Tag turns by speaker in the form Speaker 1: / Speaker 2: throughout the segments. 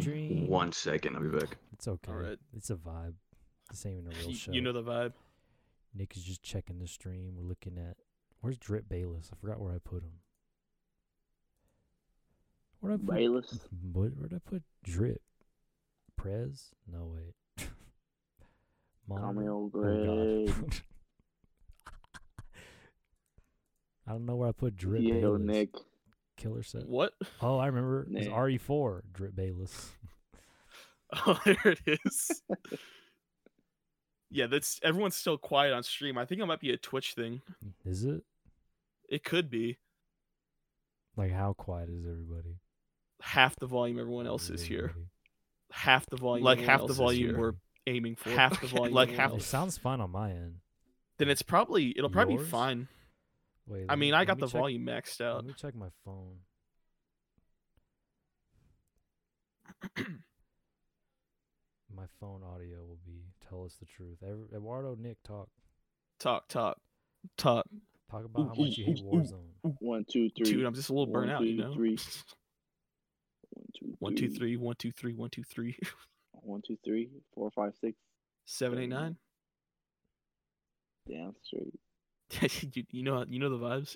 Speaker 1: dream.
Speaker 2: One second, I'll be back.
Speaker 1: It's okay.
Speaker 3: Alright.
Speaker 1: It's a vibe. This ain't even a real
Speaker 3: You-
Speaker 1: show.
Speaker 3: You know the vibe.
Speaker 1: Nick is just checking the stream. We're looking at where's Drip Bayless. I forgot where I put him. Where I put
Speaker 4: Bayless.
Speaker 1: What, where'd I put Drip? Prez? No wait.
Speaker 4: Call me
Speaker 1: Monitor?
Speaker 4: old
Speaker 1: Oh,
Speaker 4: Greg.
Speaker 1: God. I don't know where I put Drip
Speaker 4: yeah,
Speaker 1: Bayless.
Speaker 4: Nick.
Speaker 1: Killer set.
Speaker 3: What?
Speaker 1: Oh, I remember. It's
Speaker 4: Nick.
Speaker 1: RE4 Drip Bayless.
Speaker 3: Oh, there it is. yeah, that's everyone's still quiet on stream. I think it might be a Twitch thing.
Speaker 1: Is it?
Speaker 3: It could be
Speaker 1: Like how quiet is everybody?
Speaker 3: half the volume everyone else is here.
Speaker 1: Everybody. Mm.
Speaker 3: Half the volume.
Speaker 5: Like
Speaker 3: everyone
Speaker 5: half the
Speaker 3: else is
Speaker 5: volume
Speaker 3: here.
Speaker 5: we're
Speaker 3: aiming for. Half the volume. like half.
Speaker 1: It sounds fine on my end.
Speaker 3: Then it's probably it'll probably
Speaker 1: Yours?
Speaker 3: be fine.
Speaker 1: Wait.
Speaker 3: I
Speaker 1: let me-
Speaker 3: mean, I
Speaker 1: let
Speaker 3: got
Speaker 1: me
Speaker 3: the
Speaker 1: check-
Speaker 3: volume maxed out.
Speaker 1: Let me check my phone. my phone audio will be tell us the truth. Every, Eduardo, Nick, talk
Speaker 3: Talk, talk, talk.
Speaker 1: talk about how
Speaker 4: ooh,
Speaker 1: much you hate
Speaker 4: ooh, ooh.
Speaker 1: Warzone.
Speaker 4: One, two, three.
Speaker 3: Dude, I'm just a little
Speaker 4: One,
Speaker 3: burnout, you
Speaker 4: two,
Speaker 3: know.
Speaker 4: three. One, two,
Speaker 3: One, two, three, one, two, three, one, two, three,
Speaker 4: One, two, three, four, five, six.
Speaker 3: seven, eight, nine.
Speaker 4: Damn straight.
Speaker 3: you, you know, you know the vibes.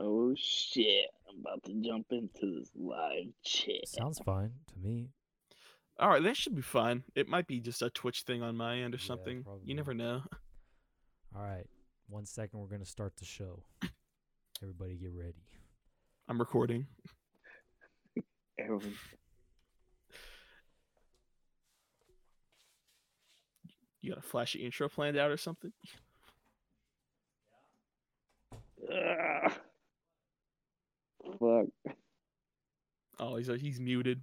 Speaker 4: Oh shit! I'm about to jump into this live chat.
Speaker 1: Sounds fine to me.
Speaker 3: All right, that should be fine. It might be just a Twitch thing on my end or
Speaker 1: Yeah,
Speaker 3: something.
Speaker 1: probably.
Speaker 3: you never know.
Speaker 1: All right, one second. We're gonna start the show. Everybody, get ready.
Speaker 3: I'm recording.
Speaker 4: Everyone-
Speaker 3: You got a flashy intro planned out or something?
Speaker 4: Ah. Fuck.
Speaker 3: Oh, he's like, he's muted.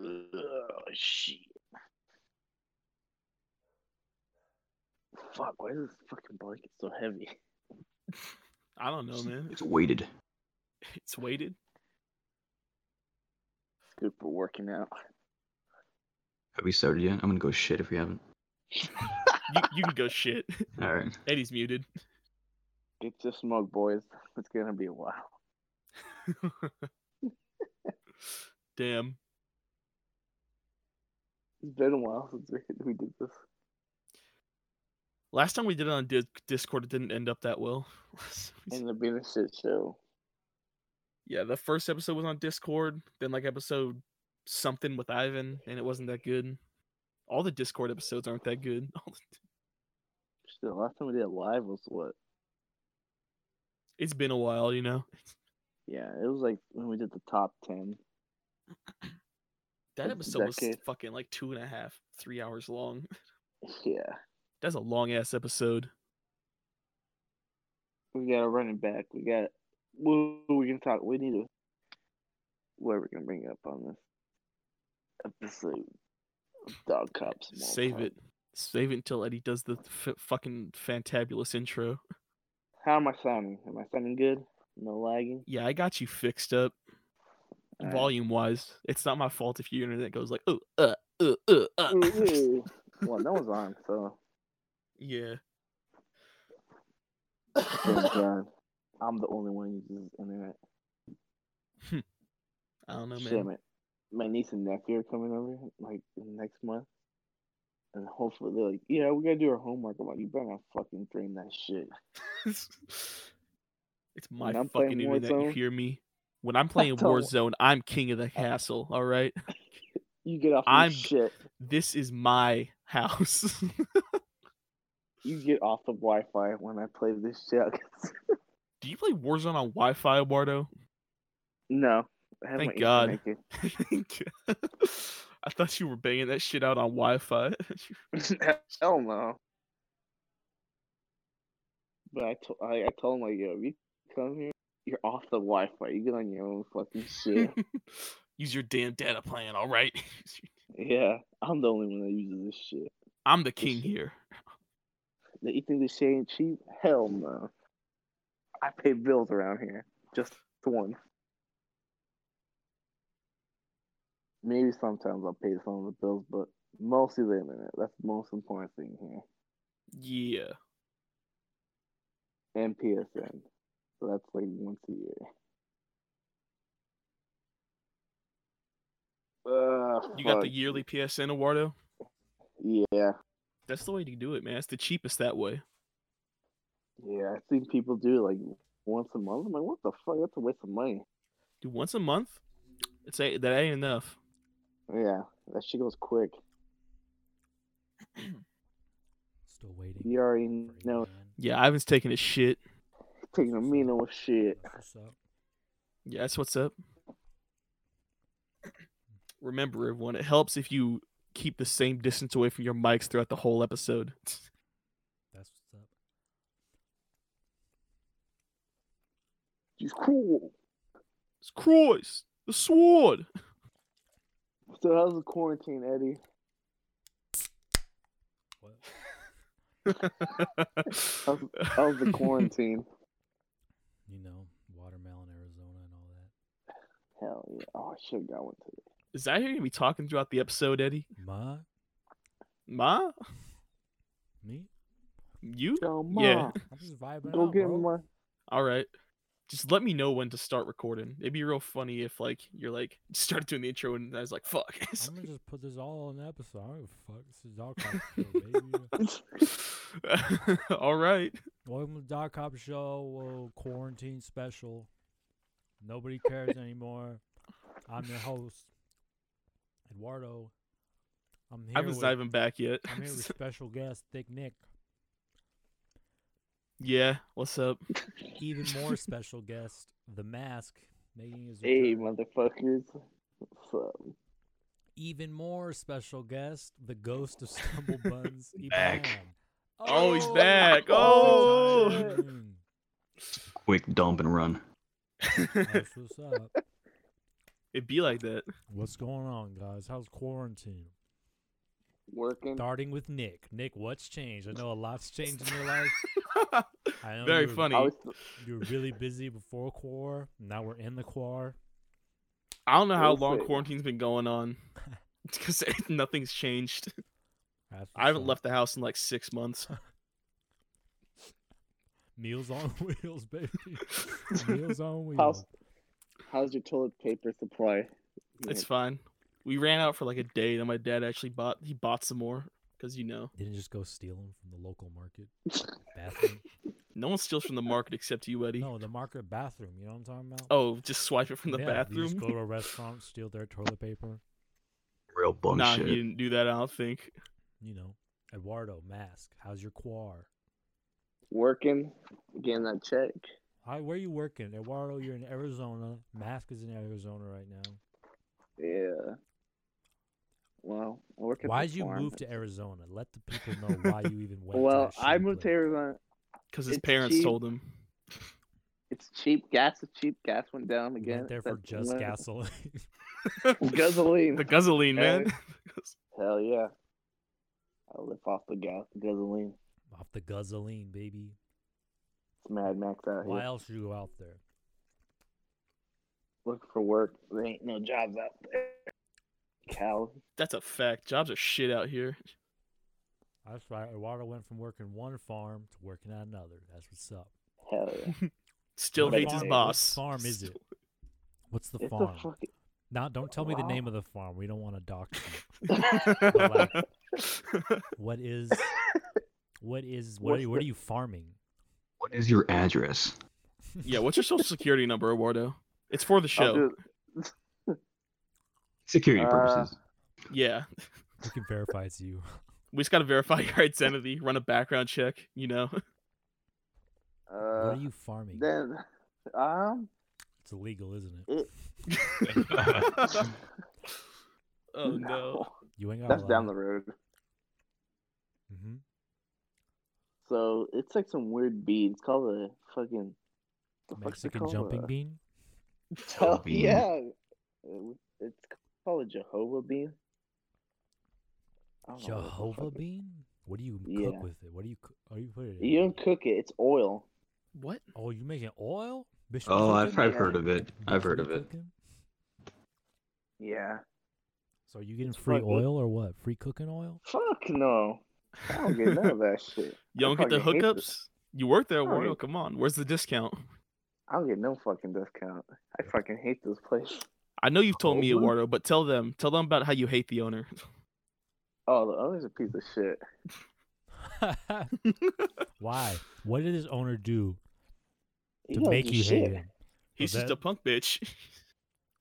Speaker 4: Oh shit. Fuck, why is this fucking blanket so heavy?
Speaker 3: I don't know, Oh, man.
Speaker 2: It's weighted.
Speaker 3: It's weighted.
Speaker 4: It's good for working out.
Speaker 2: Have we started yet? I'm gonna go shit if we haven't.
Speaker 3: You, you can go shit.
Speaker 2: All right.
Speaker 3: Eddie's muted.
Speaker 4: Get your smoke, boys. It's gonna be a while.
Speaker 3: Damn.
Speaker 4: It's been a while since we, we did this.
Speaker 3: Last time we did it on Dis- Discord, it didn't end up that well.
Speaker 4: Ended up being a shit show.
Speaker 3: yeah, the first episode was on Discord. Then like episode something with Ivan, and it wasn't that good. All the Discord episodes aren't that good. All the-
Speaker 4: Shit, the last time we did it live was what?
Speaker 3: It's been a while, you know.
Speaker 4: Yeah, it was like when we did the top 10.
Speaker 3: That
Speaker 4: It's
Speaker 3: episode was
Speaker 4: decade.
Speaker 3: fucking like two and a half, three hours long.
Speaker 4: Yeah.
Speaker 3: That's a long ass episode.
Speaker 4: We got a running back. We got. Who who we can talk? We need to. What are we gonna bring up on this episode? of Dog cops.
Speaker 3: Save it. Save it until Eddie does the f- fucking fantabulous intro.
Speaker 4: How am I sounding? Am I sounding good? No lagging.
Speaker 3: Yeah, I got you fixed up
Speaker 4: All right.
Speaker 3: volume wise. It's not my fault if your internet goes like, oh, uh, uh, uh, uh.
Speaker 4: Ooh, ooh. well, no one's on, so
Speaker 3: yeah.
Speaker 4: thank God. I'm the only one who uses internet.
Speaker 3: I don't know,
Speaker 4: Shit,
Speaker 3: man.
Speaker 4: my, my niece and nephew are coming over like next month, and hopefully they're like, "Yeah, we gotta do our homework." I'm like, "You better not fucking drain that shit."
Speaker 3: it's my
Speaker 4: When I'm playing
Speaker 3: fucking internet. You
Speaker 4: Warzone-
Speaker 3: hear me? When I'm playing
Speaker 4: Don't-
Speaker 3: Warzone, I'm king of the castle. All right,
Speaker 4: You get off your
Speaker 3: I'm-
Speaker 4: shit.
Speaker 3: this is my house.
Speaker 4: You get off of Wi-Fi when I play this shit. 'cause-
Speaker 3: Do you play Warzone on Wi-Fi, Eduardo?
Speaker 4: no, I have
Speaker 3: Thank
Speaker 4: my internet
Speaker 3: God.
Speaker 4: naked.
Speaker 3: I thought you were banging that shit out on Wi-Fi.
Speaker 4: Hell no. But I, to- I, I told him like, yo, if you come here, you're off the Wi-Fi. You get on your own fucking shit.
Speaker 3: Use your damn data plan, all right?
Speaker 4: yeah, I'm the only one that uses this shit.
Speaker 3: I'm the king here.
Speaker 4: Now, You think this shit ain't cheap? Hell no. I pay bills around here. Just one. Maybe sometimes I'll pay some of the bills, but mostly the internet. That's the most important thing here.
Speaker 3: Yeah.
Speaker 4: And PSN. So that's like once a year. Uh,
Speaker 3: You got the
Speaker 4: fuck.
Speaker 3: yearly PSN, Eduardo?
Speaker 4: Yeah.
Speaker 3: That's the way to do it, man. It's the cheapest that way.
Speaker 4: Yeah, I've seen people do it like once a month. I'm like, what the fuck? That's a waste of money.
Speaker 3: Dude, once a month? It's a, that ain't enough.
Speaker 4: Yeah, that shit goes quick.
Speaker 1: Still waiting.
Speaker 4: You already
Speaker 1: for
Speaker 4: know,
Speaker 1: Ian.
Speaker 3: Yeah, Ivan's taking a shit.
Speaker 4: taking a mean old shit.
Speaker 1: What's up?
Speaker 3: Yeah, that's what's up. Remember, everyone, it helps if you keep the same distance away from your mics throughout the whole episode.
Speaker 1: That's what's up.
Speaker 4: She's cool.
Speaker 3: It's Christ, the sword.
Speaker 4: So how's the quarantine, Eddie?
Speaker 1: What?
Speaker 4: How's the quarantine?
Speaker 1: You know, watermelon, Arizona, and all that.
Speaker 4: Hell yeah. Oh, I should have got one today.
Speaker 3: Is that how you're gonna be talking throughout the episode, Eddie?
Speaker 1: My,
Speaker 3: Ma,
Speaker 1: me,
Speaker 3: you?
Speaker 4: Yo, Ma,
Speaker 3: Yeah.
Speaker 1: I'm just vibing
Speaker 4: go
Speaker 1: out,
Speaker 4: get
Speaker 1: bro.
Speaker 4: my.
Speaker 3: All right. Just let me know when to start recording. It'd be real funny if like you're like started doing the intro and I was like, "Fuck."
Speaker 1: I'm gonna just put this all on the episode. I don't give a fuck. This is Dog Cop Show, baby.
Speaker 3: All right.
Speaker 1: Welcome to Dog Cop Show, uh, quarantine special. Nobody cares anymore. I'm your host, Eduardo. I'm here.
Speaker 3: I was
Speaker 1: with,
Speaker 3: not even back yet.
Speaker 1: I'm here with special guest Thick Nick.
Speaker 3: yeah. What's up?
Speaker 1: Even more special guest, The Mask, making his
Speaker 4: Hey,
Speaker 1: return.
Speaker 4: motherfuckers. What's up?
Speaker 1: even more special guest, the ghost of Stumble Buns.
Speaker 2: Back.
Speaker 1: Ibrahim.
Speaker 3: Oh, he's back.
Speaker 4: Oh,
Speaker 1: the
Speaker 4: shit.
Speaker 1: timing.
Speaker 2: Quick dump and run.
Speaker 1: That's what's up.
Speaker 3: It'd be like that.
Speaker 1: What's going on, guys? How's quarantine?
Speaker 4: Working.
Speaker 1: Starting with Nick. Nick, what's changed? I know a lot's changed in your life. I know
Speaker 3: Very
Speaker 1: you were-
Speaker 3: funny.
Speaker 4: I was,
Speaker 1: You were really busy before quar. Now we're in the quar.
Speaker 3: I don't know how
Speaker 4: We'll
Speaker 3: long
Speaker 4: see.
Speaker 3: quarantine's been going on because nothing's changed.
Speaker 1: That's
Speaker 3: I haven't
Speaker 1: what's
Speaker 3: left
Speaker 1: up.
Speaker 3: the house in like six months.
Speaker 1: Meals on wheels, baby. Meals on wheels.
Speaker 4: how's, how's your toilet paper supply?
Speaker 3: It's
Speaker 4: Yeah,
Speaker 3: fine. We ran out for like a day, then my dad actually bought he bought some more because you know
Speaker 1: Didn't just go steal them from the local market bathroom.
Speaker 3: no one steals from the market except you, Eddie.
Speaker 1: no, the market bathroom. You know what I'm talking about?
Speaker 3: Oh, just swipe it from the
Speaker 1: Yeah, You
Speaker 3: bathroom.
Speaker 1: just go to a restaurant, steal their toilet paper.
Speaker 2: Real bum
Speaker 3: nah,
Speaker 2: shit.
Speaker 3: you didn't do that. I don't think.
Speaker 1: You know, Eduardo Mask. How's your quar?
Speaker 4: working. Getting that check.
Speaker 1: Hi, where you working, Eduardo? You're in Arizona. Mask is in Arizona right now.
Speaker 4: Yeah. Well, I work at
Speaker 1: Why
Speaker 4: the
Speaker 1: did you
Speaker 4: farm.
Speaker 1: move to Arizona? Let the people know why you even went.
Speaker 4: Well,
Speaker 1: to that
Speaker 4: I
Speaker 1: shitty
Speaker 4: moved to
Speaker 1: place.
Speaker 4: Arizona.
Speaker 3: Because his
Speaker 4: It's
Speaker 3: parents
Speaker 4: cheap.
Speaker 3: told him.
Speaker 4: It's cheap. Gas is cheap. Gas went down
Speaker 1: You
Speaker 4: again.
Speaker 1: went there for
Speaker 4: That's
Speaker 1: just
Speaker 4: one-
Speaker 1: gasoline.
Speaker 4: Gasoline.
Speaker 3: The guzzling, man.
Speaker 4: Hell yeah. I live off the gas, gasoline.
Speaker 1: Off the gasoline, baby.
Speaker 4: It's Mad Max out
Speaker 1: Why
Speaker 4: here.
Speaker 1: else are you out there?
Speaker 4: Look for work. There ain't no jobs out there. Cal.
Speaker 3: That's a fact. Jobs are shit out here.
Speaker 1: That's right. Eduardo went from working one farm to working at another. That's what's up.
Speaker 4: Hell yeah.
Speaker 3: Still
Speaker 1: What
Speaker 3: hates his
Speaker 4: farm- what
Speaker 3: boss.
Speaker 1: farm is
Speaker 3: Still-
Speaker 1: What's the
Speaker 4: It's
Speaker 1: farm?
Speaker 4: a fucking.
Speaker 1: now, don't tell me the name
Speaker 4: Wow.
Speaker 1: of the farm. We don't want to dox you.
Speaker 3: Relax.
Speaker 1: What is? What is? What
Speaker 4: What's
Speaker 1: are you? What are
Speaker 4: the-
Speaker 1: you farming?
Speaker 2: What is your address?
Speaker 3: yeah, what's your social security number, Eduardo? It's for the
Speaker 4: I'll
Speaker 3: show.
Speaker 4: do,
Speaker 2: Security
Speaker 4: Uh,
Speaker 2: purposes.
Speaker 3: Yeah.
Speaker 1: We can verify it's you.
Speaker 3: We just gotta verify your identity, run a background check, you know.
Speaker 1: what
Speaker 4: uh,
Speaker 1: are you farming?
Speaker 4: then, um,
Speaker 1: It's illegal, isn't it?
Speaker 4: it,
Speaker 3: oh no.
Speaker 1: You ain't got.
Speaker 4: that's down the road.
Speaker 1: Mm-hmm.
Speaker 4: So it's like some weird bean. It's called a fucking the fuck's it
Speaker 1: Mexican
Speaker 4: called?
Speaker 1: jumping
Speaker 4: A-
Speaker 1: bean.
Speaker 4: Oh,
Speaker 2: bean.
Speaker 4: yeah. It- It's called a Jehovah bean. I don't know what the
Speaker 1: Jehovah
Speaker 4: fuck it-
Speaker 1: bean. What do you
Speaker 4: Yeah.
Speaker 1: cook with it? What do you? coo- Are you put it? In?
Speaker 4: You don't cook it. It's oil.
Speaker 3: What?
Speaker 1: Oh, you making oil? Bitch, you
Speaker 2: Oh, I've,
Speaker 1: cooking?
Speaker 2: I've heard of it.
Speaker 1: Bitch,
Speaker 2: I've
Speaker 1: you
Speaker 2: heard of it.
Speaker 1: cooking?
Speaker 4: Yeah.
Speaker 1: So you getting free
Speaker 4: Right, but-
Speaker 1: oil or what? Free cooking oil?
Speaker 4: Fuck no. I don't get none of that shit.
Speaker 3: You don't get the
Speaker 4: fucking hate
Speaker 3: hookups.
Speaker 4: this.
Speaker 3: You work there,
Speaker 4: I don't
Speaker 3: Wario.
Speaker 4: get-
Speaker 3: Come on. Where's the discount?
Speaker 4: I don't get no fucking discount. I fucking hate this place.
Speaker 3: I know you've told me,
Speaker 1: Cobra?
Speaker 3: Eduardo, but tell them. Tell them about how you hate the owner.
Speaker 4: Oh, the owner's a piece of shit.
Speaker 1: Why? What did his owner do
Speaker 4: He
Speaker 1: to
Speaker 4: don't
Speaker 1: make
Speaker 4: do
Speaker 1: you
Speaker 4: shit.
Speaker 1: hate him?
Speaker 3: He's
Speaker 1: Well,
Speaker 3: just
Speaker 1: that-
Speaker 3: a punk bitch.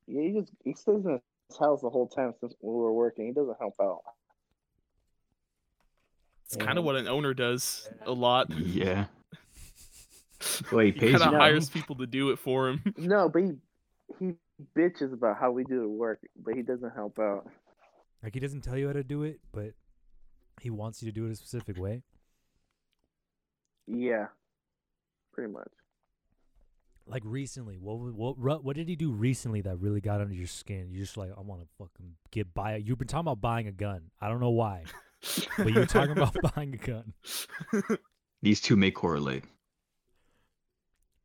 Speaker 4: Yeah, he just he stays in his house the whole time since we were working. He doesn't help out.
Speaker 3: It's kind
Speaker 4: Yeah.
Speaker 3: of what an owner does a lot.
Speaker 2: Yeah. Well, he
Speaker 3: He
Speaker 2: pays
Speaker 3: kind of
Speaker 2: you.
Speaker 4: No.
Speaker 3: hires people to do it for him.
Speaker 4: No, but he he bitches about how we do the work, but he doesn't help out.
Speaker 1: Like he doesn't tell you how to do it, but he wants you to do it a specific way.
Speaker 4: Yeah, pretty much.
Speaker 1: Like recently, what wa- what ru- what did he do recently that really got under your skin? You're just like, I want to fucking get buy. You've been talking about buying a gun. I don't know why, but you're talking about buying a gun.
Speaker 2: These two may correlate.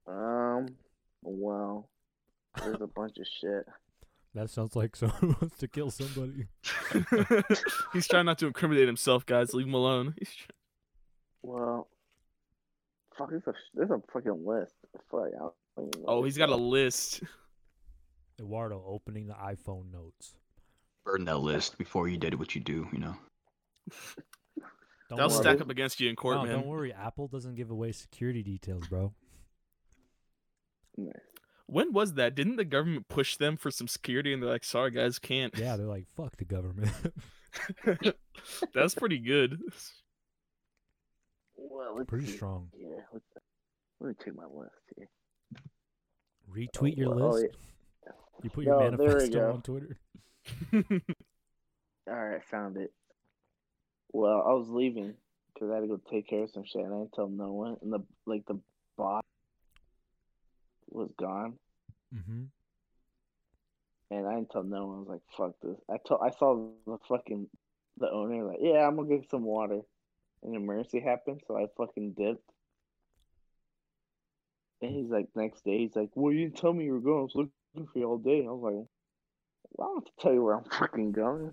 Speaker 4: Um, well, there's a bunch of shit.
Speaker 1: That sounds like someone wants to kill somebody.
Speaker 3: He's trying not to incriminate himself, guys. Leave him alone. He's tr-
Speaker 4: Well, fuck, there's a there's a fucking list. Fuck, I don't even know
Speaker 3: Oh,
Speaker 4: what
Speaker 3: he's
Speaker 4: it's
Speaker 3: got a
Speaker 4: called.
Speaker 3: list.
Speaker 1: Eduardo opening the iPhone notes.
Speaker 2: Burn that list before you did what you do, you know?
Speaker 1: Don't
Speaker 3: That'll
Speaker 1: worry.
Speaker 3: stack up against you in court,
Speaker 1: No, don't
Speaker 3: man.
Speaker 1: worry. Apple doesn't give away security details, bro.
Speaker 3: When was that? Didn't the government push them for some security and they're like, sorry, guys, can't?
Speaker 1: Yeah, they're like, fuck the government.
Speaker 3: That's pretty good.
Speaker 4: Well, let's
Speaker 1: Pretty
Speaker 4: see.
Speaker 1: strong.
Speaker 4: Yeah, let's, let me check my list here.
Speaker 1: Retweet your
Speaker 4: well, oh,
Speaker 1: list. You put your
Speaker 4: No, there we
Speaker 1: manifesto
Speaker 4: go.
Speaker 1: on Twitter.
Speaker 4: All right, found it. Well, I was leaving because I had to go take care of some shit, and I didn't tell no one. And the like the bot was gone,
Speaker 1: Mm-hmm.
Speaker 4: and I didn't tell no one. I was like, "Fuck this!" I told I saw the fucking the owner like, "Yeah, I'm gonna get some water." An emergency happened, so I fucking dipped. And he's like, next day, he's like, "Well, you didn't tell me you were going. I was looking for you all day." And I was like, "Well, I don't have to tell you where I'm fucking going."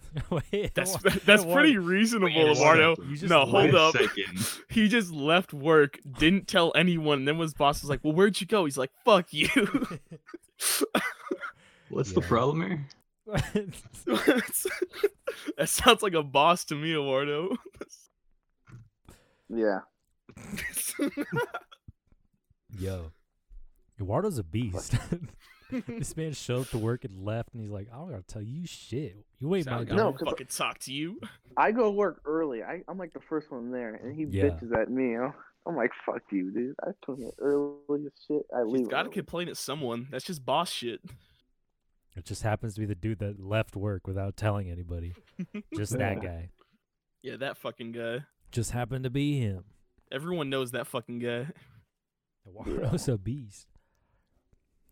Speaker 3: That's that's pretty reasonable,
Speaker 2: Wait a
Speaker 3: Eduardo.
Speaker 2: second.
Speaker 1: You just
Speaker 3: No,
Speaker 2: Wait
Speaker 3: hold
Speaker 2: a
Speaker 1: left.
Speaker 3: up.
Speaker 2: second.
Speaker 3: He just left work, didn't tell anyone, and then when his boss was like, Well, where'd you go? He's like, Fuck you.
Speaker 2: What's the
Speaker 1: Yeah.
Speaker 2: problem here?
Speaker 3: that sounds like a boss to me, Eduardo.
Speaker 4: Yeah,
Speaker 1: Yo, Eduardo's a beast. this man showed up to work and left, and he's like, I don't gotta tell you shit. You ain't my
Speaker 3: Sound like I
Speaker 1: no.
Speaker 4: No,
Speaker 3: don't
Speaker 4: 'cause-
Speaker 3: fucking talk to you.
Speaker 4: I go work early. I, I'm like the first one there, and he
Speaker 1: Yeah.
Speaker 4: bitches at me. You know? I'm like, fuck you, dude. I come here early as shit. I leave.
Speaker 3: He's got to
Speaker 4: early.
Speaker 3: complain at someone. That's just boss shit.
Speaker 1: It just happens to be the dude that left work without telling anybody. Just that
Speaker 4: Yeah.
Speaker 1: guy.
Speaker 3: Yeah, that fucking guy.
Speaker 1: Just happened to be him.
Speaker 3: Everyone knows that fucking guy.
Speaker 1: Eduardo's a beast.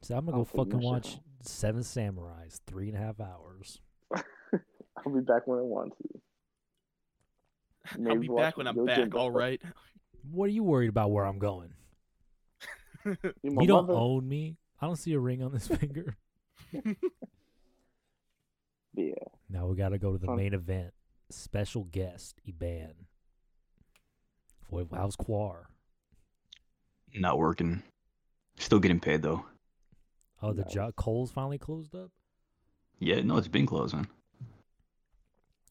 Speaker 1: So I'm gonna go
Speaker 4: I'll figure
Speaker 1: fucking
Speaker 4: shit
Speaker 1: watch
Speaker 4: out.
Speaker 1: Seven Samurais, three and a half hours.
Speaker 4: I'll be back when I want to.
Speaker 3: I'll
Speaker 4: Maybe
Speaker 3: be
Speaker 4: watch
Speaker 3: back when I'm
Speaker 4: Yo,
Speaker 3: back.
Speaker 4: Jimbo.
Speaker 3: All right.
Speaker 1: What are you worried about? Where I'm going?
Speaker 4: You my
Speaker 1: You don't
Speaker 4: mother?
Speaker 1: own me. I don't see a ring on this finger.
Speaker 4: Yeah.
Speaker 1: Now we gotta go to the
Speaker 4: Fun.
Speaker 1: main event. Special guest Iban. Boy, how's Quar?
Speaker 2: Not working. Still getting paid, though.
Speaker 1: Oh, the
Speaker 4: Nice.
Speaker 1: job Cole's finally closed up.
Speaker 2: Yeah, no, it's been closing.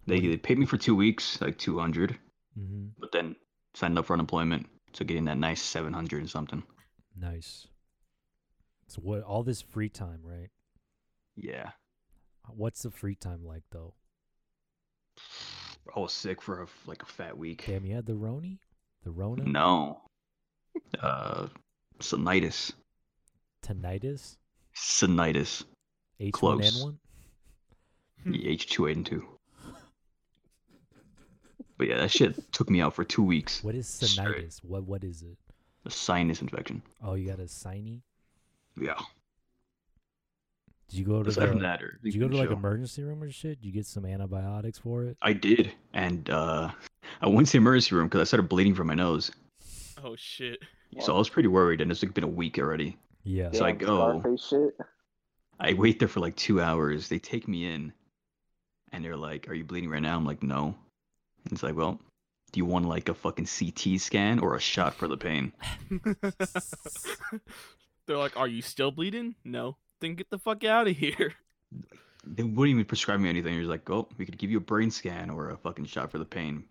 Speaker 2: They,
Speaker 1: What do you-
Speaker 2: they paid me for two weeks, like 200,
Speaker 1: Mm-hmm.
Speaker 2: but then signed up for unemployment. So getting that nice 700 and something.
Speaker 1: Nice. So what? All this free time, right?
Speaker 2: Yeah.
Speaker 1: What's the free time like though?
Speaker 2: I was sick for a, like a fat week.
Speaker 1: Damn, you had the Roni, the Rona,
Speaker 2: No. Uh, Sinitis.
Speaker 1: tinnitus,
Speaker 2: Sinitis.
Speaker 1: H one N
Speaker 2: Close.
Speaker 1: one. Hmm.
Speaker 2: H two eight and two. But yeah, that shit took me out for two weeks.
Speaker 1: What is
Speaker 2: Straight.
Speaker 1: tinnitus? What what is it?
Speaker 2: A sinus infection.
Speaker 1: Oh, you got a sinus.
Speaker 2: Yeah.
Speaker 1: Did you go to
Speaker 2: Aside
Speaker 1: the,
Speaker 2: from that, or
Speaker 1: Did you go to like emergency room or shit? Did you get some antibiotics for it?
Speaker 2: I did, and uh, I went to the emergency room because I started bleeding from my nose.
Speaker 3: Oh shit.
Speaker 2: So I was pretty worried, and it's oh. like been a week already.
Speaker 1: Yeah.
Speaker 2: So I
Speaker 4: Damn,
Speaker 2: go.
Speaker 4: Scarface Shit.
Speaker 2: I wait there for like two hours. They take me in, and they're like, "Are you bleeding right now?" I'm like, "No." And it's like, "Well, do you want like a fucking CT scan or a shot for the pain?"
Speaker 3: They're like, "Are you still bleeding?" No. Then get the fuck out of here.
Speaker 2: They wouldn't even prescribe me anything. They're just like, "Oh, we could give you a brain scan or a fucking shot for the pain."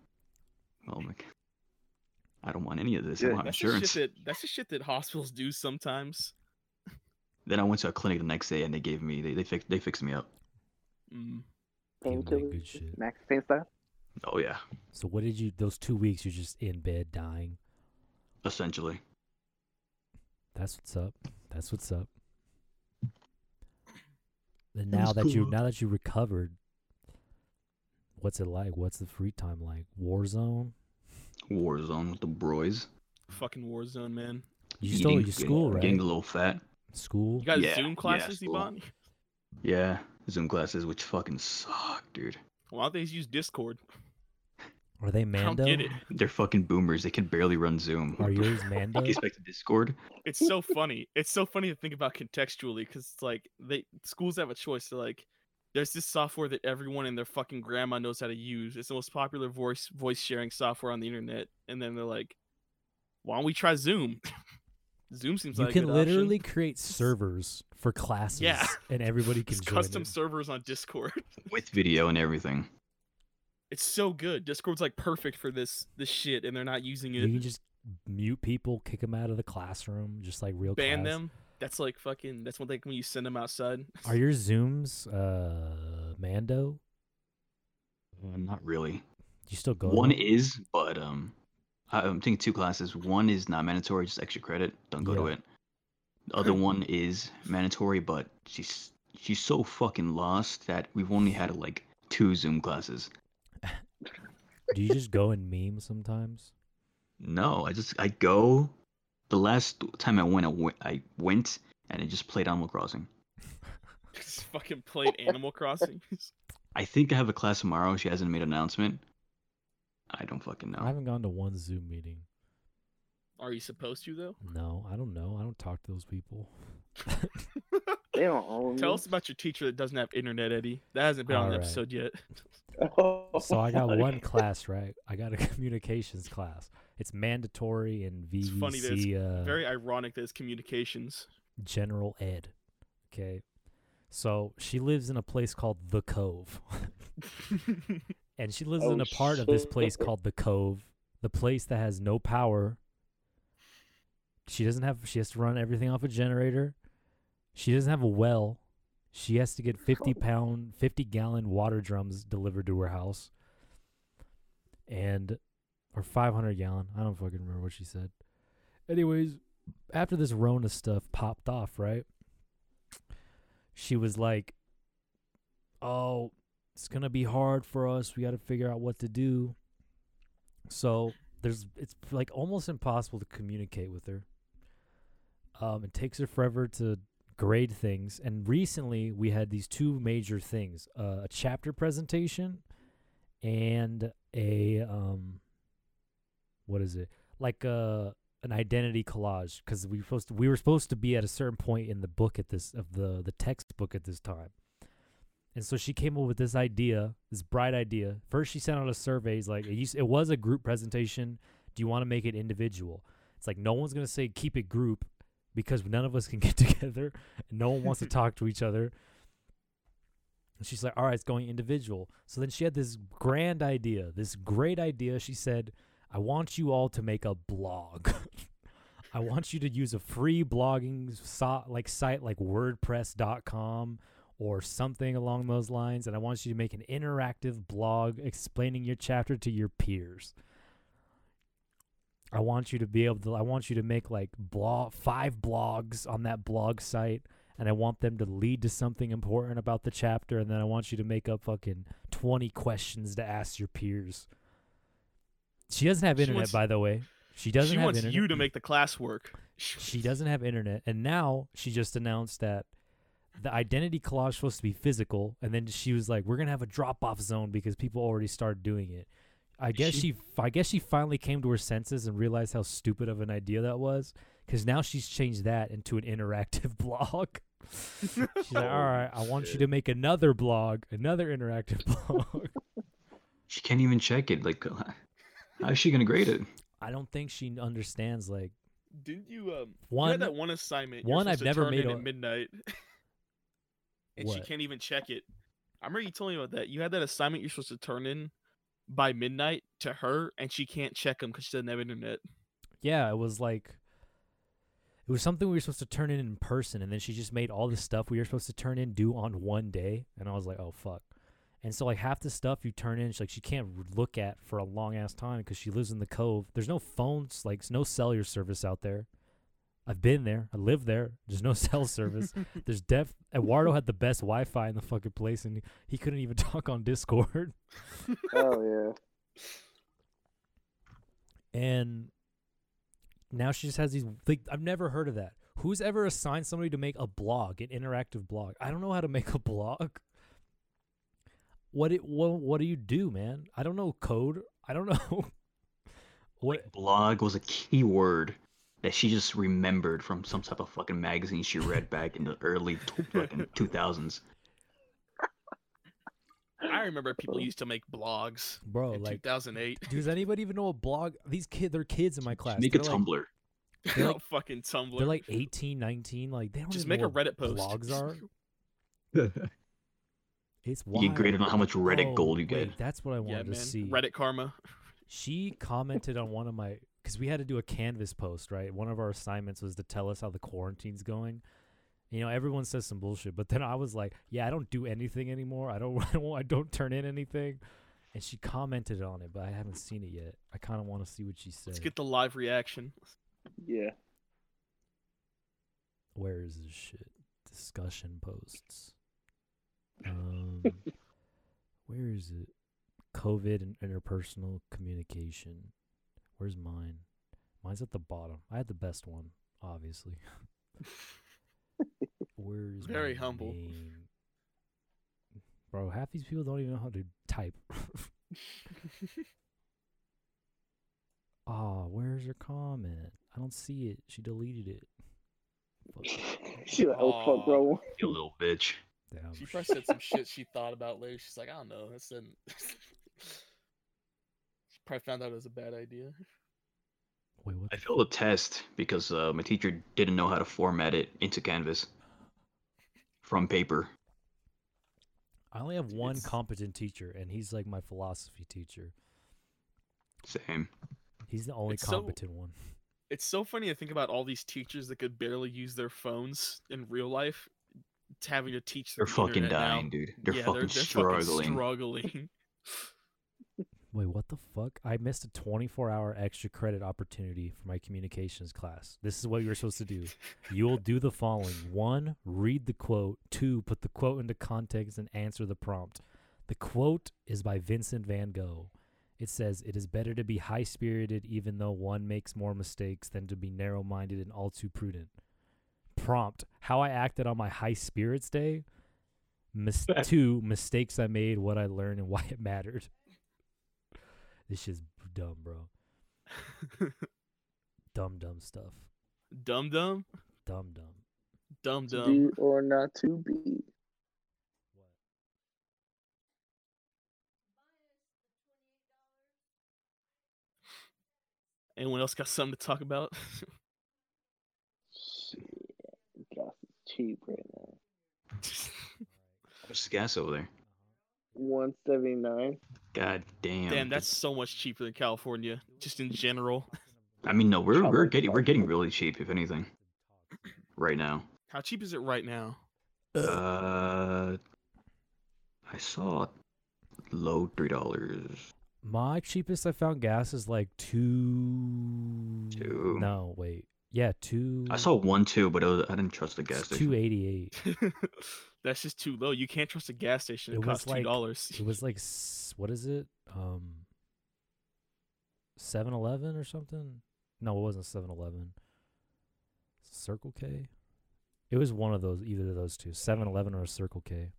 Speaker 2: Oh my god. I don't want any of this. I
Speaker 4: Yeah,
Speaker 2: want
Speaker 3: That's the
Speaker 2: insurance.
Speaker 3: shit that that's the shit that hospitals do sometimes.
Speaker 2: Then I went to a clinic the next day and they gave me they they fixed they fixed me up.
Speaker 3: Mm.
Speaker 1: Giving that good
Speaker 4: Painkillers,
Speaker 1: shit.
Speaker 4: max pain style.
Speaker 2: Oh yeah,
Speaker 1: So what did you? Those two weeks, you're just in bed dying.
Speaker 2: essentially.
Speaker 1: That's what's up. That's what's up. And
Speaker 2: It was
Speaker 1: now that you
Speaker 2: cool.
Speaker 1: now that you recovered, what's it like? What's the free time like? Warzone?
Speaker 2: Warzone with the broys.
Speaker 3: Fucking Warzone, man.
Speaker 1: You still at your
Speaker 2: getting-
Speaker 1: school,
Speaker 2: Getting
Speaker 1: right?
Speaker 2: a little fat.
Speaker 1: School?
Speaker 3: You got
Speaker 2: Yeah,
Speaker 3: Zoom
Speaker 2: yeah,
Speaker 3: classes,
Speaker 2: school.
Speaker 3: Ivan?
Speaker 2: Yeah, Zoom classes, which fucking suck, dude.
Speaker 3: Why don't they use Discord?
Speaker 1: Are they Mando?
Speaker 3: I don't get it.
Speaker 2: They're fucking boomers. They can barely run Zoom.
Speaker 1: Are
Speaker 2: What the
Speaker 1: yours
Speaker 2: fuck
Speaker 1: Mando?
Speaker 2: do you expect a Discord?
Speaker 3: It's so funny. It's so funny to think about contextually because it's like they schools have a choice. They're like, there's this software that everyone and their fucking grandma knows how to use. It's the most popular voice voice sharing software on the internet. And then they're like, why don't we try Zoom? Zoom seems
Speaker 1: You
Speaker 3: like a
Speaker 1: can
Speaker 3: good option.
Speaker 1: literally create servers for classes, and everybody can
Speaker 3: It's
Speaker 1: join.
Speaker 3: custom
Speaker 1: it.
Speaker 3: servers on Discord.
Speaker 2: With video and everything.
Speaker 3: It's so good. Discord's like perfect for this this shit, and they're not using
Speaker 1: You
Speaker 3: it.
Speaker 1: can just mute people, kick them out of the classroom, just like real.
Speaker 3: Ban
Speaker 1: class.
Speaker 3: them. That's like fucking. That's one thing when you send them outside.
Speaker 1: Are your zooms uh Mando?
Speaker 2: Uh, not really.
Speaker 1: You still go? to
Speaker 2: One
Speaker 1: them?
Speaker 2: is, but um, I- I'm taking two classes. One is not mandatory, just extra credit. Don't go to
Speaker 1: Yeah.
Speaker 2: it. The other one is mandatory, but she's she's so fucking lost that we've only had like two Zoom classes.
Speaker 1: Do you just go and meme sometimes?
Speaker 2: No, I just I go. The last time I went, I went, I went and I just played Animal Crossing.
Speaker 3: Just fucking played Animal Crossing.
Speaker 2: I think I have a class tomorrow. She hasn't made an announcement. I don't fucking know.
Speaker 1: I haven't gone to one Zoom meeting.
Speaker 3: Are you supposed to though?
Speaker 1: No, I don't know. I don't talk to those people.
Speaker 4: They don't own.
Speaker 3: Tell
Speaker 4: me.
Speaker 3: us about your teacher that doesn't have internet, Eddie. That hasn't been on an
Speaker 1: Alright.
Speaker 3: episode yet.
Speaker 4: Oh,
Speaker 1: So I got
Speaker 4: my
Speaker 1: one class, right? I got a communications class. It's mandatory in
Speaker 3: It's funny that it's
Speaker 1: VUC uh,
Speaker 3: Very ironic that it's communications.
Speaker 1: general ed. Okay. So she lives in a place called The Cove. and she lives in
Speaker 4: Oh,
Speaker 1: a part of this place
Speaker 4: shit.
Speaker 1: called the Cove, the place that has no power. She doesn't have. She has to run everything off a generator. She doesn't have a well. She has to get fifty pound, fifty gallon water drums delivered to her house, and or five hundred gallon. I don't fucking remember what she said. Anyways, after this Rona stuff popped off, right? She was like, "Oh, it's gonna be hard for us. We got to figure out what to do. So there's it's like almost impossible to communicate with her. Um, it takes her forever to grade things. And recently we had these two major things: uh, a chapter presentation and a um, what is it like a an identity collage because we were supposed to, we were supposed to be at a certain point in the book at this of the the textbook at this time. And so she came up with this idea, this bright idea. First, she sent out a survey. It's like, it, used, it was a group presentation. Do you want to make it individual? It's like, no one's going to say keep it group because none of us can get together. And no one wants to talk to each other. And she's like, all right, it's going individual. So then she had this grand idea, this great idea. She said, I want you all to make a blog. I want you to use a free blogging so- like site like WordPress.com or something along those lines, and I want you to make an interactive blog explaining your chapter to your peers. I want you to be able to I want you to make like blog five blogs on that blog site and I want them to lead to something important about the chapter and then I want you to make up fucking 20 questions to ask your peers. She doesn't have
Speaker 3: She
Speaker 1: internet
Speaker 3: wants-
Speaker 1: by the way. She doesn't
Speaker 3: she
Speaker 1: have
Speaker 3: wants
Speaker 1: internet
Speaker 3: you to make the class work.
Speaker 1: she doesn't have internet and now she just announced that the identity collage is supposed to be physical and then she was like we're gonna have a drop off zone because people already started doing it i guess
Speaker 2: She-
Speaker 1: she i guess she finally came to her senses and realized how stupid of an idea that was because now she's changed that into an interactive blog She's like, all right, I want you to make another blog, another interactive blog.
Speaker 2: She can't even check it. Like, how's she gonna grade it?
Speaker 1: I don't think she understands like
Speaker 3: Didn't you um? you
Speaker 1: one.
Speaker 3: had that one assignment.
Speaker 1: one I've
Speaker 3: I've
Speaker 1: never
Speaker 3: never
Speaker 1: made
Speaker 3: made
Speaker 1: a-
Speaker 3: at midnight, and she
Speaker 1: What?
Speaker 3: can't even check it. I remember you told me about that. You had that assignment you're supposed to turn in by midnight to her, and she can't check them because she doesn't have internet.
Speaker 1: yeah, it was like it was something we were supposed to turn in in person, and then she just made all the stuff we were supposed to turn in do on one day, and I was like, oh fuck. And so like half the stuff you turn in, she, like she can't r- look at for a long ass time because she lives in the cove. There's no phones, like s- no cellular service out there. I've been there. I live there. There's no cell service. There's def. Eduardo had the best Wi-Fi in the fucking place, and he couldn't even talk on Discord.
Speaker 4: Hell
Speaker 1: and now she just has these like I've never heard of that. Who's ever assigned somebody to make a blog, an interactive blog? I don't know how to make a blog. What it what, what do you do, man? I don't know code. I don't know. what
Speaker 2: Blog was a keyword that she just remembered from some type of fucking magazine she read back in the early tw- fucking 2000s.
Speaker 3: I remember people used to make blogs
Speaker 1: bro,
Speaker 3: in
Speaker 1: Oh. like
Speaker 3: 2008.
Speaker 1: does anybody even know a blog? These kid they're kids in my class.
Speaker 2: Make a
Speaker 1: they're like,
Speaker 2: Tumblr.
Speaker 1: they're
Speaker 3: Oh,
Speaker 1: like-
Speaker 3: fucking Tumblr.
Speaker 1: they're like 18, 19, like they don't
Speaker 3: just
Speaker 1: even
Speaker 3: make
Speaker 1: know
Speaker 3: a
Speaker 1: what
Speaker 3: Reddit post.
Speaker 1: Blogs are
Speaker 2: you
Speaker 1: it's wild.
Speaker 2: get graded on how much Reddit
Speaker 1: Oh,
Speaker 2: gold you
Speaker 1: wait,
Speaker 2: get.
Speaker 1: That's what I
Speaker 3: yeah,
Speaker 1: wanted
Speaker 3: man.
Speaker 1: to see.
Speaker 3: Reddit karma.
Speaker 1: she commented on one of my because we had to do a canvas post right one of our assignments was to tell us how the quarantine's going you know everyone says some bullshit but then i was like yeah i don't do anything anymore i don't i don't, I don't turn in anything and she commented on it but i haven't seen it yet i kind of want to see what she said
Speaker 3: Let's get the live reaction.
Speaker 4: yeah.
Speaker 1: where is this shit discussion posts um where is it covid and interpersonal communication where's mine mine's at the bottom i had the best one obviously where's
Speaker 3: Very
Speaker 1: my
Speaker 3: humble.
Speaker 1: name? bro half these people don't even know how to type Ah, where's her comment? I don't see it. She deleted it. Fuck.
Speaker 4: She like, oh fuck, bro.
Speaker 2: You little bitch.
Speaker 1: Damn.
Speaker 2: Oh,
Speaker 3: She
Speaker 1: sh-
Speaker 3: probably said some shit she thought about later. She's like, I don't know. That's an... she probably found out it was a bad idea.
Speaker 1: Wait, what?
Speaker 2: I failed a test because uh, my teacher didn't know how to format it into Canvas from paper.
Speaker 1: I only have one
Speaker 3: It's-
Speaker 1: competent teacher, and he's like my philosophy teacher.
Speaker 2: Same.
Speaker 1: He's the only
Speaker 3: It's so-
Speaker 1: competent one.
Speaker 3: It's so funny to think about all these teachers that could barely use their phones in real life, t- having to teach
Speaker 2: They're
Speaker 3: through the
Speaker 2: fucking
Speaker 3: internet now.
Speaker 2: dying, dude. They're
Speaker 3: yeah,
Speaker 2: fucking
Speaker 3: they're, they're
Speaker 2: struggling.
Speaker 3: Fucking struggling.
Speaker 1: Wait, what the fuck? I missed a 24 hour extra credit opportunity for my communications class. This is what you're supposed to do. You'll do the following one, read the quote, two, put the quote into context and answer the prompt. The quote is by Vincent van Gogh. It says, It is better to be high spirited, even though one makes more mistakes, than to be narrow minded and all too prudent. Prompt How I acted on my high spirits day. Mis- two, mistakes I made, what I learned, and why it mattered. This shit's b- dumb, bro. Dumb, dumb stuff.
Speaker 3: Dum dum,
Speaker 1: Dumb, dumb.
Speaker 3: dum
Speaker 4: To
Speaker 3: dum.
Speaker 4: be or not to be.
Speaker 3: Anyone else got something to talk about?
Speaker 4: Shit, gas is cheap right now.
Speaker 2: How much is gas over there?
Speaker 4: One seventy nine.
Speaker 2: God damn.
Speaker 3: Damn, that's so much cheaper than California, just in general.
Speaker 2: I mean, no, we're we're getting we're getting really cheap, if anything, right now.
Speaker 3: How cheap is it right now?
Speaker 2: Uh, I saw low three dollars.
Speaker 1: My cheapest I found gas is like two.
Speaker 2: Two.
Speaker 1: No, wait. Yeah, two.
Speaker 2: I saw one too, but it was, I didn't trust the gas
Speaker 1: Two
Speaker 2: station.
Speaker 1: eighty eight.
Speaker 3: that's just too low. You can't trust a gas station. It,
Speaker 1: It was
Speaker 3: costs two
Speaker 1: like-
Speaker 3: dollars.
Speaker 1: It was like s- what is it? Um, Seven Eleven or something? No, it wasn't Seven Eleven. Circle K. It was one of those, either of those two, 7-Eleven or a Circle K.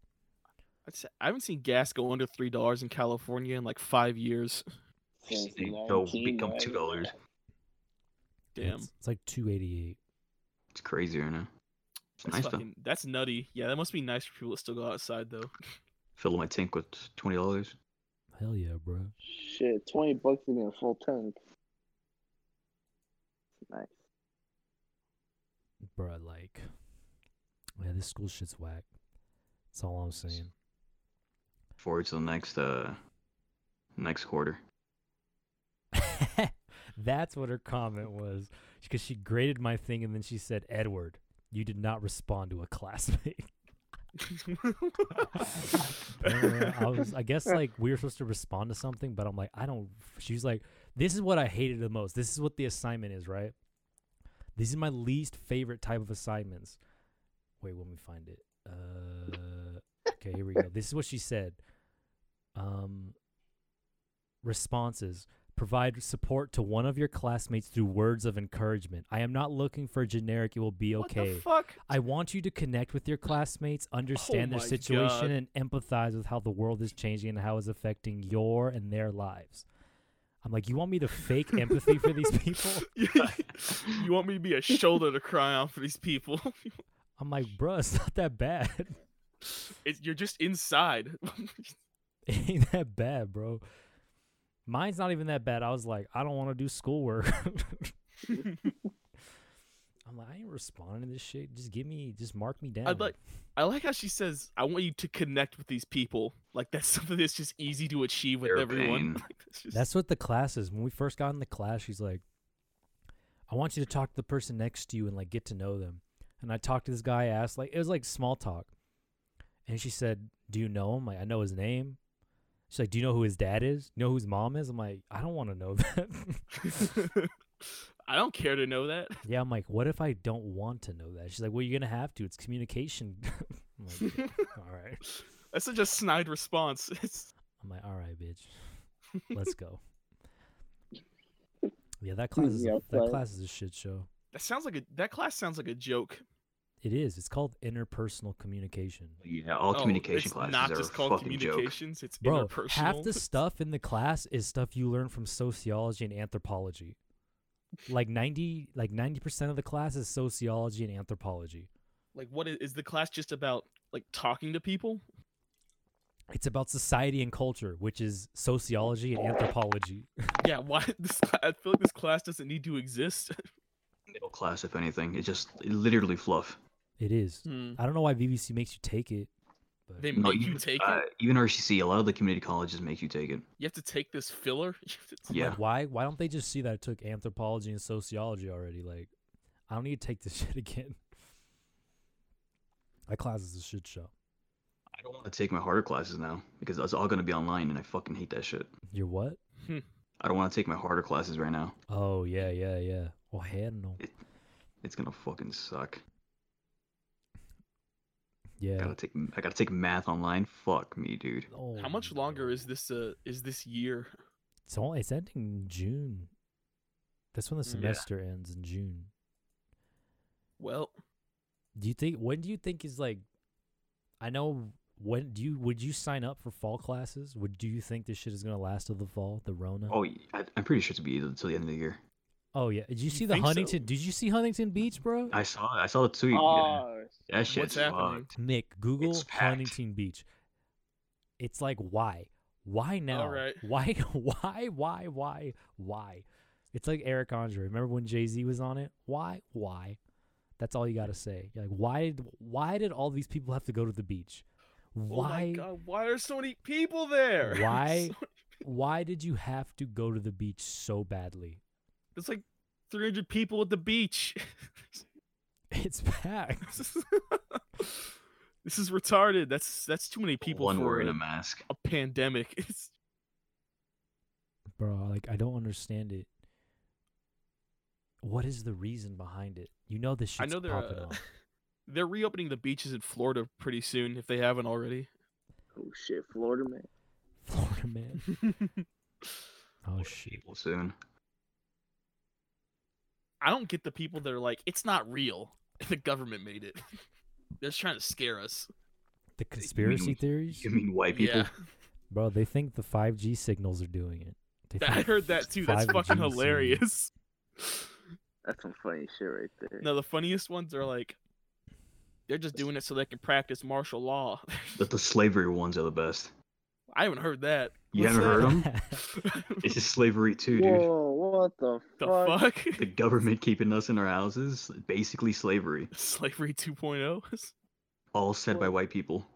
Speaker 3: I'd say- I haven't seen gas go under three dollars in California in like five years.
Speaker 4: Since
Speaker 2: They double become
Speaker 4: 1999.
Speaker 2: $2.
Speaker 3: Damn,
Speaker 1: It's, it's like two eighty eight.
Speaker 2: It's crazy right now.
Speaker 3: That's
Speaker 2: nice though.
Speaker 3: fucking, that's nutty. Yeah, that must be nice for people that still go outside though.
Speaker 2: Fill my tank with twenty dollars.
Speaker 1: Hell yeah, bro.
Speaker 4: Shit, twenty bucks to get a full tank. Nice.
Speaker 1: Bro, like, yeah, this school shit's whack. That's all I'm saying.
Speaker 2: Forward to the next uh next quarter.
Speaker 1: That's what her comment was. Because she graded my thing and then she said, Edward, you did not respond to a classmate. Apparently, Uh, I, was, I guess like we were supposed to respond to something, but I'm like, I don't. She's like, this is what I hated the most. This is what the assignment is, right? This is my least favorite type of assignments. Wait, let me find it. Uh, okay, here we go. This is what she said. Um, responses provide support to one of your classmates through words of encouragement. I am not looking for generic, it will be
Speaker 3: What the
Speaker 1: okay.
Speaker 3: fuck?
Speaker 1: I want you to connect with your classmates, understand
Speaker 3: Oh my
Speaker 1: their situation,
Speaker 3: God.
Speaker 1: and empathize with how the world is changing and how it's affecting your and their lives. I'm like, you want me to fake empathy for these people?
Speaker 3: you want me to be a shoulder to cry on for these people?
Speaker 1: I'm like, bruh, it's not that bad.
Speaker 3: It's you're just inside.
Speaker 1: it ain't that bad, bro. Mine's not even that bad. I was like, I don't want to do schoolwork. I'm like, I ain't responding to this shit. Just give me, just mark me down.
Speaker 3: I'd like I like how she says, I want you to connect with these people. Like that's something that's just easy to achieve with
Speaker 2: Their
Speaker 3: everyone.
Speaker 2: pain.
Speaker 3: Like, that's just-
Speaker 1: That's what the class is. When we first got in the class, she's like, I want you to talk to the person next to you and like get to know them. And I talked to this guy, I asked like it was like small talk. And she said, Do you know him? Like, I know his name. She's like, Do you know who his dad is? You know who his mom is? I'm like, I don't want to know that.
Speaker 3: I don't care to know that.
Speaker 1: yeah, I'm like, what if I don't want to know that? She's like, Well, you're gonna have to. It's communication. I'm like, all right.
Speaker 3: That's such a snide response. It's
Speaker 1: I'm like, all right, bitch, let's go. Yeah, that class is
Speaker 4: Yeah,
Speaker 1: a, that
Speaker 4: but-
Speaker 1: class is a shit show.
Speaker 3: that sounds like a that class sounds like a joke.
Speaker 1: It is. It's called interpersonal communication.
Speaker 2: Yeah, all
Speaker 3: Oh,
Speaker 2: communication
Speaker 3: it's
Speaker 2: classes
Speaker 3: not
Speaker 2: are
Speaker 3: just
Speaker 2: a
Speaker 3: called
Speaker 2: fucking joke.
Speaker 3: communications, it's
Speaker 1: Bro,
Speaker 3: interpersonal.
Speaker 1: half the stuff in the class is stuff you learn from sociology and anthropology. Like ninety, like ninety percent of the class is sociology and anthropology.
Speaker 3: like what is, is the class just about like talking to people?
Speaker 1: It's about society and culture, which is sociology and anthropology.
Speaker 3: Yeah, why this cla- I feel like this class doesn't need to exist.
Speaker 2: Middle class, if anything, it's just literally fluff.
Speaker 1: It is. I don't know why VVC makes you take it. But
Speaker 3: Hmm. They
Speaker 2: No,
Speaker 3: make you
Speaker 2: even,
Speaker 3: take
Speaker 2: uh,
Speaker 3: it.
Speaker 2: even RCC, a lot of the community colleges make you take it.
Speaker 3: You have to take this filler. You have to-
Speaker 1: I'm
Speaker 2: Yeah.
Speaker 1: Like, why? Why don't they just see that I took anthropology and sociology already? Like, I don't need to take this shit again. That class is a shit show.
Speaker 2: I don't want to take my harder classes now because it's all going to be online, and I fucking hate that shit.
Speaker 1: You're what?
Speaker 2: I don't want to take my harder classes right now.
Speaker 1: Oh yeah, yeah, yeah. Oh, Well, I don't know.
Speaker 2: It's gonna fucking suck. I
Speaker 1: Yeah.
Speaker 2: gotta take I gotta take math online. Fuck me, dude.
Speaker 1: Oh,
Speaker 3: How much longer is this uh is this year?
Speaker 1: It's only it's ending in June. That's when the
Speaker 3: Mm. Yeah.
Speaker 1: semester ends in June.
Speaker 3: Well,
Speaker 1: Do you think? When do you think is like? I know. When do you? Would you sign up for fall classes? Would do you think this shit is gonna last till the fall? The Rona.
Speaker 2: Oh, y- I, am pretty sure it's be until the end of the year.
Speaker 1: Oh, yeah. Did you,
Speaker 3: You
Speaker 1: see the
Speaker 3: think so?
Speaker 1: Huntington? Did you see Huntington Beach, bro?
Speaker 2: I saw I saw the tweet. yeah.
Speaker 4: Oh,
Speaker 2: That shit's
Speaker 3: what's happening?
Speaker 2: fucked.
Speaker 1: Nick, Google
Speaker 2: packed.
Speaker 1: Huntington Beach. It's like why? Why now?
Speaker 3: right.
Speaker 1: Why why why why why? It's like Eric Andre. Remember when Jay-Z was on it? Why? Why? That's all you got to say. You're like why did why did all these people have to go to the beach?
Speaker 3: Oh my
Speaker 1: Why
Speaker 3: god, why are so many people there?
Speaker 1: Why-
Speaker 3: So-
Speaker 1: why did you have to go to the beach so badly?
Speaker 3: There's like 300 people at the beach.
Speaker 1: It's packed.
Speaker 3: this is retarded. That's that's too many people
Speaker 2: One
Speaker 3: for
Speaker 2: wearing
Speaker 3: a,
Speaker 2: a mask.
Speaker 3: a pandemic. It's
Speaker 1: bro like i don't understand it what is the reason behind it you know this
Speaker 3: I
Speaker 1: shit's
Speaker 3: know they're
Speaker 1: popping
Speaker 3: uh,
Speaker 1: off
Speaker 3: they're reopening the beaches in Florida pretty soon if they haven't already.
Speaker 4: oh shit, Florida man.
Speaker 1: florida man oh shit
Speaker 2: People soon.
Speaker 3: I don't get the people that are like it's not real. The government made it. They're just trying to scare us.
Speaker 1: the conspiracy theories
Speaker 2: You mean white people?
Speaker 3: Yeah.
Speaker 1: bro they think the 5g signals are doing it They
Speaker 3: I
Speaker 1: think
Speaker 3: heard that too. That's
Speaker 1: 5G
Speaker 3: fucking
Speaker 1: signals.
Speaker 3: hilarious.
Speaker 4: That's some funny shit right there.
Speaker 3: No, the funniest ones are like They're just doing it so they can practice martial law.
Speaker 2: But the slavery ones are the best.
Speaker 3: I haven't heard that.
Speaker 2: You
Speaker 3: What's
Speaker 2: haven't heard
Speaker 3: that?
Speaker 2: them? It's just slavery too, dude.
Speaker 4: Whoa, what the,
Speaker 3: The
Speaker 4: fuck?
Speaker 3: fuck?
Speaker 2: The government keeping us in our houses, basically slavery,
Speaker 3: Slavery oh? 2.0?
Speaker 2: all said by
Speaker 4: Well-
Speaker 2: white people.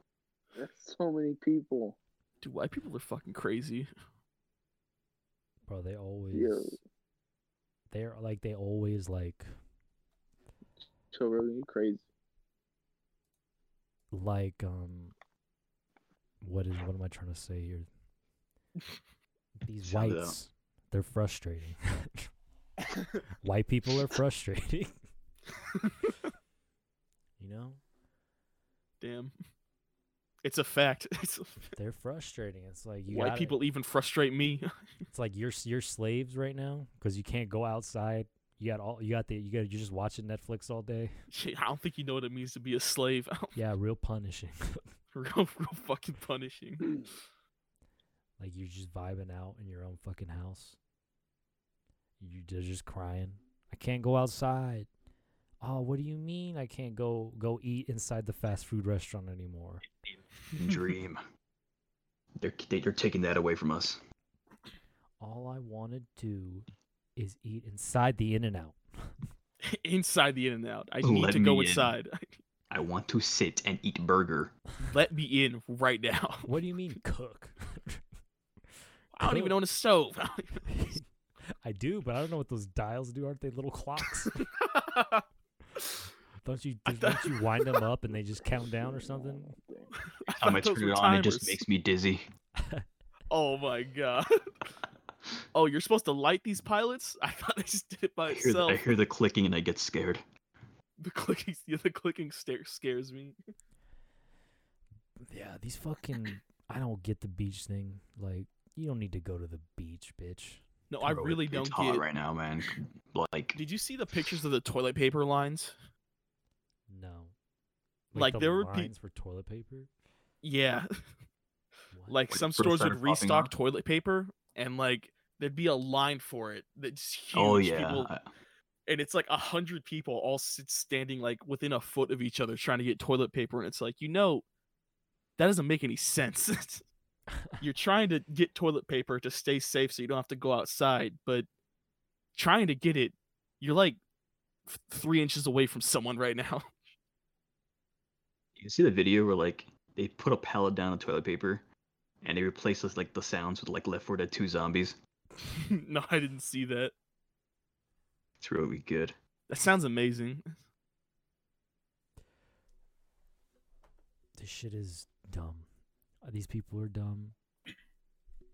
Speaker 4: That's so many people.
Speaker 3: Dude, white people are fucking crazy.
Speaker 1: Bro, they always.
Speaker 4: Yeah.
Speaker 1: They're like, they always like.
Speaker 4: Joe Rogan, you crazy.
Speaker 1: like um what is what am I trying to say here? These
Speaker 2: Shout it out.
Speaker 1: whites, they're frustrating. White people are frustrating. you know,
Speaker 3: Damn. It's a fact. It's a-
Speaker 1: they're frustrating. It's like you
Speaker 3: White
Speaker 1: gotta-
Speaker 3: people even frustrate me.
Speaker 1: It's like you're s- you're slaves right now because you can't go outside. You got all you got the you got you're just watching Netflix all day.
Speaker 3: Shit, I don't think you know what it means to be a slave.
Speaker 1: Yeah, real punishing.
Speaker 3: real, real fucking punishing.
Speaker 1: like you're just vibing out in your own fucking house. You they're just crying. I can't go outside. Oh, what do you mean I can't go go eat inside the fast food restaurant anymore?
Speaker 2: Dream. They're they're taking that away from us.
Speaker 1: All I want to do is eat inside the In and Out.
Speaker 3: Inside the in and out. I
Speaker 2: Let
Speaker 3: need to
Speaker 2: me
Speaker 3: go
Speaker 2: in.
Speaker 3: inside.
Speaker 2: I want to sit and eat burger.
Speaker 3: Let me in right now.
Speaker 1: What do you mean cook?
Speaker 3: I don't even own a stove.
Speaker 1: I do, but I don't know what those dials do. Aren't they little clocks? don't you
Speaker 3: I
Speaker 1: don't
Speaker 3: thought-
Speaker 1: you wind them up and they just count down or something?
Speaker 2: I'm gonna turn it on. It just
Speaker 3: makes.
Speaker 2: makes me dizzy.
Speaker 3: Oh my god. oh, you're supposed to light these pilots? I thought I just did it by
Speaker 2: I hear, the,
Speaker 3: itself.
Speaker 2: I hear the clicking and I get scared.
Speaker 3: The clicking, the other clicking stare scares me.
Speaker 1: Yeah, these fucking. I don't get the beach thing. Like, you don't need to go to the beach, bitch.
Speaker 3: No, I
Speaker 2: Bro,
Speaker 3: really
Speaker 2: it's
Speaker 3: don't
Speaker 2: hot
Speaker 3: get.
Speaker 2: right now, man. Like
Speaker 3: Did you see the pictures of the toilet paper lines?
Speaker 1: No.
Speaker 3: Like,
Speaker 1: the
Speaker 3: there were pe-
Speaker 1: lines for toilet paper.
Speaker 3: Yeah,
Speaker 1: What?
Speaker 3: like
Speaker 2: Wait,
Speaker 3: some
Speaker 2: for the
Speaker 3: stores
Speaker 2: side of
Speaker 3: would
Speaker 2: popping
Speaker 3: restock
Speaker 2: up?
Speaker 3: toilet paper, and like there'd be a line for it. That's huge.
Speaker 2: oh yeah,
Speaker 3: people,
Speaker 2: I-
Speaker 3: and it's like a hundred people all sit standing like within a foot of each other trying to get toilet paper and it's like you know that doesn't make any sense you're trying to get toilet paper to stay safe so you don't have to go outside but trying to get it you're like f- three inches away from someone right now
Speaker 2: you see the video where like they put a pallet down of toilet paper, and they replace this, like the sounds with like Left 4 Dead 2 zombies.
Speaker 3: no i didn't see that
Speaker 2: It's really good.
Speaker 3: that sounds amazing
Speaker 1: This shit is dumb. Uh, These people are dumb.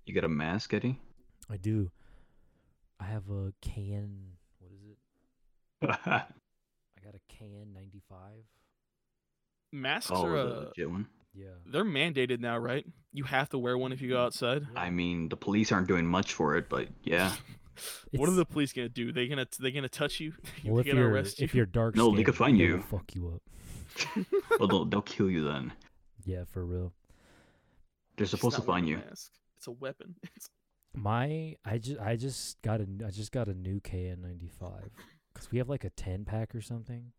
Speaker 2: You got a mask, Eddie?
Speaker 1: I do. I have a KN. What is it?
Speaker 2: oh,
Speaker 1: I got a KN ninety five.
Speaker 3: masks are
Speaker 2: Oh, the
Speaker 3: uh,
Speaker 2: legit one.
Speaker 1: Yeah.
Speaker 3: they're mandated now right you have to wear one if you
Speaker 2: Mm.
Speaker 3: go outside
Speaker 2: I mean, the police aren't doing much for it, but yeah.
Speaker 3: what are
Speaker 1: It's-
Speaker 3: the police gonna do? They gonna they gonna touch you?
Speaker 1: Well, if
Speaker 3: they gonna
Speaker 1: you're
Speaker 3: arrest you?
Speaker 1: if you're dark,
Speaker 2: No, they
Speaker 1: skinned,
Speaker 2: could find
Speaker 1: they will
Speaker 2: you.
Speaker 1: Fuck you up.
Speaker 2: well, they'll, they'll kill you then.
Speaker 1: Yeah, for real.
Speaker 2: They're
Speaker 3: She's
Speaker 2: supposed to
Speaker 3: not wearing
Speaker 2: find you.
Speaker 3: a mask. It's a weapon. It's-
Speaker 1: My I just I just got a n- I just got a new KN ninety five because we have like a ten pack or something.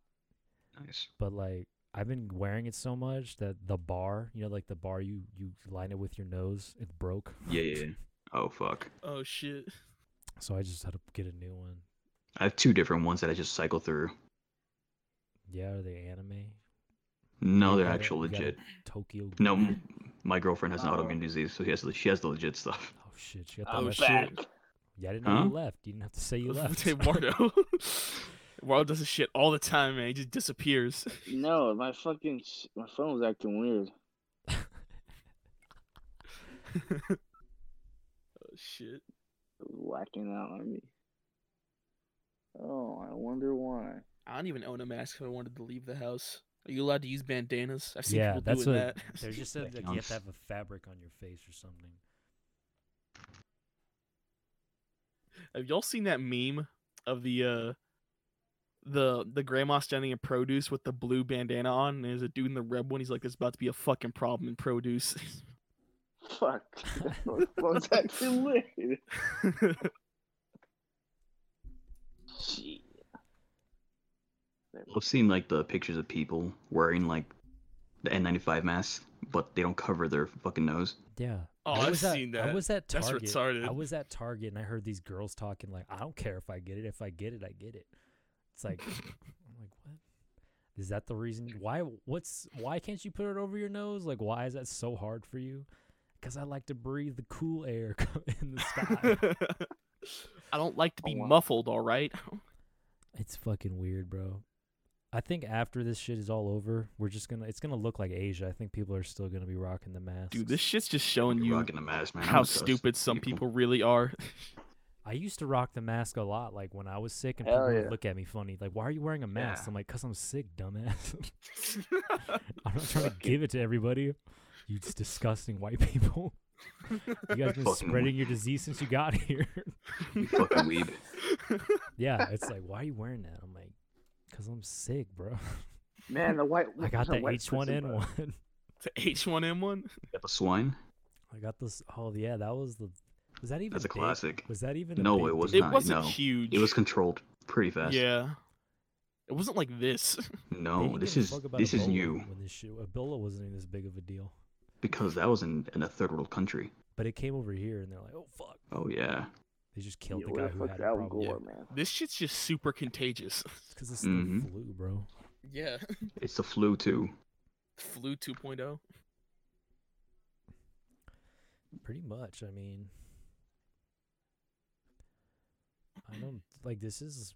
Speaker 2: Nice.
Speaker 1: but like I've been wearing it so much that the bar, you know, like the bar you you line it with your nose, it broke.
Speaker 2: Yeah, yeah. yeah. Oh fuck.
Speaker 3: oh shit.
Speaker 1: So I just had to get a new one.
Speaker 2: I have two different ones that I just cycle through.
Speaker 1: Yeah, are they anime?
Speaker 2: No,
Speaker 1: You
Speaker 2: they're
Speaker 1: gotta-
Speaker 2: actual
Speaker 1: you gotta-
Speaker 2: legit.
Speaker 1: Tokyo.
Speaker 2: No,
Speaker 1: Ghoul.
Speaker 2: m- my girlfriend has an
Speaker 4: Oh.
Speaker 2: autoimmune disease, so she has the, she has the legit stuff.
Speaker 1: Oh shit! She got the
Speaker 4: I'm
Speaker 1: left.
Speaker 4: back.
Speaker 1: Yeah, I didn't know
Speaker 2: Huh?
Speaker 1: you left. You didn't have to say you left.
Speaker 3: Eduardo. Eduardo does this shit all the time, man. He just disappears.
Speaker 4: No, my fucking sh- my phone's acting weird.
Speaker 3: Oh shit.
Speaker 4: It's whacking out on me. Oh, I wonder why.
Speaker 3: I don't even own a mask if I wanted to leave the house. Are you allowed to use bandanas? I've seen
Speaker 1: Yeah,
Speaker 3: people
Speaker 1: that's
Speaker 3: doing
Speaker 1: what-
Speaker 3: that.
Speaker 1: They just said
Speaker 2: That
Speaker 1: like, you have
Speaker 2: counts.
Speaker 1: to have a fabric on your face or something.
Speaker 3: Have y'all seen that meme of the uh the the grandma standing in produce with the blue bandana on and there's a dude in the red one he's like there's about to be a fucking problem in produce
Speaker 4: Fuck. my phone's acting weird. Shit. There we
Speaker 2: I've seen like the pictures of people wearing like the N95 masks, but they don't cover their fucking nose.
Speaker 1: Yeah.
Speaker 3: Oh,
Speaker 1: I
Speaker 3: I've
Speaker 1: was at,
Speaker 3: seen
Speaker 1: I
Speaker 3: that.
Speaker 1: was at
Speaker 3: That's
Speaker 1: Target. I
Speaker 3: retarded.
Speaker 1: was at Target and I heard these girls talking like, "I don't care if I get it. If I get it, I get it." It's like, I'm like, what? Is that the reason? Why? What's? Why can't you put it over your nose? Like, why is that so hard for you? Because I like to breathe the cool air in the sky.
Speaker 3: I don't like to
Speaker 2: Oh,
Speaker 3: be
Speaker 4: wow.
Speaker 3: muffled, all right?
Speaker 1: It's fucking weird, bro. I think after this shit is all over, we're just gonna. It's gonna look like Asia. I think people are still gonna be rocking the masks.
Speaker 3: Dude, this shit's just showing
Speaker 2: You're
Speaker 3: you
Speaker 2: rocking the mask, man. I'm
Speaker 3: how
Speaker 2: so-
Speaker 3: stupid some people really are.
Speaker 1: I used to rock the mask a lot, like when I was sick, and
Speaker 4: Hell
Speaker 1: people
Speaker 4: yeah.
Speaker 1: would look at me funny, like, "Why are you wearing a mask?"
Speaker 2: Yeah.
Speaker 1: I'm like, "Cause I'm sick, dumbass. I'm not trying to give it to everybody. You just disgusting white people. You guys been
Speaker 2: Fucking
Speaker 1: spreading your disease since you got here.
Speaker 2: You fucking weeb.
Speaker 1: yeah, it's like, why are you wearing that? I'm like, "Cause I'm sick, bro.
Speaker 4: Man, the white.
Speaker 1: I got
Speaker 4: the
Speaker 1: the
Speaker 4: white person, bro.
Speaker 1: H1N1.
Speaker 3: It's a H1N1.
Speaker 2: Got the swine.
Speaker 1: I got this. Oh yeah, that was the. Was that even?
Speaker 2: That's a
Speaker 1: big?
Speaker 2: classic.
Speaker 1: Was that even? a
Speaker 2: No,
Speaker 1: big
Speaker 2: it was
Speaker 1: deal?
Speaker 3: It
Speaker 2: not,
Speaker 3: wasn't
Speaker 2: no.
Speaker 3: huge.
Speaker 2: It was controlled pretty fast.
Speaker 3: Yeah. It wasn't like this.
Speaker 1: They
Speaker 2: No,
Speaker 1: didn't
Speaker 2: this
Speaker 1: give a
Speaker 2: is
Speaker 1: fuck about
Speaker 2: this is
Speaker 1: Ebola
Speaker 2: new
Speaker 1: When this shit, Ebola wasn't even this big of a deal,
Speaker 2: because that was in, in a third world country.
Speaker 1: but it came over here, and they're like, "Oh fuck."
Speaker 2: Oh yeah.
Speaker 1: They just killed
Speaker 4: Yeah,
Speaker 1: the
Speaker 4: where
Speaker 1: guy
Speaker 4: the
Speaker 1: who
Speaker 4: fuck's
Speaker 1: had it.
Speaker 4: Al
Speaker 1: Probably.
Speaker 4: Gore, man?
Speaker 3: This shit's just super contagious.
Speaker 1: It's because it's the
Speaker 2: Mhm.
Speaker 1: flu, bro.
Speaker 3: Yeah.
Speaker 2: It's the flu too.
Speaker 3: Flu oh. 2.0.
Speaker 1: Pretty much. I mean, I don't like. This is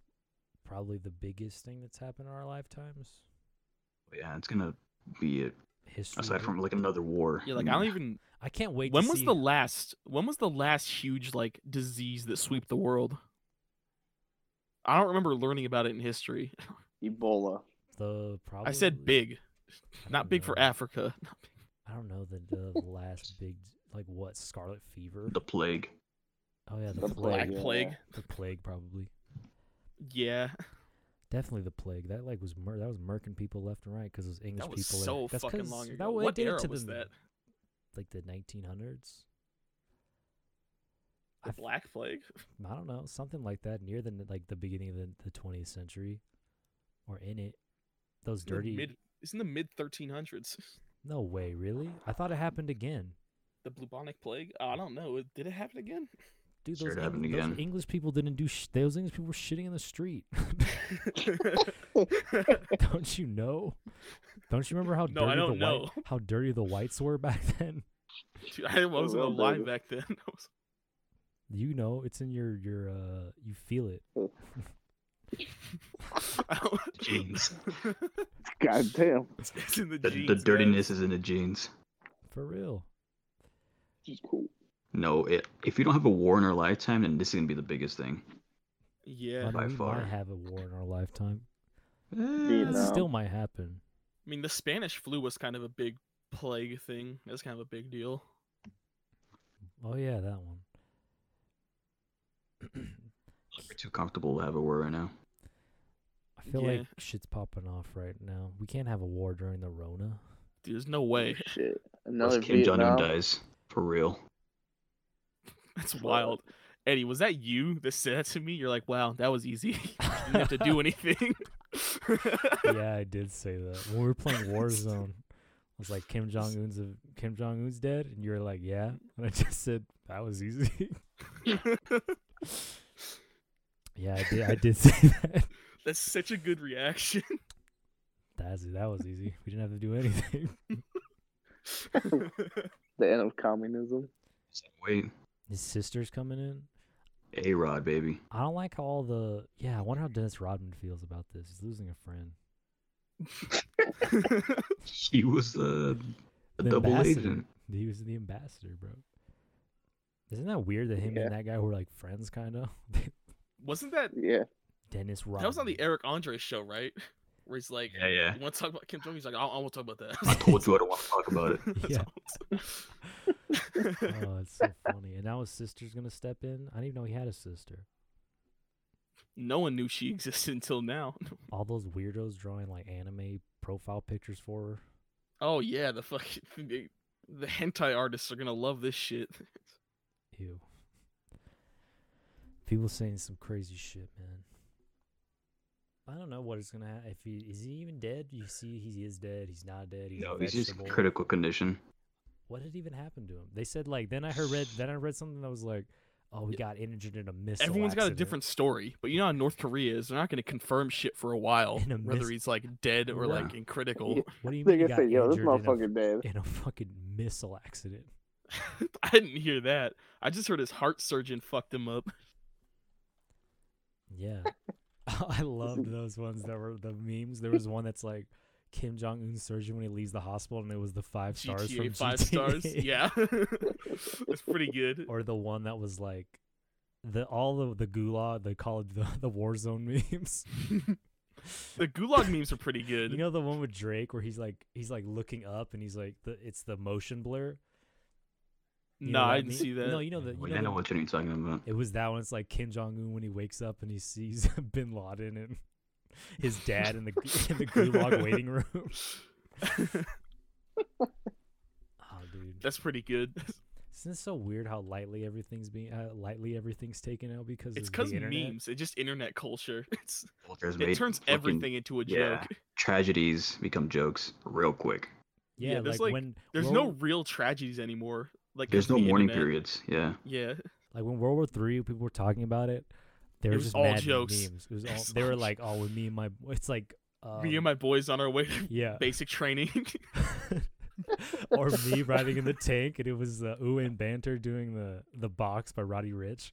Speaker 1: probably the biggest thing that's happened in our lifetimes.
Speaker 2: Yeah, it's gonna be it.
Speaker 1: History.
Speaker 2: Aside
Speaker 1: book.
Speaker 2: from like another war. Mm.
Speaker 3: Yeah, like I don't even
Speaker 1: I can't Hmm. wait.
Speaker 3: when
Speaker 1: to
Speaker 3: was
Speaker 1: see-
Speaker 3: the last when was the last huge like disease that swept the world i don't remember learning about it in history
Speaker 4: Ebola.
Speaker 1: the probably?
Speaker 3: i said big
Speaker 1: I
Speaker 3: not
Speaker 1: don't
Speaker 3: big for
Speaker 1: know.
Speaker 3: africa Not big-
Speaker 1: I don't know the, the last big like what scarlet fever.
Speaker 2: the plague.
Speaker 1: oh yeah, the,
Speaker 4: The
Speaker 1: plague.
Speaker 4: Black
Speaker 3: black
Speaker 4: yeah.
Speaker 3: plague
Speaker 1: The plague probably.
Speaker 3: yeah
Speaker 1: Definitely the plague. That like was mur- that was murking people left and right because it was English
Speaker 3: that was
Speaker 1: people.
Speaker 3: so
Speaker 1: and, that's
Speaker 3: fucking
Speaker 1: 'cause
Speaker 3: long ago
Speaker 1: That,
Speaker 3: what
Speaker 1: they did
Speaker 3: era
Speaker 1: it to
Speaker 3: was
Speaker 1: the,
Speaker 3: that
Speaker 1: Like the 1900s. I
Speaker 3: the
Speaker 1: f-
Speaker 3: black plague
Speaker 1: I don't know, something like that near the n- like the beginning of the, the 20th century, or in it. Those
Speaker 3: It's in the
Speaker 1: dirty.
Speaker 3: mid, it's in the mid 1300s
Speaker 1: No way, really? I thought it happened again.
Speaker 3: the bubonic plague i don't know It- did it happen again
Speaker 1: Dude,
Speaker 2: Sure
Speaker 1: those,
Speaker 2: it happened
Speaker 1: Eng- those
Speaker 2: again.
Speaker 1: English people didn't do. Sh- those English people were shitting in the street. don't you know? Don't you remember how
Speaker 3: No,
Speaker 1: dirty
Speaker 3: I
Speaker 1: the
Speaker 3: don't
Speaker 1: white,
Speaker 3: know.
Speaker 1: how dirty the whites were back then?
Speaker 3: Dude, i wasn't
Speaker 4: well,
Speaker 3: alive
Speaker 4: baby.
Speaker 3: back then I was-
Speaker 1: You know, it's in your your uh you feel it.
Speaker 3: I don't-
Speaker 2: Jeans.
Speaker 4: God damn.
Speaker 3: it's, it's in the,
Speaker 2: The,
Speaker 3: genes,
Speaker 2: the
Speaker 3: man.
Speaker 2: dirtiness is in the jeans.
Speaker 1: For real.
Speaker 4: Just cool.
Speaker 2: No, it, if you don't have a war in our lifetime, then this is gonna be the biggest thing.
Speaker 1: I
Speaker 3: yeah
Speaker 1: mean,
Speaker 2: by
Speaker 1: we
Speaker 2: far.
Speaker 1: might have a war in our lifetime.
Speaker 2: Eh,
Speaker 1: That
Speaker 4: No.
Speaker 1: still might happen.
Speaker 3: I mean, the Spanish flu was kind of a big plague thing. That's kind of a big deal.
Speaker 1: Oh yeah, that one.
Speaker 2: We're too comfortable to have a war right now.
Speaker 1: I feel
Speaker 3: Yeah.
Speaker 1: like shit's popping off right now. We can't have a war during the Rona.
Speaker 3: Dude, there's no way.
Speaker 4: Shit.
Speaker 2: Unless
Speaker 4: Another
Speaker 2: Kim Jong Un
Speaker 4: Vietnam.
Speaker 2: dies for real.
Speaker 3: That's wild. Eddie, was that you that said that to me? You're like, wow, that was easy. you didn't have to do anything.
Speaker 1: yeah, I did say that when we were playing Warzone. I was like, Kim Jong Un's a Kim Jong Un's dead, and you were like, yeah, and I just said that was easy. yeah, I did. I did say that.
Speaker 3: That's such a good reaction.
Speaker 1: That's that was easy. We didn't have to do anything.
Speaker 4: The end of communism.
Speaker 2: Wait,
Speaker 1: His sister's coming in.
Speaker 2: A Rod, baby.
Speaker 1: I don't like how all the yeah. I wonder how Dennis Rodman feels about this. He's losing a friend.
Speaker 2: He was the, the
Speaker 1: The
Speaker 2: double
Speaker 1: ambassador.
Speaker 2: agent.
Speaker 1: He was the ambassador, bro. Isn't that weird that him
Speaker 4: Yeah.
Speaker 1: and that guy were like friends, kind of?
Speaker 3: Wasn't that
Speaker 4: Yeah.
Speaker 1: Dennis Rodman.
Speaker 3: that was on the Eric Andre show, right? Where he's like,
Speaker 2: Yeah, yeah.
Speaker 3: you want to talk about Kim Jong? He's like, I, I won't talk about that.
Speaker 2: I told you I don't want to talk about it.
Speaker 3: That's
Speaker 1: Yeah.
Speaker 3: awesome.
Speaker 1: Oh, it's so funny. And now his sister's gonna step in. I didn't even know he had a sister.
Speaker 3: no one knew she existed until now.
Speaker 1: All those weirdos drawing like anime profile pictures for her.
Speaker 3: Oh yeah, the fucking the, the hentai artists are gonna love this shit.
Speaker 1: Ew. People saying some crazy shit, man. I don't know what is gonna happen. If he is he even dead? You see, he is dead. He's not dead. He's
Speaker 2: No,
Speaker 1: a
Speaker 2: he's just
Speaker 1: vegetable.
Speaker 2: critical condition.
Speaker 1: What had even happened to him? They said like. Then I heard read. Then I read something that was like, "Oh, he got injured in a missile."
Speaker 3: Everyone's got a
Speaker 1: accident.
Speaker 3: different story, but you know how North Korea is. They're not going to confirm shit for a while,
Speaker 1: In a
Speaker 3: whether
Speaker 1: mis-
Speaker 3: he's like dead or
Speaker 1: Yeah.
Speaker 3: like in critical.
Speaker 1: What do you
Speaker 4: They
Speaker 1: mean? he
Speaker 4: gonna
Speaker 1: got
Speaker 4: say, yo, this
Speaker 1: injured in a-
Speaker 4: motherfucker dead.
Speaker 1: in a fucking missile accident.
Speaker 3: I didn't hear that. I just heard his heart surgeon fucked him up.
Speaker 1: Yeah. I loved those ones that were the memes. There was one that's like Kim Jong Un's surgeon when he leaves the hospital, and it was the five stars from
Speaker 3: GTA five stars.
Speaker 1: GTA.
Speaker 3: Yeah, it's pretty good.
Speaker 1: Or the one that was like the all of the gulag, the Call of the, the Warzone memes.
Speaker 3: The gulag memes are pretty good.
Speaker 1: You know the one with Drake where he's like he's like looking up and he's like the it's the motion blur. You know
Speaker 3: nah,
Speaker 1: that
Speaker 3: I didn't
Speaker 1: meme?
Speaker 3: see that.
Speaker 1: No, you know the you
Speaker 2: Wait,
Speaker 1: know
Speaker 2: I
Speaker 1: the-
Speaker 2: know what you're talking about.
Speaker 1: It was that one. It's like Kim Jong Un when he wakes up and he sees Bin Laden and his dad in the in the gulag waiting room. Oh, dude,
Speaker 3: That's pretty good.
Speaker 1: isn't it so weird how lightly everything's being uh, lightly everything's taken out because
Speaker 3: It's
Speaker 1: of
Speaker 3: because
Speaker 1: the internet?
Speaker 3: memes. It's just internet culture. It's
Speaker 2: Culture has
Speaker 3: it
Speaker 2: made
Speaker 3: turns
Speaker 2: fucking
Speaker 3: everything into a
Speaker 2: yeah.
Speaker 3: joke.
Speaker 2: Tragedies become jokes real quick.
Speaker 1: Yeah,
Speaker 3: Yeah,
Speaker 1: like,
Speaker 3: there's, like-
Speaker 1: when
Speaker 3: There's
Speaker 1: World,
Speaker 3: no real tragedies anymore. Like 'cause
Speaker 2: There's
Speaker 3: of
Speaker 2: no
Speaker 3: the
Speaker 2: mourning
Speaker 3: internet.
Speaker 2: periods. Yeah.
Speaker 3: Yeah,
Speaker 1: like when World War Three people were talking about it. They
Speaker 3: It
Speaker 1: were
Speaker 3: was
Speaker 1: just
Speaker 3: all
Speaker 1: mad
Speaker 3: jokes.
Speaker 1: memes. It was
Speaker 3: It
Speaker 1: all,
Speaker 3: was
Speaker 1: they
Speaker 3: all
Speaker 1: were
Speaker 3: jokes.
Speaker 1: like, "Oh, with me and my it's like um,
Speaker 3: me and my boys on our way to
Speaker 1: yeah."
Speaker 3: basic training.
Speaker 1: or me riding in the tank, and it was uh, Ooh and Banter doing the the box by Roddy Rich.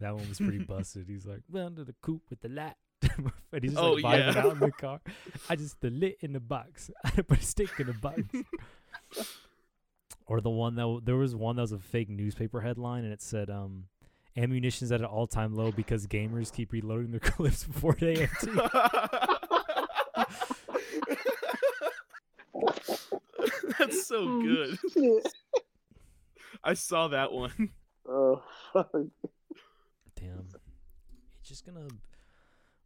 Speaker 1: That one was pretty busted. He's like, "Well, under the coop with the lat. and he's just
Speaker 3: Oh,
Speaker 1: like vibing
Speaker 3: yeah.
Speaker 1: out in the car. I just the lit in the box. I put a stick in the box. or the one that w- there was one that was a fake newspaper headline, and it said, um, "Ammunition's at an all time low because gamers keep reloading their clips before they empty."
Speaker 3: That's so good. I saw that one.
Speaker 4: oh, fuck.
Speaker 1: Damn, it's just gonna.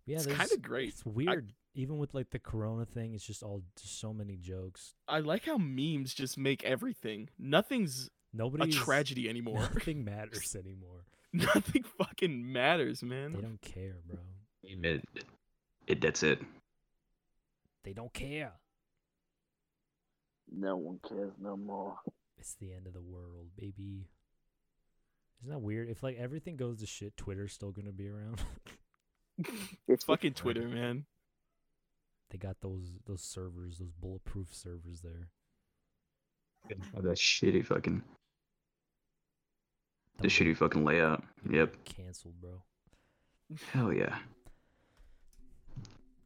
Speaker 1: Yeah,
Speaker 3: it's
Speaker 1: there's-
Speaker 3: kind of great.
Speaker 1: It's weird. Even with like the corona thing, it's just all just so many jokes.
Speaker 3: I like how memes just make everything. Nothing's a
Speaker 1: Nobody's
Speaker 3: tragedy anymore.
Speaker 1: Nothing matters anymore.
Speaker 3: Nothing fucking matters, man.
Speaker 1: They don't care, bro.
Speaker 2: It, it that's it.
Speaker 1: They don't care.
Speaker 4: No one cares no more.
Speaker 1: It's the end of the world, baby. Isn't that weird? If like everything goes to shit, Twitter's still gonna be around.
Speaker 3: It's fucking Twitter, man.
Speaker 1: they got those those servers, those bulletproof servers there.
Speaker 2: Oh, that shitty fucking the
Speaker 1: Don't
Speaker 2: shitty fucking layout. Yep.
Speaker 1: get Canceled, bro.
Speaker 2: Hell yeah.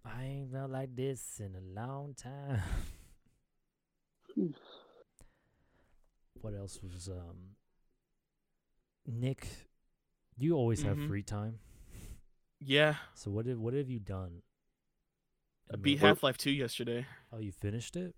Speaker 1: I ain't felt like this in a long time.
Speaker 4: Oof.
Speaker 1: what else was um Nick, you always
Speaker 3: Mhm.
Speaker 1: have free time.
Speaker 3: Yeah,
Speaker 1: So what have what have you done?
Speaker 3: I
Speaker 1: in
Speaker 3: beat
Speaker 1: the-
Speaker 3: Half Life Two yesterday.
Speaker 1: Oh, you finished it?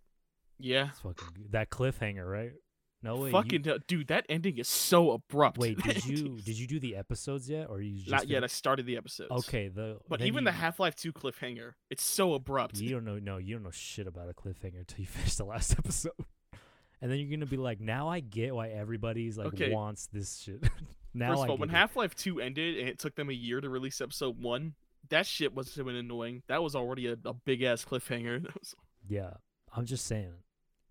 Speaker 3: Yeah,
Speaker 1: It's fucking good. that cliffhanger, right? No way.
Speaker 3: fucking hell- dude, that ending is so abrupt.
Speaker 1: wait,
Speaker 3: That
Speaker 1: did you
Speaker 3: ending's-
Speaker 1: did you do the episodes yet, or you just
Speaker 3: Not yet.
Speaker 1: fin-
Speaker 3: I started the episode.
Speaker 1: okay, the
Speaker 3: But
Speaker 1: then
Speaker 3: even
Speaker 1: you,
Speaker 3: the Half Life 2 cliffhanger, it's so abrupt.
Speaker 1: You don't know. No, you don't know shit about a cliffhanger until you finish the last episode, and then you're gonna be like, "Now I get why everybody's like
Speaker 3: Okay.
Speaker 1: wants this shit." now
Speaker 3: First
Speaker 1: I
Speaker 3: of all,
Speaker 1: get
Speaker 3: when
Speaker 1: it.
Speaker 3: Half Life 2 ended and it took them a year to release episode 1, that shit must have been annoying. That was already a, a big ass cliffhanger. That was-
Speaker 1: yeah, I'm just saying,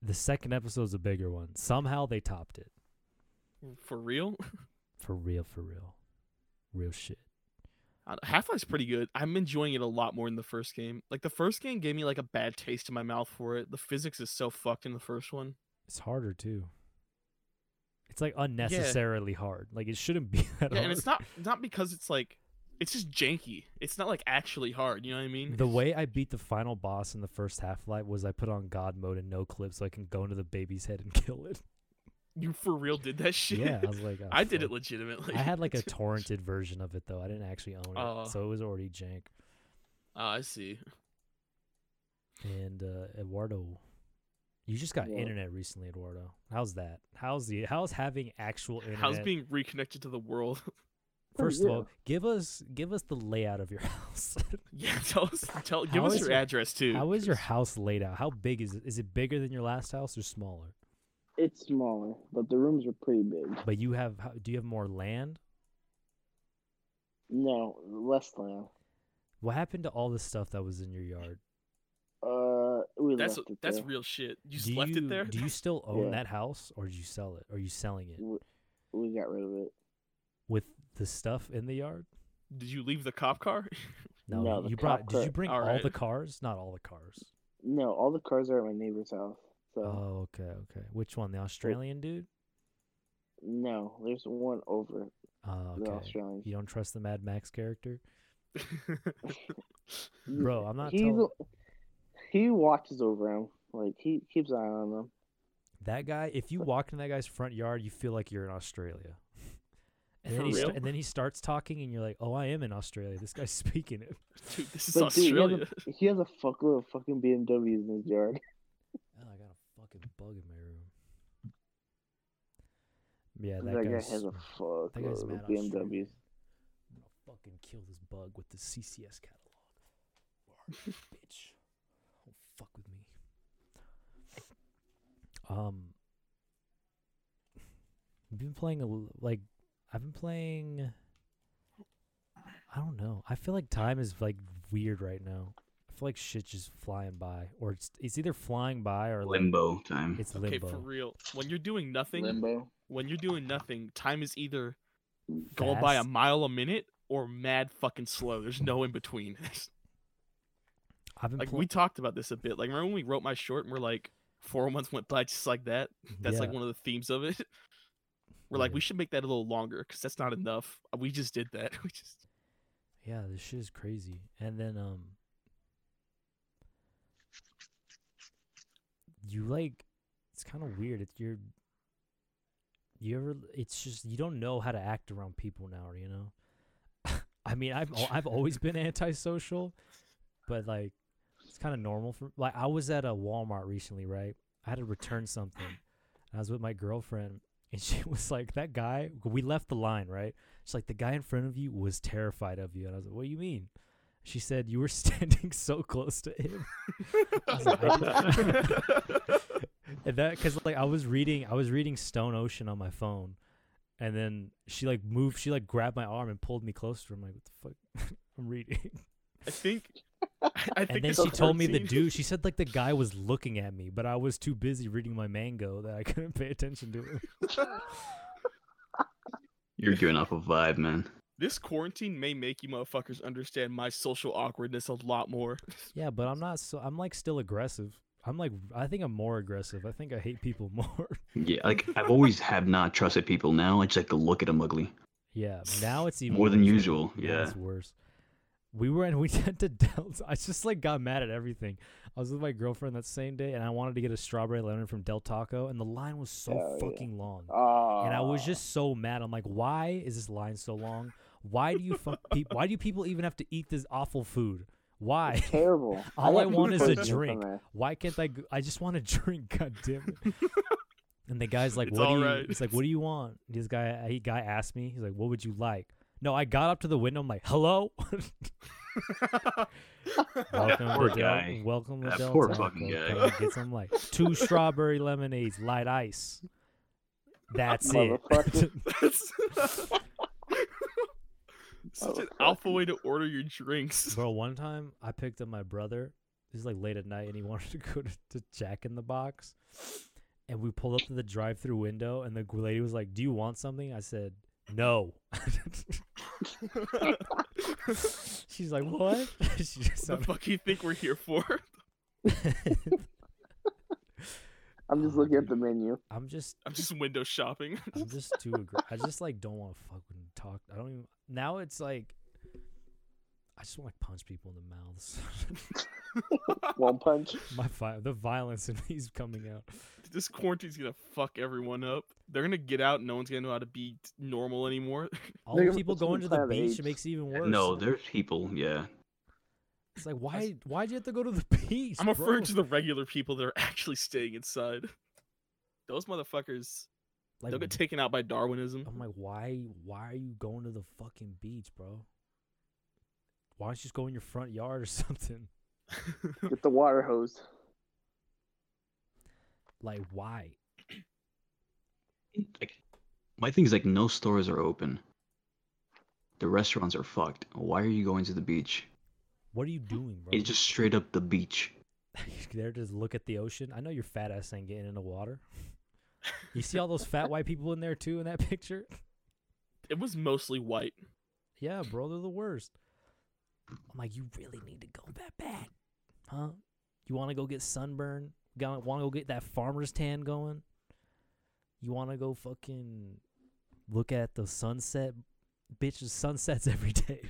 Speaker 1: the second episode's a bigger one. Somehow they topped it
Speaker 3: for real?
Speaker 1: for real, for real, real shit.
Speaker 3: Half Life's pretty good. I'm enjoying it a lot more than the first game. Like, the first game gave me, like, a bad taste in my mouth for it. The physics is so fucked in the first one.
Speaker 1: It's harder too. It's like unnecessarily hard. Like it shouldn't be that hard.
Speaker 3: Yeah, and it's not not because it's, like, it's just janky. It's not, like, actually hard. You know what I mean?
Speaker 1: The way I beat the final boss in the first half life was I put on God mode and no clip so I can go into the baby's head and kill it.
Speaker 3: You for real did that shit.
Speaker 1: Yeah, I was like, oh,
Speaker 3: I did it
Speaker 1: fuck.
Speaker 3: legitimately.
Speaker 1: I had like a torrented version of it though. I didn't actually own it,
Speaker 3: Oh.
Speaker 1: so it was already jank.
Speaker 3: Oh, I see.
Speaker 1: And uh, Eduardo, you just got
Speaker 4: Yeah.
Speaker 1: internet recently, Eduardo. How's that? How's the how's having actual internet?
Speaker 3: How's being reconnected to the world?
Speaker 4: Oh,
Speaker 1: First
Speaker 4: yeah.
Speaker 1: of all, give us give us the layout of your house.
Speaker 3: Yeah, tell us. Tell, give
Speaker 1: How
Speaker 3: us
Speaker 1: is
Speaker 3: your
Speaker 1: your-
Speaker 3: address too.
Speaker 1: How is your house laid out? How big is it? Is it bigger than your last house or smaller?
Speaker 4: It's smaller, but the rooms are pretty big.
Speaker 1: But you have how- do you have more land?
Speaker 4: No, less than.
Speaker 1: What happened to all the stuff that was in your yard?
Speaker 4: Uh, we
Speaker 3: That's
Speaker 4: left it
Speaker 3: that's
Speaker 4: there.
Speaker 3: real shit. You just
Speaker 1: do
Speaker 3: left
Speaker 1: you,
Speaker 3: it there.
Speaker 1: Do you still own
Speaker 4: Yeah.
Speaker 1: that house, or did you sell it? Are you selling it
Speaker 4: We, we got rid of it.
Speaker 1: with the stuff in the yard?
Speaker 3: Did you leave the cop car?
Speaker 1: No,
Speaker 4: No,
Speaker 1: you
Speaker 4: the
Speaker 1: you brought.
Speaker 4: cop
Speaker 1: Did you
Speaker 4: cut.
Speaker 1: bring all,
Speaker 3: All
Speaker 1: the
Speaker 3: right.
Speaker 1: cars? Not all the cars.
Speaker 4: No, all the cars are at my neighbor's house. So
Speaker 1: Oh, okay, okay. Which one? The Australian dude?
Speaker 4: no, there's one over
Speaker 1: Oh, okay.
Speaker 4: the Australian.
Speaker 1: You don't trust the Mad Max character, bro? I'm not.
Speaker 4: He's
Speaker 1: Telling...
Speaker 4: a- he watches over him. Like he keeps an eye on him.
Speaker 1: That guy. If you walk in that guy's front yard, you feel like you're in Australia. And then,
Speaker 3: For
Speaker 1: he sta-
Speaker 3: real?
Speaker 1: and then he starts talking, and you're like, "Oh, I am in Australia. This guy's speaking Oh, it."
Speaker 3: Dude, this is
Speaker 4: But dude, he has
Speaker 3: Australia.
Speaker 4: a, he has a fuckload of fucking BMWs in his yard.
Speaker 1: Oh, I got a fucking bug in my room. Yeah, that,
Speaker 4: that guy
Speaker 1: guy's,
Speaker 4: has a
Speaker 1: that guy's
Speaker 4: fuckload
Speaker 1: mad
Speaker 4: of
Speaker 1: Australian.
Speaker 4: BMWs.
Speaker 1: I'm gonna fucking kill this bug with the CCS catalog. Bitch. Don't fuck with me. Um I've been playing a l- like I've been playing I don't know. I feel like time is like weird right now. I feel like shit's just flying by or it's it's either flying by or like
Speaker 2: Limbo time.
Speaker 1: it's
Speaker 3: Okay,
Speaker 1: limbo.
Speaker 3: for real. When you're doing nothing,
Speaker 4: Limbo.
Speaker 3: when you're doing nothing, time is either going by a
Speaker 1: Fast.
Speaker 3: mile a minute or mad fucking slow. There's no in between.
Speaker 1: I've been
Speaker 3: like
Speaker 1: pl-
Speaker 3: we talked about this a bit. Like remember when we wrote my short and we're like four months went by just like that. That's like
Speaker 1: yeah.
Speaker 3: one of the themes of it. We're like
Speaker 1: Yeah.
Speaker 3: we should make that a little longer because that's not enough. Uh, We just did that. We just
Speaker 1: Yeah, this shit is crazy. And then um you like it's kind of weird. It's you're you ever it's just you don't know how to act around people now, you know. I mean, I've al- I've always been antisocial, but like it's kind of normal for like I was at a Walmart recently, right? I had to return something. I was with my girlfriend and she was like that guy we left the line, right? She's like, the guy in front of you was terrified of you. And I was like, what do you mean? She said, you were standing so close to him. I was like, "I-" and that, cause like I was reading, I was reading Stone Ocean on my phone. And then she like moved, she like grabbed my arm and pulled me closer. I'm like, what the fuck? I'm reading.
Speaker 3: I think. I I
Speaker 1: And
Speaker 3: think
Speaker 1: then
Speaker 3: this
Speaker 1: she told me the
Speaker 3: cartoon-
Speaker 1: dude, she said like the guy was looking at me, but I was too busy reading my mango that I couldn't pay attention to him.
Speaker 2: You're giving off a vibe, man.
Speaker 3: This quarantine may make you motherfuckers understand my social awkwardness a lot more.
Speaker 1: Yeah, but I'm not so, I'm like still aggressive. I'm like, I think I'm more aggressive. I think I hate people more.
Speaker 2: Yeah, like I've always have not trusted people. Now I just like to look at them ugly.
Speaker 1: Yeah, now it's even
Speaker 2: More than
Speaker 1: worse.
Speaker 2: usual,
Speaker 1: Now
Speaker 2: yeah.
Speaker 1: it's worse. We were and we went to Delta. I just like got mad at everything. I was with my girlfriend that same day, and I wanted to get a strawberry lemon from Del Taco, and the line was so
Speaker 4: Hell yeah.
Speaker 1: fucking long.
Speaker 4: Oh.
Speaker 1: and I was just so mad. I'm like, why is this line so long? Why do you fuck peop Why do people even have to eat this awful food? Why?
Speaker 4: terrible.
Speaker 1: All
Speaker 4: got
Speaker 1: I want is
Speaker 4: food
Speaker 1: a
Speaker 4: poisoning from
Speaker 1: drink.
Speaker 4: there.
Speaker 1: Why can't I? Go- I just want a drink. God damn it. And the guy's like,
Speaker 3: It's
Speaker 1: "What do
Speaker 3: all
Speaker 1: you?"
Speaker 3: right.
Speaker 1: He's like, "What do you want?" This guy, uh, he guy asked me. He's like, "What would you like?" No, I got up to the window. I'm like, "Hello." welcome
Speaker 2: poor
Speaker 1: to
Speaker 2: guy.
Speaker 1: Del- welcome to
Speaker 2: That
Speaker 1: Del
Speaker 2: poor
Speaker 1: Taco.
Speaker 2: fucking guy.
Speaker 1: Can I Get some like two strawberry lemonades, light ice. That's it.
Speaker 4: Motherfucker.
Speaker 3: That's
Speaker 1: Oh,
Speaker 3: such an
Speaker 4: Motherfucker.
Speaker 3: alpha way to order your drinks.
Speaker 1: Bro, one time I picked up my brother. This is like late at night, and he wanted to go to, to Jack in the Box. And we pulled up to the drive-through window, and the g- lady was like, "Do you want something?" I said, "No." She's like, "What?" she just
Speaker 3: What the fuck you think we're here for?
Speaker 1: sounded-
Speaker 4: I'm just
Speaker 1: Oh,
Speaker 4: looking at
Speaker 1: dude.
Speaker 4: the menu.
Speaker 1: I'm just,
Speaker 3: I'm just window shopping.
Speaker 1: I'm just too. Aggr- I just like don't want to fucking talk. I don't even. Now it's like, I just want to punch people in the mouths.
Speaker 4: One punch.
Speaker 1: My fi- the violence in me's coming out.
Speaker 3: This quarantine's gonna fuck everyone up. They're gonna get out. No one's gonna know how to be t- normal anymore.
Speaker 1: All
Speaker 4: They're
Speaker 1: the
Speaker 4: gonna
Speaker 1: people
Speaker 4: put some
Speaker 1: going to the
Speaker 4: kind of
Speaker 1: beach
Speaker 4: AIDS.
Speaker 1: it makes it even worse.
Speaker 2: Eh, No, there's people. Yeah,
Speaker 1: It's like why why'd you have to go to the beach?
Speaker 3: I'm referring to
Speaker 1: bro?
Speaker 3: the regular people that are actually staying inside. Those motherfuckers,
Speaker 1: like, Oh
Speaker 3: they'll get taken out by Darwinism.
Speaker 1: I'm like, why why are you going to the fucking beach, bro? Why don't you just go in your front yard or something?
Speaker 4: Get the water hose.
Speaker 1: Like why?
Speaker 2: like my thing is like no stores are open. The restaurants are fucked. Why are you going to the beach?
Speaker 1: What are you doing, bro?
Speaker 2: It's just straight up the beach.
Speaker 1: there to just look at the ocean. I know your fat ass ain't getting in the water. You see all those fat white people in there too in that picture?
Speaker 3: It was mostly white.
Speaker 1: Yeah, bro, they're the worst. I'm like, you really need to go that bad, huh? You want to go get sunburn? Want to go get that farmer's tan going? You want to go fucking look at the sunset? Bitches, sunsets every day.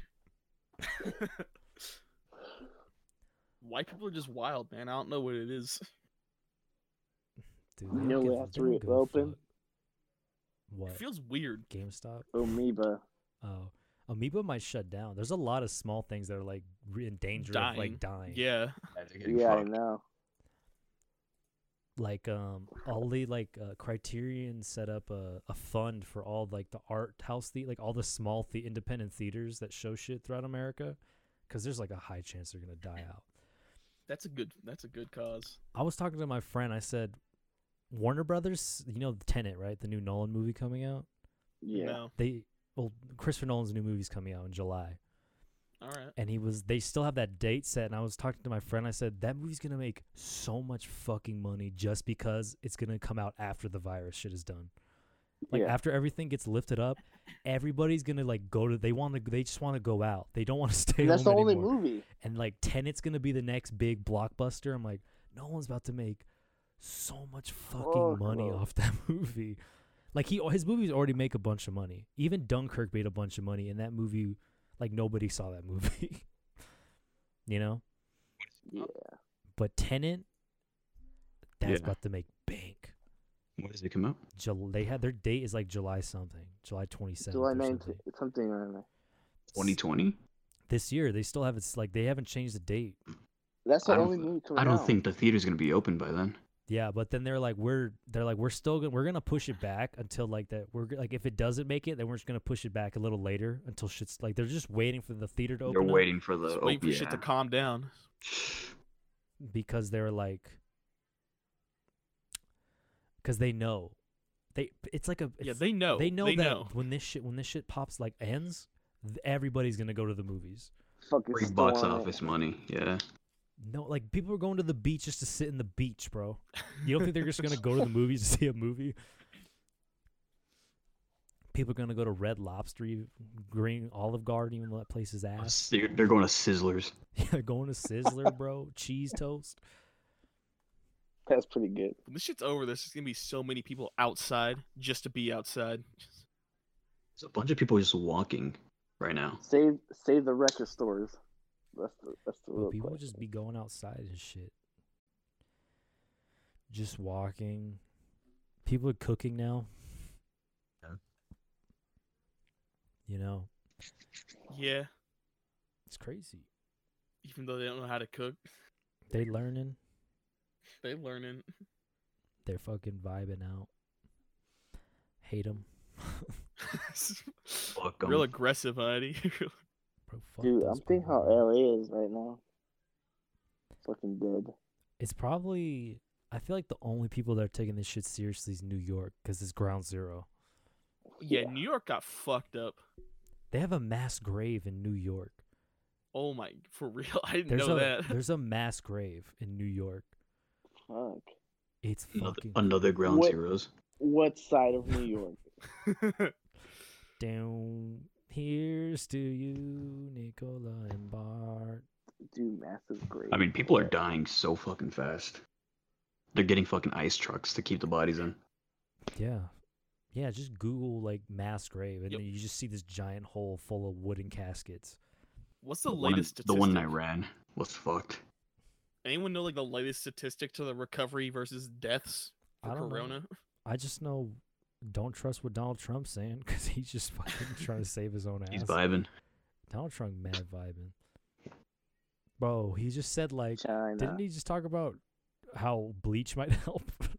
Speaker 3: White people are just wild, man. I don't know what it is.
Speaker 1: Dude,
Speaker 4: You
Speaker 1: they don't
Speaker 4: know
Speaker 1: give
Speaker 4: we
Speaker 1: a-
Speaker 4: have
Speaker 1: they
Speaker 4: to
Speaker 1: don't give a
Speaker 4: reopen?
Speaker 1: fuck. What?
Speaker 3: It feels weird.
Speaker 1: GameStop?
Speaker 4: Amoeba.
Speaker 1: Oh, Amoeba might shut down. There's a lot of small things that are like re- in danger of like dying.
Speaker 3: Yeah.
Speaker 4: Yeah, I know.
Speaker 1: Like um, all the like uh, Criterion set up a, a fund for all like the art house the like all the small the independent theaters that show shit throughout America, because there's like a high chance they're gonna die out.
Speaker 3: That's a good that's a good cause.
Speaker 1: I was talking to my friend. I said, Warner Brothers, you know Tenet, right? The new Nolan movie coming out.
Speaker 4: Yeah.
Speaker 3: No.
Speaker 1: They well, Christopher Nolan's new movie's coming out in July.
Speaker 3: All right.
Speaker 1: and he was they still have that date set and i was talking to my friend i said that movie's gonna make so much fucking money just because it's gonna come out after the virus shit is done like
Speaker 4: yeah.
Speaker 1: after everything gets lifted up everybody's gonna like go to they want to they just want to go out they don't want to stay
Speaker 4: And that's the
Speaker 1: home
Speaker 4: only
Speaker 1: anymore.
Speaker 4: movie.
Speaker 1: and like tenet's gonna be the next big blockbuster i'm like no one's about to make so much fucking
Speaker 4: Fuck,
Speaker 1: money
Speaker 4: bro.
Speaker 1: off that movie like he his movies already make a bunch of money even dunkirk made a bunch of money and that movie like nobody saw that movie you know
Speaker 4: Yeah.
Speaker 1: but Tenant, that's
Speaker 2: Yeah.
Speaker 1: about to make bank.
Speaker 2: When does it come out?
Speaker 1: Jul- they had their date is like July something, July twenty seventh.
Speaker 4: July 9th, something around there.
Speaker 2: 2020?
Speaker 1: This year, they still haven't s- like they haven't changed the date.
Speaker 4: That's the
Speaker 2: I don't-
Speaker 4: only movie coming
Speaker 2: I don't
Speaker 4: out.
Speaker 2: think the theater's gonna be open by then.
Speaker 1: Yeah, but then they're like we're they're like we're still gonna we're gonna push it back until like that we're g- like if it doesn't make it, then we're just gonna push it back a little later until shit's like they're just waiting for the theater to
Speaker 2: They're
Speaker 1: open. up
Speaker 2: waiting for the
Speaker 3: Just
Speaker 2: open.
Speaker 3: waiting for shit to calm down.
Speaker 1: because they're like because they know they it's like a
Speaker 3: yeah,
Speaker 1: it's-
Speaker 3: they know.
Speaker 1: they know
Speaker 3: they
Speaker 1: that
Speaker 3: know.
Speaker 1: when this shit when this shit pops like ends, th- everybody's gonna go to the movies.
Speaker 4: Fucking
Speaker 2: Free box
Speaker 4: storm it.
Speaker 2: office money. Yeah.
Speaker 1: No, like people are going to the beach just to sit in the beach, bro. You don't think they're just gonna go to the movies to see a movie? People are gonna go to Red Lobster, even- Green Olive Garden, even though that place is ass.
Speaker 2: They're, they're going to Sizzlers.
Speaker 1: Yeah, they're going to Sizzler, bro. Cheese toast.
Speaker 4: That's pretty good.
Speaker 3: when this shit's over, there's just gonna be so many people outside just to be outside.
Speaker 2: There's a bunch of people just walking right now.
Speaker 4: Save save the record stores. That's the that's the
Speaker 1: But
Speaker 4: real
Speaker 1: people
Speaker 4: place.
Speaker 1: just be going outside and shit. Just walking. People are cooking now.
Speaker 2: Yeah.
Speaker 1: You know,
Speaker 3: Yeah,
Speaker 1: it's crazy.
Speaker 3: even though they don't know how to cook,
Speaker 1: They learning.
Speaker 3: they learning.
Speaker 1: They're fucking vibing out. Hate them,
Speaker 2: Fuck 'em.
Speaker 3: Real aggressive, honey.
Speaker 1: bro. Fuck
Speaker 4: Dude,
Speaker 1: those
Speaker 4: I'm thinking how
Speaker 1: people, bro.
Speaker 4: LA is right now. Fucking dead.
Speaker 1: It's probably. I feel like the only people that are taking this shit seriously is New York because it's ground zero.
Speaker 3: yeah, New York got fucked up.
Speaker 1: They have a mass grave in New York.
Speaker 3: Oh my, for real, I didn't
Speaker 1: There's
Speaker 3: know
Speaker 1: a
Speaker 3: that.
Speaker 1: there's a mass grave in New York.
Speaker 4: Fuck.
Speaker 1: It's
Speaker 2: Another,
Speaker 1: fucking
Speaker 2: another ground
Speaker 4: What-
Speaker 2: zeros.
Speaker 4: What side of New York?
Speaker 1: down. Here's to you, Nicola and Bart.
Speaker 4: Dude, massive grave.
Speaker 2: I mean, people are dying so fucking fast. They're getting fucking ice trucks to keep the bodies in.
Speaker 1: Yeah, yeah. Just Google like mass grave, and
Speaker 3: Yep.
Speaker 1: then you just see this giant hole full of wooden caskets.
Speaker 3: What's the
Speaker 2: one,
Speaker 3: latest
Speaker 2: the one in
Speaker 3: statistic?
Speaker 2: Iran was fucked.
Speaker 3: Anyone know like the latest statistic to the recovery versus deaths
Speaker 1: I
Speaker 3: for
Speaker 1: don't know.
Speaker 3: Corona?
Speaker 1: I just know don't trust what Donald Trump's saying because he's just fucking trying to save his own ass.
Speaker 2: He's vibing.
Speaker 1: Donald Trump mad vibing. Bro, he just said like,
Speaker 4: China.
Speaker 1: didn't he just talk about how bleach might help?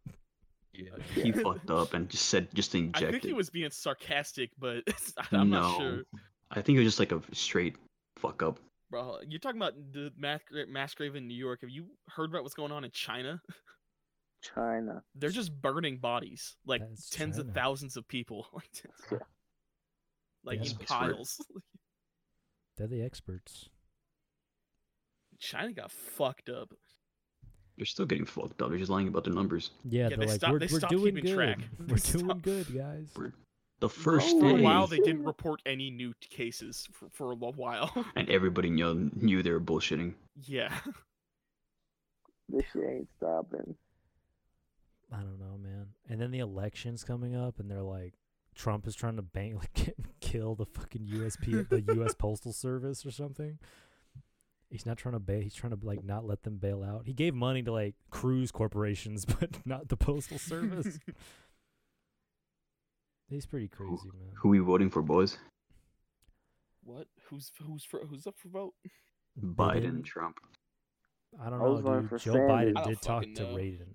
Speaker 2: He fucked up and just said just
Speaker 3: I
Speaker 2: inject
Speaker 3: think
Speaker 2: it.
Speaker 3: he was being sarcastic, but I'm not sure.
Speaker 2: I think it was just like a straight fuck up.
Speaker 3: Bro, you're talking about the mass, gra- mass grave in New York. Have you heard about what's going on in China?
Speaker 4: China.
Speaker 3: They're just burning bodies, like
Speaker 1: That's
Speaker 3: tens
Speaker 1: China.
Speaker 3: of thousands of people, like, t-
Speaker 4: Yeah.
Speaker 3: like
Speaker 1: Yeah.
Speaker 3: in
Speaker 1: That's
Speaker 2: where-
Speaker 3: piles.
Speaker 1: They're the experts.
Speaker 3: China got fucked up.
Speaker 2: They're still getting fucked up. They're just lying about their numbers.
Speaker 1: Yeah,
Speaker 3: they
Speaker 1: they're like,
Speaker 3: stopped-
Speaker 1: we're,
Speaker 3: they
Speaker 1: we're
Speaker 3: stopped
Speaker 1: doing
Speaker 3: keeping
Speaker 1: good.
Speaker 3: track. They
Speaker 1: We're doing
Speaker 3: stopped-
Speaker 1: good, guys.
Speaker 2: We're- The first
Speaker 4: Oh,
Speaker 3: For a
Speaker 2: day,
Speaker 3: while, they didn't report any new t- cases for, for a lo- while.
Speaker 2: and everybody knew, knew they were bullshitting.
Speaker 3: yeah,
Speaker 4: This shit ain't stopping.
Speaker 1: I don't know, man. And then the election's coming up, and they're like, Trump is trying to bang, like, get, kill the fucking USP, the U.S. Postal Service or something. He's not trying to bail. He's trying to like not let them bail out. He gave money to like cruise corporations, but not the postal service. He's pretty crazy, man.
Speaker 2: Who we voting for, boys?
Speaker 3: what? Who's who's for who's up for vote?
Speaker 2: Biden
Speaker 1: didn't.
Speaker 2: and Trump.
Speaker 1: I don't
Speaker 4: I was
Speaker 1: know,
Speaker 4: voting
Speaker 1: dude.
Speaker 4: for
Speaker 1: Joe
Speaker 4: Sanders.
Speaker 3: I
Speaker 1: Biden
Speaker 3: don't
Speaker 1: did talk
Speaker 3: fucking
Speaker 1: to
Speaker 3: know.
Speaker 1: Raiden.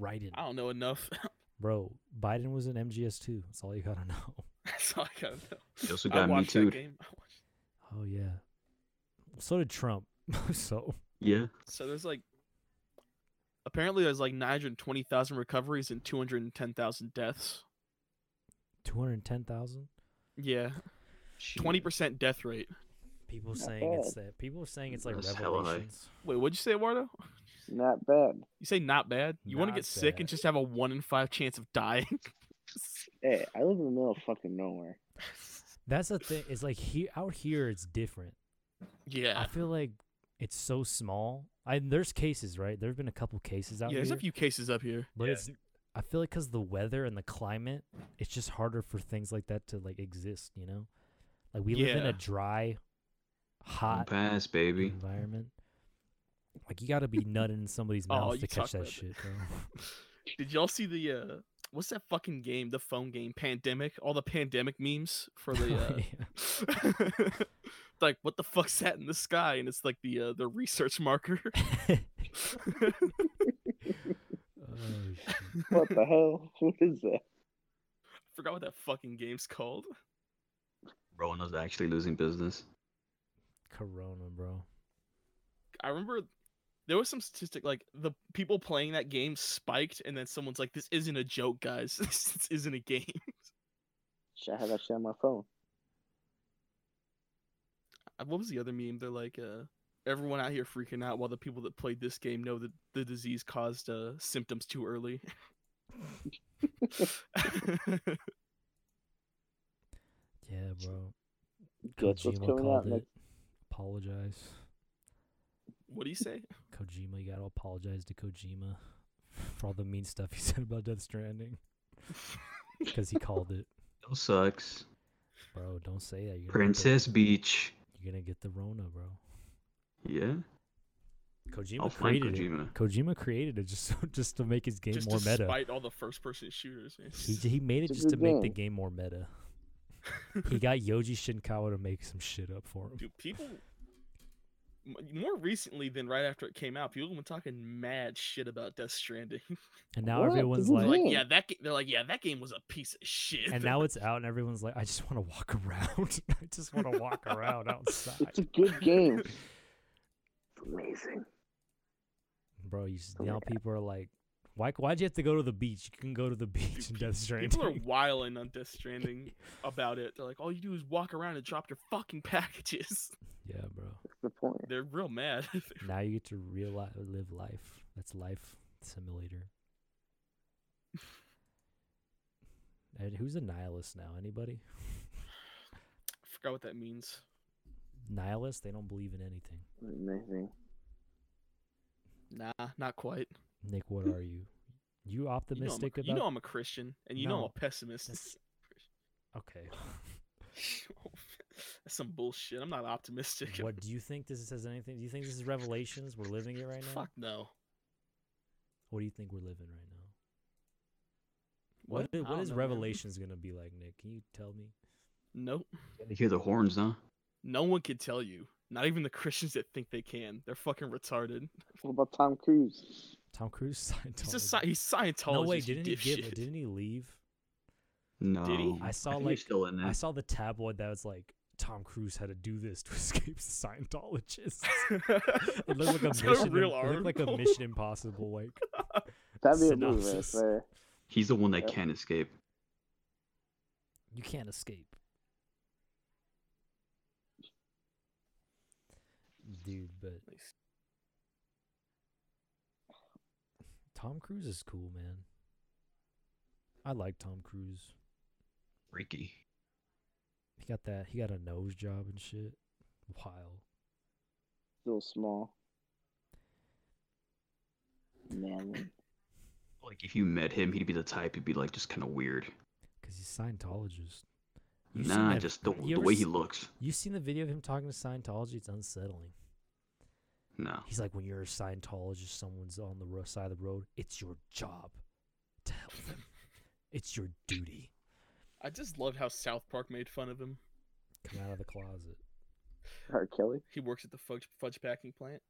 Speaker 1: Raiden,
Speaker 3: I don't know enough.
Speaker 1: bro. Biden was an MGS too. That's all you gotta know.
Speaker 3: That's all I gotta know.
Speaker 2: They also
Speaker 3: I
Speaker 2: got me
Speaker 3: watched that
Speaker 2: too.
Speaker 3: game. I watched...
Speaker 1: Oh yeah. So did Trump. so
Speaker 2: Yeah,
Speaker 3: So there's like, apparently there's like 920,000 recoveries and 210,000 deaths.
Speaker 1: two hundred ten thousand
Speaker 3: Yeah, 20% death rate.
Speaker 1: people
Speaker 4: Not
Speaker 1: saying it's that. People are saying it's like
Speaker 2: That's hella high.
Speaker 1: revelations.
Speaker 3: Wait, what'd you say, Eduardo?
Speaker 4: Not bad.
Speaker 3: You say not bad? You want to
Speaker 1: Not
Speaker 3: get sick
Speaker 1: bad.
Speaker 3: and just have a one in five chance of dying?
Speaker 4: Hey, I live in the middle of fucking nowhere.
Speaker 1: That's the thing. It's like here out here, it's different. I
Speaker 3: yeah.
Speaker 1: feel like it's so small. I there's cases, right? There have been a couple cases out
Speaker 3: Yeah,
Speaker 1: here,
Speaker 3: there's a few cases up here.
Speaker 1: but it's. I feel like because the weather and the climate, it's just harder for things like that to like exist. You know, like we live in
Speaker 3: Yeah.
Speaker 1: a dry,
Speaker 2: Don't
Speaker 1: hot
Speaker 2: pass, baby.
Speaker 4: Mm.
Speaker 1: environment. Like you got to be nutting in somebody's
Speaker 3: Oh,
Speaker 1: mouth
Speaker 3: you
Speaker 1: to catch
Speaker 3: talked
Speaker 1: that
Speaker 3: about
Speaker 1: shit.
Speaker 3: that.
Speaker 1: Bro.
Speaker 3: Did y'all see the uh what's that fucking game? The phone game, Pandemic. All the pandemic memes for the uh
Speaker 1: Yeah.
Speaker 3: like what the fuck's that in the sky? And it's like the uh the research marker.
Speaker 1: Oh, shit.
Speaker 4: What the hell? What is that?
Speaker 3: Forgot what that fucking game's called.
Speaker 2: Corona's actually losing business.
Speaker 1: Corona, bro.
Speaker 3: I remember there was some statistic like the people playing that game spiked, and then someone's like, "This isn't a joke, guys. this isn't a game."
Speaker 4: Shit, I have that shit on my phone.
Speaker 3: Uh, What was the other meme? They're like, uh, "Everyone out here freaking out while the people that played this game know that the disease caused uh, symptoms too early."
Speaker 1: Yeah, bro.
Speaker 4: That's what's
Speaker 1: Kojima
Speaker 4: coming out
Speaker 1: called it.
Speaker 4: next.
Speaker 1: Apologize.
Speaker 3: what do you say?
Speaker 1: Kojima, you gotta apologize to Kojima for all the mean stuff he said about Death Stranding. Because he called it.
Speaker 2: Still sucks.
Speaker 1: Bro, don't say that. You're gonna get the-
Speaker 2: Princess Beach.
Speaker 1: you're gonna get the Rona, bro.
Speaker 2: Yeah,
Speaker 1: Kojima
Speaker 2: I'll find
Speaker 1: created it.
Speaker 2: Kojima.
Speaker 1: Kojima created it just so, just to make his game
Speaker 3: Just
Speaker 1: more
Speaker 3: despite
Speaker 1: meta.
Speaker 3: all the first-person shooters. man.
Speaker 1: He, j- he made it
Speaker 4: It's a
Speaker 1: just to
Speaker 4: good
Speaker 1: make the
Speaker 4: game.
Speaker 1: game more meta. he got Yoji Shinkawa to make some shit up for him.
Speaker 3: Dude, people m- more recently than right after it came out, people have been talking mad shit about Death Stranding.
Speaker 1: And now
Speaker 4: What?
Speaker 1: everyone's
Speaker 4: This is
Speaker 1: like,
Speaker 3: like,
Speaker 4: Yeah.
Speaker 3: yeah, that ga- they're like, yeah, that game was a piece of shit.
Speaker 1: and now it's out, and everyone's like, I just want to walk around. I just want to walk around outside.
Speaker 4: It's a good game. It's amazing.
Speaker 1: Bro, you just,
Speaker 4: Oh my
Speaker 1: now people are like, why, why'd you have to go to the beach? You can go to the beach and
Speaker 3: pe-
Speaker 1: Death Stranding.
Speaker 3: people are wiling on Death Stranding about it. They're like, all you do is walk around and drop your fucking packages.
Speaker 1: yeah, bro.
Speaker 4: That's the point.
Speaker 3: They're real mad.
Speaker 1: Now you get to real li- live life. That's life simulator. and who's a nihilist now? Anybody?
Speaker 3: Forgot what that means.
Speaker 1: Nihilist? They don't believe in anything.
Speaker 4: Amazing.
Speaker 3: Nah, not quite.
Speaker 1: Nick, what are you? You
Speaker 3: You know, I'm a,
Speaker 1: optimistic
Speaker 3: cr- you know
Speaker 1: about?
Speaker 3: I'm a Christian, and you know I'm
Speaker 1: No.
Speaker 3: a pessimist.
Speaker 1: That's- okay.
Speaker 3: That's some bullshit. I'm not optimistic.
Speaker 1: what do you think this says anything? Do you think this is revelations? We're living it right now.
Speaker 3: Fuck no.
Speaker 1: What do you think we're living right now?
Speaker 3: What?
Speaker 1: What is,
Speaker 3: I
Speaker 1: what
Speaker 3: don't
Speaker 1: is
Speaker 3: know, man.
Speaker 1: Revelations gonna be like, Nick? Can you tell me?
Speaker 3: Nope.
Speaker 2: You hear the horns, huh?
Speaker 3: No one can tell you. Not even the Christians that think they can. They're fucking retarded.
Speaker 4: What about Tom Cruise?
Speaker 1: Tom Cruise
Speaker 3: He's
Speaker 1: Scientology.
Speaker 3: a sci- he's Scientologist.
Speaker 1: no way!
Speaker 3: you
Speaker 1: Didn't he give?
Speaker 3: dipshit.
Speaker 1: Didn't he leave?
Speaker 2: No.
Speaker 1: I saw,
Speaker 2: think he's
Speaker 1: like,
Speaker 2: still in there.
Speaker 1: I saw the tabloid that was like Tom Cruise had to do this to escape the Scientologists. It looked like a
Speaker 3: Is that
Speaker 1: mission. Im-
Speaker 3: real
Speaker 1: it looked like a
Speaker 3: article?
Speaker 1: Mission Impossible. Like
Speaker 4: That'd be a movie right
Speaker 1: Synopsis.
Speaker 4: there.
Speaker 2: He's the one that
Speaker 4: Yeah.
Speaker 2: can't escape.
Speaker 1: you can't escape, dude. But
Speaker 3: Nice.
Speaker 1: Tom Cruise is cool, man. I like Tom Cruise.
Speaker 2: Freaky.
Speaker 1: He got that. He got a nose job and shit. Wild.
Speaker 4: Still small. Man,
Speaker 2: Like if you met him, he'd be the type. He'd be like just kind of weird.
Speaker 1: Cause he's Scientologist. You seen
Speaker 2: Nah,
Speaker 1: that-
Speaker 2: just the,
Speaker 1: you
Speaker 2: the
Speaker 1: ever
Speaker 2: way he
Speaker 1: s-
Speaker 2: looks.
Speaker 1: You seen the video of him talking to Scientology? It's unsettling.
Speaker 2: No.
Speaker 1: He's like, when you're a Scientologist, someone's on the ro- side of the road. It's your job to help them. It's your duty.
Speaker 3: I just loved how South Park made fun of him.
Speaker 1: Come out of the closet.
Speaker 4: R. Kelly.
Speaker 3: He works at the fudge, fudge packing plant.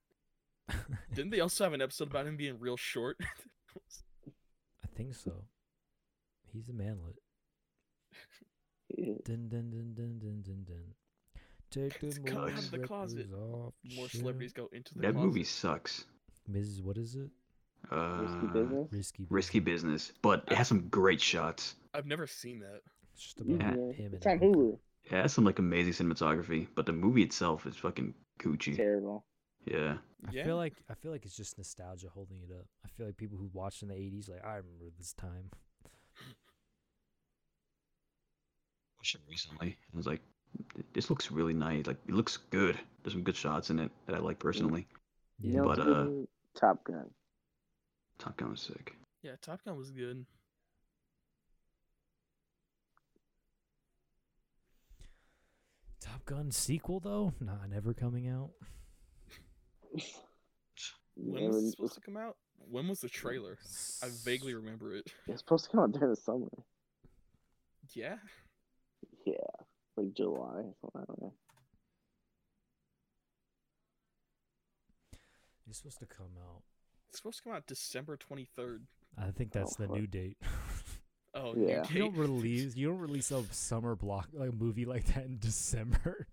Speaker 3: Didn't they also have an episode about him being real short?
Speaker 1: I think so. He's a manlet.
Speaker 4: Yeah.
Speaker 1: Dun dun dun dun dun dun dun. Take the
Speaker 3: It's come out of
Speaker 1: morning
Speaker 3: the closet.
Speaker 1: wrappers Off.
Speaker 3: More
Speaker 1: shut
Speaker 3: celebrities go into the
Speaker 2: That
Speaker 3: closet.
Speaker 2: movie sucks.
Speaker 1: Mrs. What is it?
Speaker 4: Risky
Speaker 2: Uh,
Speaker 4: business.
Speaker 1: Risky.
Speaker 2: risky
Speaker 1: Business.
Speaker 2: business, but it has some great shots.
Speaker 3: I've never seen that.
Speaker 1: It's just about
Speaker 2: Yeah.
Speaker 1: him.
Speaker 4: It's on
Speaker 1: and a hooker.
Speaker 4: Hulu.
Speaker 2: It has some like amazing cinematography, but the movie itself is fucking coochie.
Speaker 4: Terrible.
Speaker 2: Yeah.
Speaker 1: I
Speaker 3: Yeah.
Speaker 1: feel like I feel like it's just nostalgia holding it up. I feel like people who watched in the '80s, like I remember this time.
Speaker 2: watched it recently. I was like, "Th- this looks really nice. Like, it looks good. There's some good shots in it that I like personally.
Speaker 4: You know,
Speaker 2: But,
Speaker 4: what's
Speaker 2: uh,
Speaker 4: good? Top Gun.
Speaker 2: Top Gun was sick.
Speaker 3: Yeah, Top Gun was good.
Speaker 1: Top Gun sequel though, nah, never coming out.
Speaker 3: When
Speaker 4: Never-
Speaker 3: was it supposed to come out? When was the trailer? I vaguely remember it.
Speaker 4: It's supposed to come out during the summer.
Speaker 3: Yeah.
Speaker 4: Yeah, like July. or something, I don't know.
Speaker 1: It's supposed to come out.
Speaker 3: It's supposed to come out December 23rd.
Speaker 1: I think
Speaker 4: Oh,
Speaker 1: that's the new
Speaker 4: fuck.
Speaker 1: date.
Speaker 3: Oh,
Speaker 4: Yeah.
Speaker 3: yeah.
Speaker 1: you don't release you don't release a summer block like movie like that in December.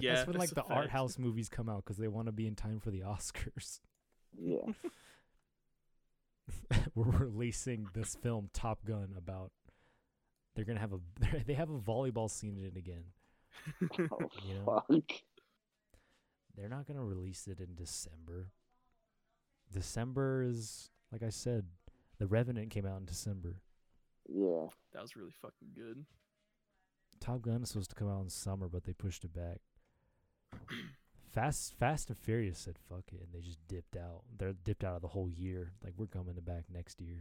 Speaker 3: Yeah,
Speaker 1: that's when like
Speaker 3: a
Speaker 1: the art
Speaker 3: fact.
Speaker 1: house movies come out because they want to be in time for the Oscars.
Speaker 4: Yeah,
Speaker 1: We're releasing this film Top Gun about they're gonna have a they have a volleyball scene in it again.
Speaker 4: oh
Speaker 1: You know?
Speaker 4: fuck.
Speaker 1: They're not gonna release it in December. December is like I said, The Revenant came out in December.
Speaker 4: Yeah,
Speaker 3: That was really fucking good.
Speaker 1: Top Gun is supposed to come out in summer, but they pushed it back. Fast Fast and Furious said fuck it, and they just dipped out. They're dipped out of the whole year. Like we're coming back next year.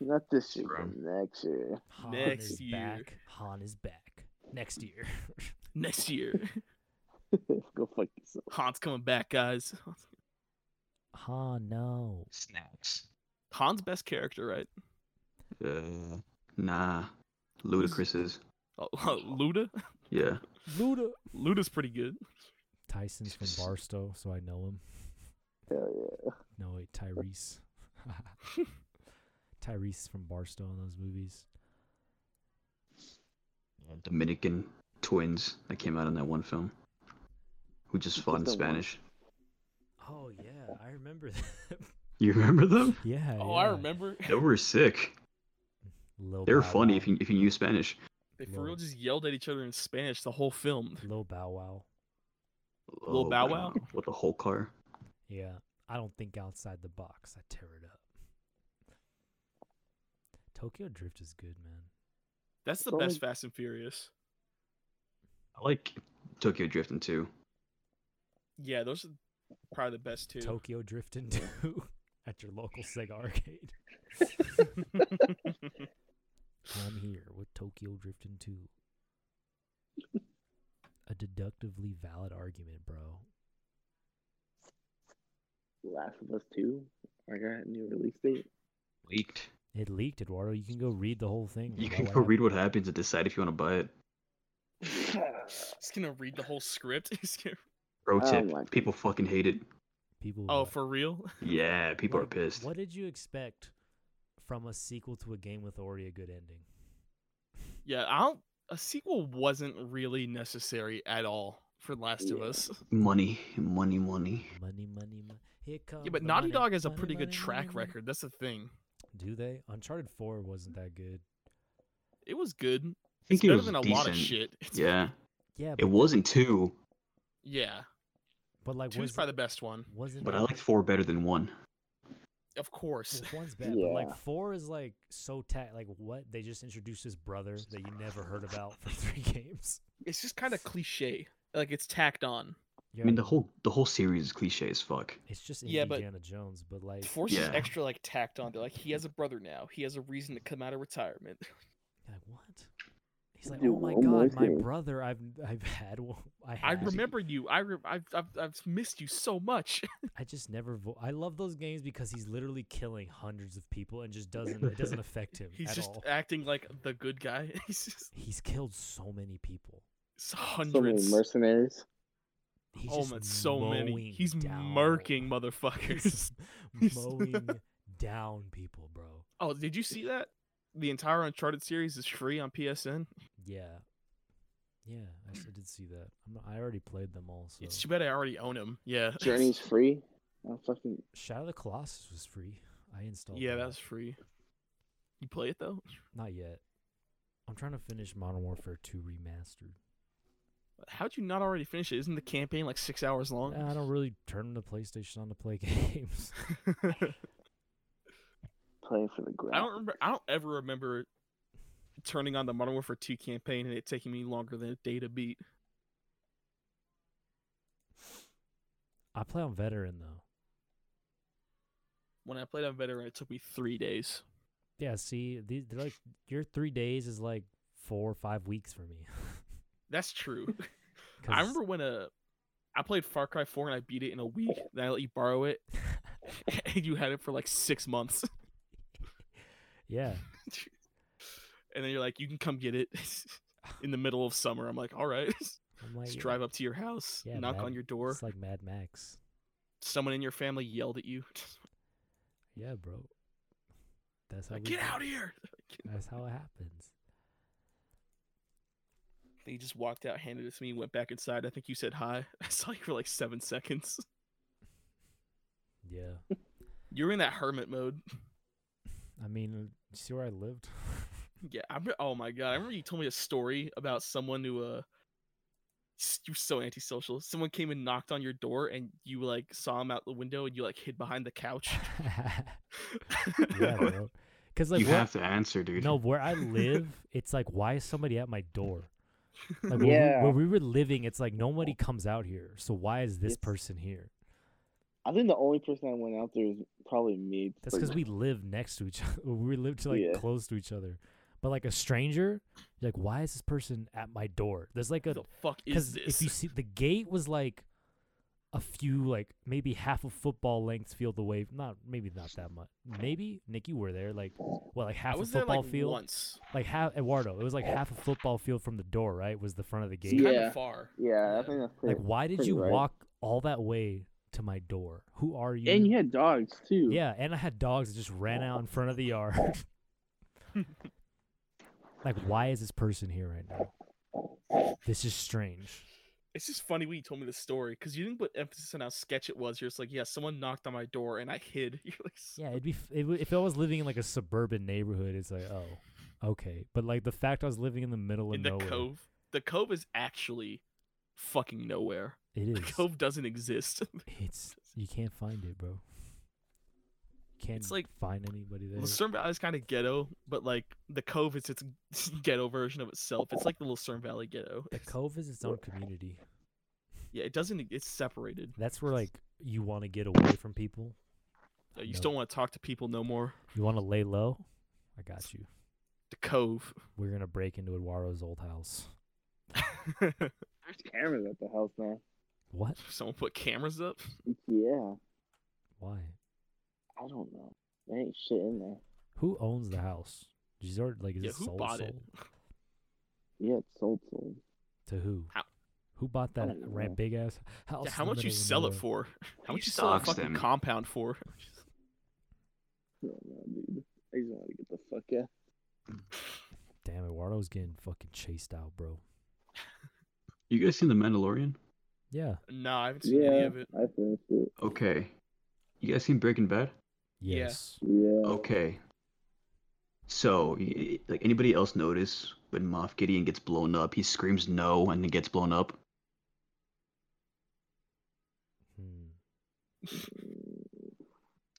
Speaker 4: not this year,
Speaker 2: Bro.
Speaker 4: but next year.
Speaker 1: Han
Speaker 3: Next
Speaker 1: is
Speaker 3: year.
Speaker 1: back. Han is back next year.
Speaker 3: Next year,
Speaker 4: Go fuck yourself.
Speaker 3: Han's coming back, guys.
Speaker 1: Han no.
Speaker 2: Snaps.
Speaker 3: Han's best character, right?
Speaker 2: Uh, nah. Ludacris is.
Speaker 3: Oh, Luda.
Speaker 2: Yeah.
Speaker 1: Luda
Speaker 3: Luda's pretty good.
Speaker 1: Tyson's from Barstow, so I know him.
Speaker 4: Hell yeah.
Speaker 1: No wait, Tyrese. Tyrese is from Barstow in those movies.
Speaker 2: Dominican twins that came out in that one film. Who just fought in
Speaker 4: the one-
Speaker 2: Spanish.
Speaker 1: Oh yeah, I remember that.
Speaker 2: You remember them?
Speaker 1: yeah.
Speaker 3: Oh, I
Speaker 1: yeah.
Speaker 3: remember.
Speaker 2: They were sick.
Speaker 1: Lil
Speaker 2: They were
Speaker 1: Bow
Speaker 2: funny
Speaker 1: Wow.
Speaker 2: if you if you knew Spanish.
Speaker 3: They for
Speaker 1: Lord.
Speaker 3: real just yelled at each other in Spanish the whole film.
Speaker 1: Lil Bow Wow.
Speaker 2: Oh,
Speaker 3: Lil Bow Wow?
Speaker 2: With the whole car.
Speaker 1: Yeah, I don't think outside the box. I tear it up. Tokyo Drift is good, man.
Speaker 3: That's the
Speaker 4: Well,
Speaker 3: best
Speaker 4: like-
Speaker 3: Fast and Furious.
Speaker 2: I like Tokyo Drifting too.
Speaker 3: Yeah, those are probably the best two.
Speaker 1: Tokyo Drift and 2 at your local Sega arcade. I'm here with Tokyo Drift and 2. A deductively valid argument, bro.
Speaker 4: Last of Us Two. I got a new release date.
Speaker 2: Leaked.
Speaker 1: It leaked, Eduardo. You can go read the whole thing.
Speaker 2: You
Speaker 1: about
Speaker 2: can
Speaker 1: what
Speaker 2: go read
Speaker 1: happened.
Speaker 2: what happens and decide if you want to buy it.
Speaker 3: He's gonna read the whole script. He's gonna-
Speaker 2: Pro
Speaker 4: I don't
Speaker 2: tip:
Speaker 4: like it.
Speaker 2: people fucking hate it.
Speaker 1: people.
Speaker 3: Oh,
Speaker 1: what-
Speaker 3: for real?
Speaker 2: Yeah, people are
Speaker 1: what-
Speaker 2: pissed.
Speaker 1: What did you expect from a sequel to a game with already a good ending?
Speaker 3: Yeah, I don't. A sequel wasn't really necessary at all for Last of
Speaker 4: Yeah.
Speaker 3: Us.
Speaker 1: Uh,
Speaker 2: Money, money, money.
Speaker 1: Money, money, money. Here comes
Speaker 3: Yeah, but
Speaker 1: the
Speaker 3: Naughty
Speaker 1: money,
Speaker 3: Dog has a
Speaker 1: money,
Speaker 3: pretty good
Speaker 1: money,
Speaker 3: track
Speaker 1: money, money.
Speaker 3: record. That's the thing.
Speaker 1: Do they? Uncharted 4 wasn't that good.
Speaker 3: It was good.
Speaker 2: I
Speaker 3: It's
Speaker 2: think it
Speaker 3: better
Speaker 2: was
Speaker 3: than a
Speaker 2: decent.
Speaker 3: lot of shit. It's-
Speaker 2: Yeah,
Speaker 1: Yeah,
Speaker 2: it
Speaker 1: but,
Speaker 2: wasn't two,
Speaker 3: Yeah.
Speaker 1: but like
Speaker 3: Two's
Speaker 1: was
Speaker 3: probably the best one.
Speaker 1: wasn't
Speaker 2: but I
Speaker 1: it-
Speaker 2: liked four better than one.
Speaker 3: of course.
Speaker 1: Well, one's bad, but like
Speaker 4: Yeah.
Speaker 1: four is like so tech. Like what they just introduced his brother that you never heard about for three games.
Speaker 3: It's just kind of cliche. Like it's tacked on.
Speaker 1: Yeah,
Speaker 2: I mean, the whole the whole series is cliche as fuck.
Speaker 1: it's just
Speaker 3: Yeah, but-
Speaker 1: Indiana Jones, but like
Speaker 3: Force is
Speaker 2: Yeah.
Speaker 3: extra like tacked on. They're like, he has a brother now. He has a reason to come out of retirement.
Speaker 1: you're like what? He's like,
Speaker 4: Dude,
Speaker 1: oh my
Speaker 4: one more
Speaker 1: god, my
Speaker 4: thing."
Speaker 1: brother. I've I've had. one- I
Speaker 3: I
Speaker 1: had.
Speaker 3: remember you. I re- I've, I've I've missed you so much.
Speaker 1: I just never. Vo- I love those games because he's literally killing hundreds of people and just doesn't. It doesn't affect him
Speaker 3: He's
Speaker 1: at
Speaker 3: just
Speaker 1: all.
Speaker 3: acting like the good guy. He's just
Speaker 1: He's killed so many people.
Speaker 3: it's
Speaker 4: So many
Speaker 3: hundreds.
Speaker 4: mercenaries.
Speaker 1: He's
Speaker 3: oh
Speaker 1: just
Speaker 3: man, so many.
Speaker 1: mowing
Speaker 3: He's
Speaker 1: down.
Speaker 3: murking
Speaker 1: He's
Speaker 3: motherfuckers. He's-
Speaker 1: mowing down people, bro.
Speaker 3: Oh, did you see that? The entire Uncharted series is free on PSN.
Speaker 1: Yeah. Yeah, I s- I did see that. I'm not, I already played them all. So
Speaker 3: It's too bad I already own them. Yeah.
Speaker 4: Journey's free. I'm fucking.
Speaker 1: Shadow of the Colossus was free. I installed.
Speaker 3: yeah,
Speaker 1: that.
Speaker 3: that's free. You play it though?
Speaker 1: not yet. I'm trying to finish Modern Warfare 2 remastered.
Speaker 3: How'd you not already finish it? Isn't the campaign like six hours long?
Speaker 1: Nah, I don't really turn the PlayStation on to play games.
Speaker 4: Playing for the ground.
Speaker 3: I don't remember. I don't ever remember turning on the Modern Warfare 2 campaign and it taking me longer than a day to beat.
Speaker 1: I play on Veteran though.
Speaker 3: When I played on Veteran, it took me three days.
Speaker 1: Yeah, see, these they're like your three days is like four or five weeks for me.
Speaker 3: That's true.
Speaker 1: 'Cause-
Speaker 3: I remember when uh, I played Far Cry 4 and I beat it in a week. Then I let you borrow it, and you had it for like six months.
Speaker 1: yeah,
Speaker 3: and then you're like, you can come get it in the middle of summer. I'm like, all right.
Speaker 1: I'm like, Oh,
Speaker 3: Just
Speaker 1: yeah,
Speaker 3: drive up to your house,
Speaker 1: Yeah,
Speaker 3: knock
Speaker 1: man.
Speaker 3: on your door.
Speaker 1: It's like Mad Max.
Speaker 3: Someone in your family yelled at you,
Speaker 1: Yeah, bro. That's how
Speaker 3: like,
Speaker 1: we
Speaker 3: get
Speaker 1: do-
Speaker 3: out of here.
Speaker 1: That's how it happens.
Speaker 3: They just walked out, handed it to me, went back inside. I think you said hi. I saw you for like seven seconds.
Speaker 1: Yeah.
Speaker 3: You were in that hermit mode.
Speaker 1: I mean, you see where I lived?
Speaker 3: Yeah, I remember, oh my god, I remember you told me a story about someone who uh s- you were so antisocial. Someone came and knocked on your door and you like saw him out the window and you like hid behind the couch.
Speaker 1: yeah, bro. Because like,
Speaker 2: you
Speaker 1: where,
Speaker 2: have to answer, dude.
Speaker 1: no, where I live, it's like, why is somebody at my door? Like, where,
Speaker 4: Yeah.
Speaker 1: we, where we were living, it's like nobody comes out here. So why is this
Speaker 4: It's-
Speaker 1: person here?
Speaker 4: I think the only person I went out there is probably me.
Speaker 1: That's because we live next to each other. We lived like
Speaker 4: Yeah.
Speaker 1: close to each other. But like a stranger, you're like, why is this person at my door? There's like
Speaker 3: Who
Speaker 1: a
Speaker 3: the fuck
Speaker 1: because
Speaker 3: is this?
Speaker 1: if you see the gate was like a few like maybe half a football length field away not maybe not that much maybe nick you were there like what like
Speaker 3: I
Speaker 1: half a
Speaker 3: was there
Speaker 1: football
Speaker 3: like
Speaker 1: field
Speaker 3: once.
Speaker 1: like half eduardo it was like half a football field from the door right was the front of the gate
Speaker 3: Kind
Speaker 4: Yeah.
Speaker 3: of far.
Speaker 4: Yeah,
Speaker 3: Yeah.
Speaker 4: I think that's pretty.
Speaker 1: like why did
Speaker 4: pretty
Speaker 1: you
Speaker 4: right.
Speaker 1: walk all that way to my door who are you
Speaker 4: and you had dogs too.
Speaker 1: yeah and i had dogs that just ran out in front of the yard like why is this person here right now this is strange
Speaker 3: It's just funny when you told me the story because you didn't put emphasis on how sketch it was. You're just like, yeah, someone knocked on my door and I hid. You're like, "S-
Speaker 1: Yeah, it'd be f- it w- if I was living in like a suburban neighborhood. It's like, oh, okay. But like the fact I was living in the middle of
Speaker 3: in the
Speaker 1: nowhere,
Speaker 3: cove. The cove is actually fucking nowhere.
Speaker 1: it
Speaker 3: The
Speaker 1: is.
Speaker 3: cove doesn't exist.
Speaker 1: It's you can't find it, bro. You can't
Speaker 3: like-
Speaker 1: find anybody there.
Speaker 3: Lucerne Valley is kind of ghetto, but like the Cove is its ghetto version of itself. It's like the Lucerne Valley ghetto.
Speaker 1: The cove is its own community.
Speaker 3: Yeah, it doesn't. It's separated.
Speaker 1: That's where like you want to get away from people.
Speaker 3: Uh, You
Speaker 1: No.
Speaker 3: just don't want to talk to people no more.
Speaker 1: You want to lay low. I got you.
Speaker 3: The Cove.
Speaker 1: We're gonna break into Eduardo's old house.
Speaker 4: There's cameras at the house now.
Speaker 1: What?
Speaker 3: Someone put cameras up.
Speaker 4: Yeah,
Speaker 1: Why?
Speaker 4: I don't know. There ain't shit in there.
Speaker 1: Who owns the house? Is there, like is
Speaker 3: Yeah,
Speaker 1: it
Speaker 3: who
Speaker 1: sold,
Speaker 3: bought it?
Speaker 1: sold?
Speaker 4: Yeah, it's sold sold.
Speaker 1: to who?
Speaker 3: How-
Speaker 1: Who bought that
Speaker 2: Oh.
Speaker 4: don't
Speaker 1: ram-
Speaker 4: know.
Speaker 1: big ass house?
Speaker 3: Yeah, how
Speaker 1: in the
Speaker 3: much you
Speaker 1: middle of
Speaker 3: sell it
Speaker 1: nowhere?
Speaker 3: for? How
Speaker 2: He
Speaker 3: much you sell a
Speaker 2: stalks
Speaker 3: fucking
Speaker 2: them.
Speaker 3: compound for?
Speaker 4: I don't know, Oh, dude. I just want to get the fuck out.
Speaker 1: Damn, Eduardo's getting fucking chased out, bro.
Speaker 2: You guys seen The Mandalorian?
Speaker 1: Yeah.
Speaker 3: No, I haven't seen any
Speaker 4: Yeah,
Speaker 3: of it.
Speaker 4: I finished it.
Speaker 2: Okay. You guys seen Breaking Bad?
Speaker 3: Yeah.
Speaker 1: Yes.
Speaker 4: Yeah.
Speaker 2: Okay. So, y- y- like anybody else notice when Moff Gideon gets blown up, he screams no and then gets blown up.
Speaker 1: Hmm.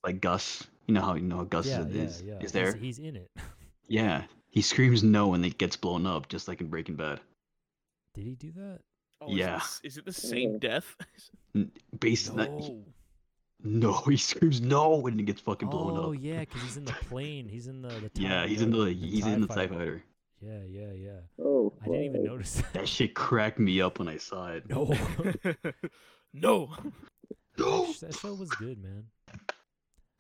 Speaker 2: like Gus. You know how you know how Gus
Speaker 1: yeah,
Speaker 2: is,
Speaker 1: yeah,
Speaker 2: is,
Speaker 1: yeah.
Speaker 2: is
Speaker 1: He's-
Speaker 2: there?
Speaker 1: He's, in it.
Speaker 2: Yeah, he screams no when it gets blown up, just like in Breaking Bad.
Speaker 1: Did he do that?
Speaker 3: Oh, is it
Speaker 2: Yeah.
Speaker 3: the s- Is it the same
Speaker 4: Yeah.
Speaker 3: death?
Speaker 2: Based on that, no, he screams no when it gets fucking blown
Speaker 1: Oh
Speaker 2: up.
Speaker 1: yeah, because he's in the plane. He's in the. the TIE-
Speaker 2: Yeah, he's in the, he's in the Tie Fighter.
Speaker 1: Yeah, yeah, yeah.
Speaker 4: Oh,
Speaker 1: I didn't even
Speaker 4: fuck.
Speaker 1: notice that.
Speaker 2: That shit cracked me up when I saw it.
Speaker 1: No, that,
Speaker 3: no.
Speaker 2: No.
Speaker 1: sh- that show was good, man.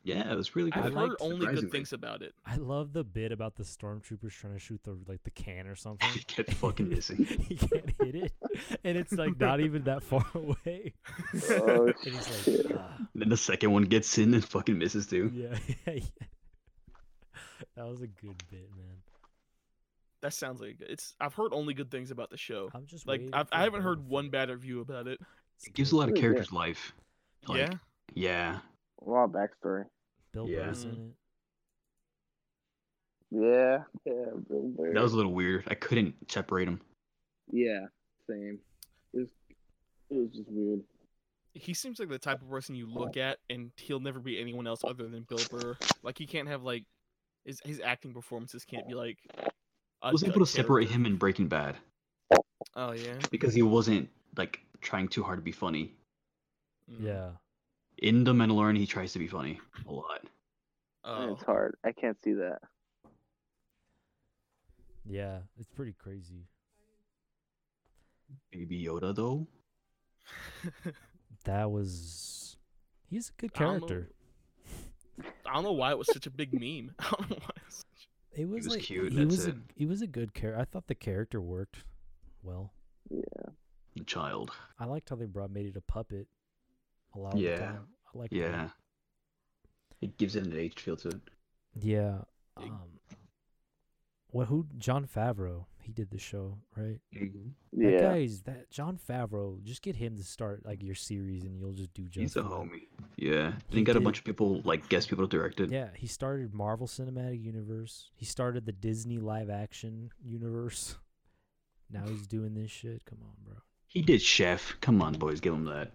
Speaker 2: Yeah, it was really good.
Speaker 1: I
Speaker 3: I've heard
Speaker 1: liked-
Speaker 3: only
Speaker 2: surprisingly.
Speaker 3: good things about it.
Speaker 1: I love the bit about the stormtroopers trying to shoot the like the can or something.
Speaker 2: He kept fucking missing.
Speaker 1: he can't hit it, and it's like not even that far away.
Speaker 4: Oh,
Speaker 1: And he's like,
Speaker 4: shit.
Speaker 1: "Ah."
Speaker 2: Then the second one gets in and fucking misses too.
Speaker 1: yeah, yeah, yeah. That was a good bit, man.
Speaker 3: That sounds like it. it's. I've heard only good things about the show.
Speaker 1: I'm just
Speaker 3: Oh, Like
Speaker 1: waiting
Speaker 3: I've,
Speaker 1: for
Speaker 3: I haven't
Speaker 1: more
Speaker 3: heard one
Speaker 1: fun.
Speaker 3: bad review about it.
Speaker 1: It's
Speaker 2: It gives a
Speaker 1: good.
Speaker 2: lot of
Speaker 4: Really good.
Speaker 2: characters life. Like,
Speaker 3: yeah.
Speaker 2: Yeah.
Speaker 4: A lot of backstory.
Speaker 1: Bill
Speaker 2: Yeah.
Speaker 1: Burr's in
Speaker 3: Mm.
Speaker 1: it.
Speaker 4: Yeah, yeah, Bill Burr.
Speaker 2: That was a little weird. I couldn't separate them.
Speaker 4: yeah, same. It was, it was just weird.
Speaker 3: He seems like the type of person you look at and he'll never be anyone else other than Bill Burr. Like he can't have like his his acting performances can't be like. a-
Speaker 2: I was
Speaker 3: a
Speaker 2: able to separate
Speaker 3: character.
Speaker 2: him in Breaking Bad
Speaker 3: Oh yeah.
Speaker 2: because he wasn't like trying too hard to be funny.
Speaker 3: Mm.
Speaker 1: Yeah,
Speaker 2: In The Mandalorian, he tries to be funny a lot.
Speaker 3: Oh.
Speaker 4: It's hard. I can't see that.
Speaker 1: yeah. It's pretty crazy.
Speaker 2: Baby Yoda though,
Speaker 1: That was. He's a good
Speaker 3: I don't know.
Speaker 1: character.
Speaker 3: I don't know why it was such a big meme. I don't know why. It was such...
Speaker 1: It was,
Speaker 2: was
Speaker 1: like
Speaker 2: cute,
Speaker 1: he
Speaker 2: that's
Speaker 1: was a,
Speaker 2: it.
Speaker 1: he was a good character. I thought the character worked well.
Speaker 2: the child.
Speaker 1: I liked how they brought made it a puppet. A lot of
Speaker 2: Yeah.
Speaker 1: the time. I like
Speaker 2: Yeah. It gives it an age feel to it.
Speaker 1: yeah.
Speaker 3: Big.
Speaker 1: Um, what who John Favreau? He did the show, right? That
Speaker 4: Yeah.
Speaker 1: guy's that John Favreau. Just get him to start like your series, and you'll just do just.
Speaker 2: He's a
Speaker 1: fine.
Speaker 2: homie. Yeah. And he
Speaker 1: He
Speaker 2: got a
Speaker 1: did-
Speaker 2: bunch of people like guest people to direct it.
Speaker 1: Yeah, he started Marvel Cinematic Universe. He started the Disney live action universe. Now he's doing this shit. Come on, bro.
Speaker 2: He did Chef. Come on, boys, give him that.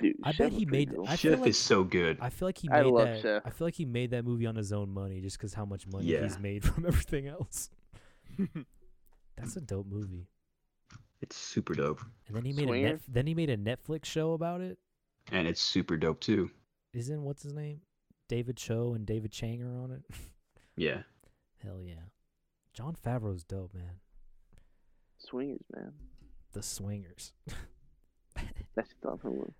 Speaker 4: Dude,
Speaker 1: I
Speaker 4: Chef
Speaker 1: bet
Speaker 4: was
Speaker 1: he
Speaker 4: pretty
Speaker 1: made-
Speaker 4: cool.
Speaker 1: I feel
Speaker 2: Chef
Speaker 1: like-
Speaker 2: is so good.
Speaker 1: I feel like he made
Speaker 4: I love
Speaker 1: that.
Speaker 4: Chef.
Speaker 1: I feel like he made that movie on his own money, just because how much money
Speaker 2: Yeah.
Speaker 1: he's made from everything else. That's a dope movie.
Speaker 2: It's super dope,
Speaker 1: And then he made a
Speaker 4: Swinger?
Speaker 1: Netf- then he made a Netflix show about it.
Speaker 2: and it's super dope too.
Speaker 1: Isn't what's his name? David Cho and David Chang are on it.
Speaker 2: Yeah.
Speaker 1: Hell yeah, John Favreau's dope, man.
Speaker 4: Swingers, man.
Speaker 1: The Swingers.
Speaker 4: That's just on Hulu.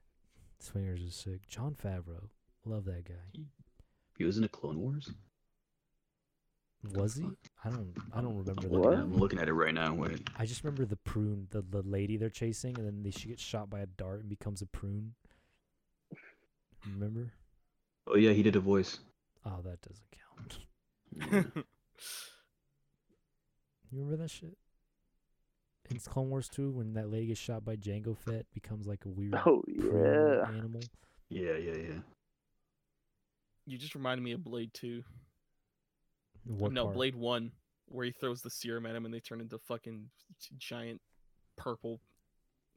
Speaker 1: Swingers is sick. John Favreau, love that guy.
Speaker 2: He was in the Clone Wars.
Speaker 1: Was he? I don't. I don't remember
Speaker 2: I'm
Speaker 1: that.
Speaker 2: looking, at,
Speaker 4: What?
Speaker 2: I'm looking at it right now. Wait.
Speaker 1: I just remember the prune, the, the lady they're chasing, and then they, she gets shot by a dart and becomes a prune. Remember?
Speaker 2: Oh yeah, he did a voice.
Speaker 1: Oh, that doesn't count.
Speaker 2: Yeah.
Speaker 1: You remember that shit? In Clone Wars 2, when that lady gets shot by Django Fett, becomes like a weird
Speaker 4: Oh
Speaker 1: prune
Speaker 4: yeah.
Speaker 1: animal.
Speaker 2: yeah, yeah, yeah.
Speaker 3: you just reminded me of Blade Two.
Speaker 1: What
Speaker 3: no,
Speaker 1: part?
Speaker 3: Blade One, where he throws the serum at him and they turn into fucking g- giant purple.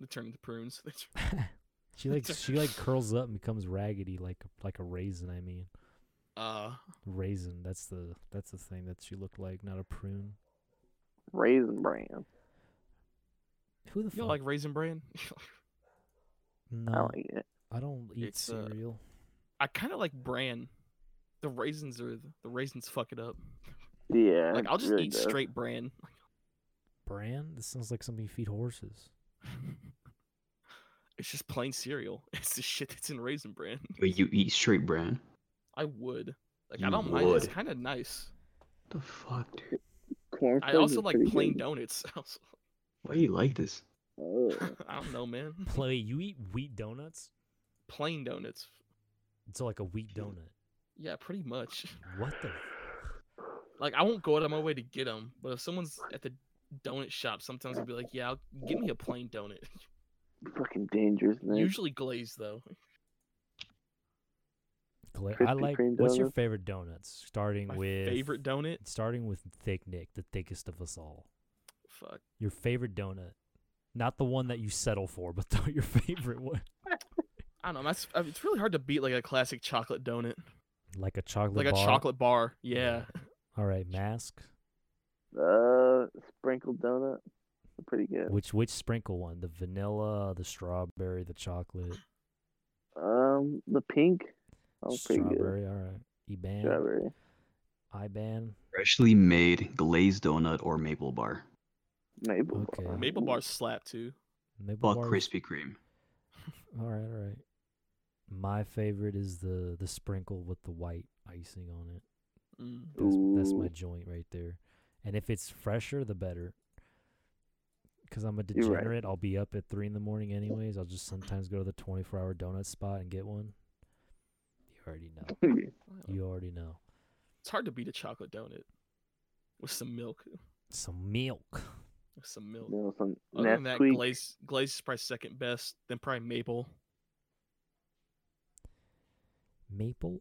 Speaker 3: They turn into prunes. They turn-
Speaker 1: she like she like curls up and becomes raggedy, like like a raisin. I mean,
Speaker 3: Uh,
Speaker 1: raisin. That's the that's the thing that she looked like, not a prune.
Speaker 4: Raisin Bran.
Speaker 1: Who the
Speaker 3: you
Speaker 1: fuck?
Speaker 3: like Raisin Bran?
Speaker 1: no,
Speaker 4: I like it.
Speaker 1: I don't eat
Speaker 3: It's, uh,
Speaker 1: cereal.
Speaker 3: I kind of like Bran. The raisins are the, the raisins fuck it up.
Speaker 4: Yeah.
Speaker 3: Like
Speaker 4: it
Speaker 3: I'll just
Speaker 4: really
Speaker 3: eat
Speaker 4: does.
Speaker 3: straight Bran.
Speaker 1: Bran. This sounds like something you feed horses.
Speaker 3: It's just plain cereal. It's the shit that's in Raisin Bran.
Speaker 2: Wait, you eat straight bran?
Speaker 3: I would. Like I
Speaker 2: You
Speaker 3: don't mind. It's
Speaker 2: would.
Speaker 3: kind of nice.
Speaker 2: The fuck, dude?
Speaker 4: Cornflakes
Speaker 3: I also
Speaker 4: is
Speaker 3: like
Speaker 4: pretty
Speaker 3: plain
Speaker 4: good.
Speaker 3: donuts. I also-
Speaker 2: Why do you like this?
Speaker 4: Oh.
Speaker 3: I don't know, man.
Speaker 1: Play. You eat wheat donuts.
Speaker 3: Plain donuts.
Speaker 1: So like a wheat donut.
Speaker 3: Yeah, pretty much.
Speaker 1: What the?
Speaker 3: Like I won't go out of my way to get them, but if someone's at the donut shop, sometimes I'll be like, "Yeah, I'll, give me a plain donut."
Speaker 4: Fucking dangerous, man.
Speaker 3: Usually glazed though.
Speaker 1: Gla- I
Speaker 4: Krispy
Speaker 1: like.
Speaker 4: Kreme
Speaker 1: What's your
Speaker 4: donuts?
Speaker 1: favorite donuts? Starting
Speaker 3: My
Speaker 1: with
Speaker 3: favorite donut.
Speaker 1: Starting with Thick Nick, the thickest of us all.
Speaker 3: Fuck.
Speaker 1: Your favorite donut, not the one that you settle for, but the, your favorite one.
Speaker 3: I don't know. That's, I mean, it's really hard to beat like a classic chocolate donut.
Speaker 1: Like a chocolate
Speaker 3: like a
Speaker 1: bar?
Speaker 3: chocolate bar. Yeah.
Speaker 1: All right, mask.
Speaker 4: Uh, sprinkled donut, pretty good.
Speaker 1: Which which sprinkle one? The vanilla, the strawberry, the chocolate.
Speaker 4: Um, the pink, oh, pretty good.
Speaker 1: strawberry, all right. Iban,
Speaker 4: Strawberry.
Speaker 1: Iban.
Speaker 2: Freshly made glazed donut or maple bar.
Speaker 4: Maple.
Speaker 1: Okay.
Speaker 4: bar.
Speaker 3: Maple bars slap too.
Speaker 1: Maple
Speaker 2: Fuck
Speaker 1: bar.
Speaker 2: Krispy Kreme.
Speaker 1: All right, all right. My favorite is the the sprinkle with the white icing on it.
Speaker 3: Mm.
Speaker 1: That's that's my
Speaker 4: Ooh.
Speaker 1: joint right there. And if it's fresher, the better. Because I'm a
Speaker 4: You're right.
Speaker 1: degenerate, I'll be up at three in the morning anyways. I'll just sometimes go to the 24 hour donut spot and get one. You already know. You already know.
Speaker 3: It's hard to beat a chocolate donut with some milk.
Speaker 1: Some milk.
Speaker 3: With some milk.
Speaker 4: You know, some
Speaker 3: Other than that,
Speaker 4: Nesquik.
Speaker 3: glaze glaze is probably second best. Then probably maple.
Speaker 1: Maple.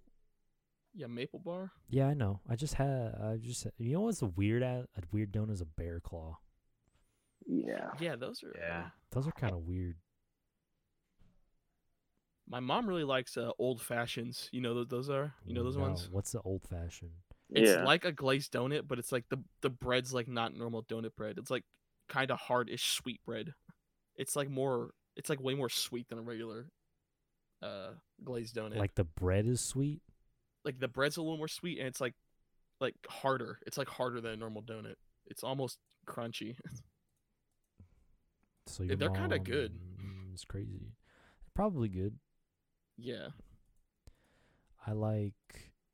Speaker 3: Yeah, maple bar.
Speaker 1: Yeah, I know. I just had. I just. You know what's a weird at a weird donut is a bear claw.
Speaker 4: Yeah.
Speaker 3: Yeah, those are.
Speaker 2: Yeah.
Speaker 1: Those are kind of weird.
Speaker 3: My mom really likes uh, old fashions. You know those those are. You know those
Speaker 1: No,
Speaker 3: ones.
Speaker 1: What's the old fashioned?
Speaker 3: It's
Speaker 4: yeah.
Speaker 3: like a glazed donut, but it's like the the bread's like not normal donut bread. It's like kind of hardish sweet bread. It's like more. It's like way more sweet than a regular uh glazed donut.
Speaker 1: Like the bread is sweet.
Speaker 3: like the bread's a little more sweet and it's like like harder. It's like harder than a normal donut. It's almost crunchy.
Speaker 1: So your
Speaker 3: they're kinda
Speaker 1: mom
Speaker 3: good.
Speaker 1: and It's crazy. Probably good.
Speaker 3: yeah.
Speaker 1: I like.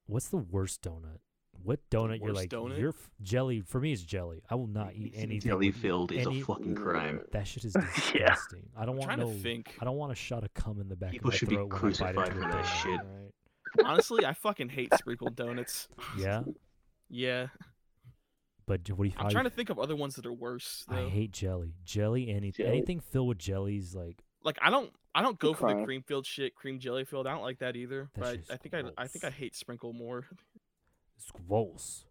Speaker 1: What's the worst donut? What donut you're
Speaker 3: worst
Speaker 1: like?
Speaker 3: donut?
Speaker 1: You're f- jelly. For me, it's jelly. I will not eat anything.
Speaker 2: Jelly
Speaker 1: with-
Speaker 2: filled is
Speaker 1: any-
Speaker 2: a fucking crime.
Speaker 1: That shit is
Speaker 4: Yeah.
Speaker 1: disgusting. I don't
Speaker 3: I'm
Speaker 1: want
Speaker 3: trying
Speaker 1: no.
Speaker 3: to think.
Speaker 1: I don't want a shot of cum in the back
Speaker 2: People
Speaker 1: of my
Speaker 2: should be
Speaker 1: throat when I bite
Speaker 2: crucified
Speaker 1: into a
Speaker 2: for that
Speaker 1: donut,
Speaker 2: shit.
Speaker 1: right?
Speaker 3: Honestly, I fucking hate sprinkled donuts.
Speaker 1: Yeah,
Speaker 3: Yeah.
Speaker 1: but j- what do you?
Speaker 3: I'm
Speaker 1: how
Speaker 3: trying
Speaker 1: you
Speaker 3: to think of other ones that are worse. Though.
Speaker 1: I hate jelly. Jelly, any
Speaker 4: Jelly.
Speaker 1: anything filled with jellies, like
Speaker 3: like I don't I don't go for the
Speaker 4: crime.
Speaker 3: cream filled shit, cream jelly filled. I don't like that either.
Speaker 1: That
Speaker 3: but
Speaker 1: shit's
Speaker 3: I, I think I I think I
Speaker 1: gross.
Speaker 3: hate sprinkle more.
Speaker 1: it's gross.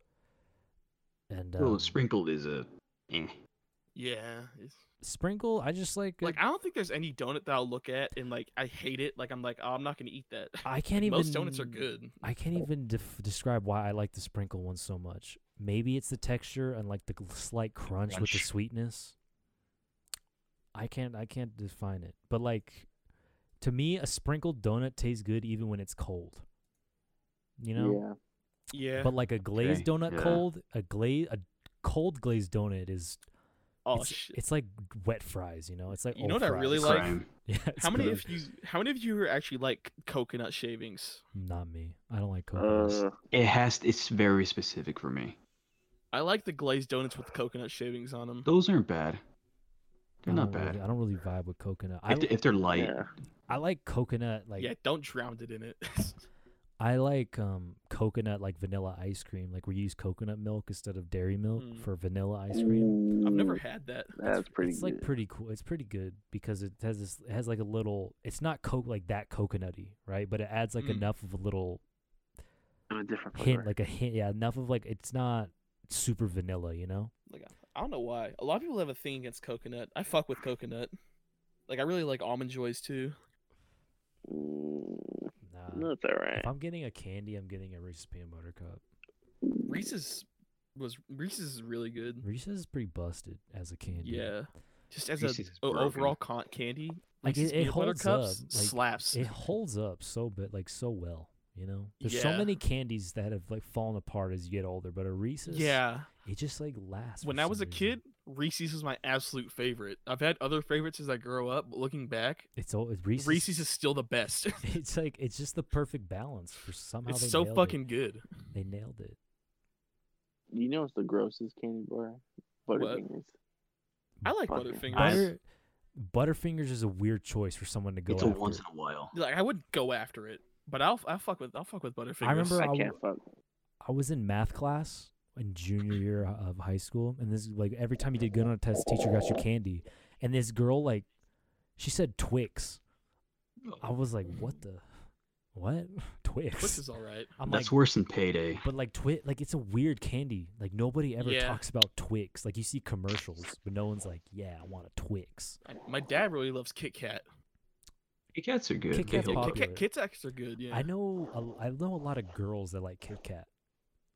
Speaker 1: And um,
Speaker 2: Well, sprinkled is a. Eh.
Speaker 3: Yeah. it's-
Speaker 1: sprinkle, I just like
Speaker 3: Like
Speaker 1: like
Speaker 3: I don't think there's any donut that I'll look at and like I hate it. Like I'm like, oh, I'm not gonna eat that.
Speaker 1: I can't even.
Speaker 3: Most donuts are good.
Speaker 1: I can't even def- describe why I like the sprinkle one so much. Maybe it's the texture and like the gl- slight crunch, with the
Speaker 2: crunch.
Speaker 1: sweetness. I can't I can't define it. But like to me a sprinkled donut tastes good even when it's cold. You know?
Speaker 4: Yeah.
Speaker 3: Yeah.
Speaker 1: But like a glazed
Speaker 2: Okay,
Speaker 1: donut
Speaker 2: yeah.
Speaker 1: cold, a glaze a cold glazed donut is
Speaker 3: oh
Speaker 1: it's,
Speaker 3: shit.
Speaker 1: it's like wet fries, you know? It's like
Speaker 3: You
Speaker 1: old
Speaker 3: know what I really
Speaker 1: fries.
Speaker 3: like?
Speaker 2: Crime.
Speaker 1: Yeah, it's
Speaker 3: How many
Speaker 1: good.
Speaker 3: of you how many of you are actually like coconut shavings?
Speaker 1: Not me. I don't like coconut.
Speaker 4: Uh,
Speaker 2: It has. It's very specific for me.
Speaker 3: I like the glazed donuts with coconut shavings on them.
Speaker 2: Those aren't bad.
Speaker 1: I
Speaker 2: They're not
Speaker 1: don't really-
Speaker 2: bad.
Speaker 1: I don't really vibe with coconut. I,
Speaker 2: If, they- if they're light,
Speaker 4: yeah.
Speaker 1: I like coconut like
Speaker 3: yeah, don't drown it in it.
Speaker 1: I like um coconut like vanilla ice cream, like we use coconut milk instead of dairy milk
Speaker 3: Mm.
Speaker 1: for vanilla ice cream.
Speaker 3: I've never
Speaker 4: Ooh,
Speaker 3: had that.
Speaker 4: That's pretty
Speaker 1: it's
Speaker 4: good.
Speaker 1: like pretty cool. It's pretty good because it has this it has like a little it's not coke like that coconutty, right? But it adds like
Speaker 3: Mm.
Speaker 1: enough of a little
Speaker 4: a different flavor.
Speaker 1: hint, like a hint yeah, enough of like it's not super vanilla, you know?
Speaker 3: Like I don't know why. A lot of people have a thing against coconut. I fuck with coconut. Like I really like almond joys too.
Speaker 4: Mm,
Speaker 1: Nah.
Speaker 4: no, it's alright.
Speaker 1: uh,
Speaker 3: eh.
Speaker 1: If I'm getting a candy, I'm getting a Reese's peanut butter cup.
Speaker 3: Reese's was Reese's is really good.
Speaker 1: Reese's is pretty busted as a candy.
Speaker 3: Yeah. Just as
Speaker 2: Reese's
Speaker 3: a
Speaker 2: is
Speaker 3: o-
Speaker 2: broken.
Speaker 3: overall con- candy,
Speaker 1: Like, it-
Speaker 3: Reese's
Speaker 1: it
Speaker 3: peanut butter
Speaker 1: holds
Speaker 3: cups
Speaker 1: up, like,
Speaker 3: slaps.
Speaker 1: It holds up so bit like so well, you know? There's so
Speaker 3: Yeah.
Speaker 1: many candies that have like fallen apart as you get older, but a Reese's
Speaker 3: yeah.
Speaker 1: It just like lasts.
Speaker 3: When
Speaker 1: for
Speaker 3: I was a
Speaker 1: some
Speaker 3: kid,
Speaker 1: reason.
Speaker 3: Reese's was my absolute favorite. I've had other favorites as I grow up, but looking back,
Speaker 1: it's all it's Reese's.
Speaker 3: Reese's is still the best.
Speaker 1: It's like it's just the perfect balance for somehow. they
Speaker 3: it's so
Speaker 1: nailed
Speaker 3: fucking
Speaker 1: It.
Speaker 3: good.
Speaker 1: They nailed it.
Speaker 4: You know what's the grossest candy bar?
Speaker 3: What?
Speaker 4: Butterfingers.
Speaker 3: I like
Speaker 4: Fucking
Speaker 3: Butterfingers.
Speaker 1: Butter, Butterfingers is a weird choice for someone to go
Speaker 2: it's a
Speaker 1: after.
Speaker 2: once in a while.
Speaker 3: like I would go after it, but I'll I'll fuck with I'll fuck with Butterfingers.
Speaker 1: remember- Bro, Oh, I
Speaker 4: I can't fuck.
Speaker 1: I was in math class in junior year of high school, and this like every time you did good on a test, teacher got you candy, and this girl like, she said Twix. I was like, what the, what Twix?
Speaker 3: Twix is all right.
Speaker 1: I'm
Speaker 2: That's
Speaker 1: like,
Speaker 2: worse than payday.
Speaker 1: But like Twix, like it's a weird candy. Like nobody ever
Speaker 3: Yeah.
Speaker 1: talks about Twix. Like you see commercials, but no one's like, "Yeah, I want a Twix."
Speaker 3: I- my dad really loves Kit Kat.
Speaker 2: Kit Kats are good.
Speaker 1: Kit
Speaker 2: They
Speaker 1: Kats
Speaker 2: help.
Speaker 3: Yeah,
Speaker 1: popular.
Speaker 3: Kit Kat- Kit Kats are good. Yeah.
Speaker 1: I know. A, I know a lot of girls that like Kit Kat.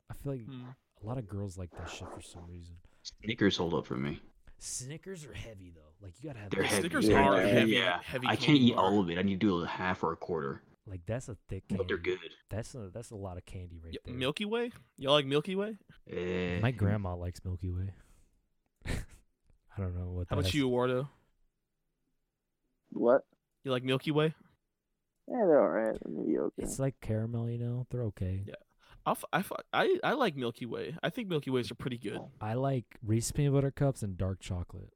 Speaker 1: I feel like
Speaker 3: Hmm.
Speaker 1: a lot of girls like that shit for some reason.
Speaker 2: Snickers hold up for me.
Speaker 1: Snickers are heavy though. Like you gotta have
Speaker 2: They're
Speaker 1: those-
Speaker 2: heavy.
Speaker 3: Snickers
Speaker 2: They're
Speaker 3: are heavy.
Speaker 2: Yeah.
Speaker 3: heavy
Speaker 2: I can't
Speaker 3: candy
Speaker 2: eat
Speaker 3: bar.
Speaker 2: all of it. I need to do a half or a quarter,
Speaker 1: Like that's a thick. Candy.
Speaker 2: but they're good.
Speaker 1: That's a that's a lot of candy right
Speaker 3: Y-
Speaker 1: there.
Speaker 3: Milky Way. Y'all like Milky Way?
Speaker 2: Eh,
Speaker 1: My grandma likes Milky Way. I don't know what.
Speaker 3: How
Speaker 1: that
Speaker 3: about
Speaker 1: has-
Speaker 3: you, Eduardo?
Speaker 4: What?
Speaker 3: You like Milky Way?
Speaker 4: Yeah, they're alright. They're mediocre.
Speaker 1: It's like caramel, you know. They're okay.
Speaker 3: Yeah. I, f- I, f- I, I like Milky Way. I think Milky Ways are pretty good.
Speaker 1: I like Reese's peanut butter cups and dark chocolate.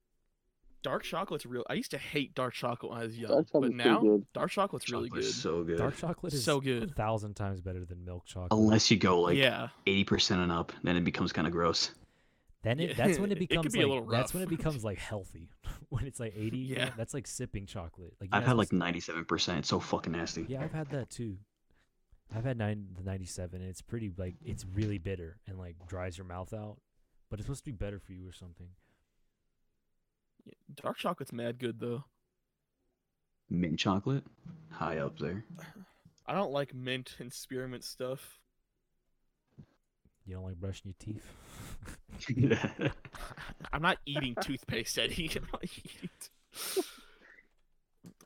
Speaker 3: Dark chocolate's real. I used to hate dark chocolate when I was young,
Speaker 4: Dark
Speaker 3: but
Speaker 4: chocolate's pretty
Speaker 3: now
Speaker 4: good.
Speaker 3: dark chocolate's really
Speaker 2: Chocolate's
Speaker 3: good.
Speaker 2: So good.
Speaker 1: Dark chocolate is
Speaker 3: So
Speaker 1: a
Speaker 3: good.
Speaker 1: thousand times better than milk chocolate.
Speaker 2: Unless you go like
Speaker 3: yeah,
Speaker 2: eighty percent and up, then it becomes kind of gross.
Speaker 1: Then it,
Speaker 3: Yeah,
Speaker 1: that's when it
Speaker 3: it could
Speaker 1: becomes
Speaker 3: be a
Speaker 1: like,
Speaker 3: little
Speaker 1: that's when it
Speaker 3: rough.
Speaker 1: becomes like healthy. when it's like eighty, you know,
Speaker 3: Yeah.
Speaker 1: that's like sipping chocolate. Like you're
Speaker 2: I've
Speaker 1: not
Speaker 2: had like
Speaker 1: supposed
Speaker 2: ninety-seven percent. It's so fucking nasty.
Speaker 1: to- yeah, I've had that too. I've had nine the ninety seven, and it's pretty like it's really bitter and like dries your mouth out, but it's supposed to be better for you or something.
Speaker 3: dark chocolate's mad good though.
Speaker 2: Mint chocolate, high up there.
Speaker 3: I don't like mint and spearmint stuff.
Speaker 1: You don't like brushing your teeth.
Speaker 3: I'm not eating toothpaste, Eddie. I'm not eating t-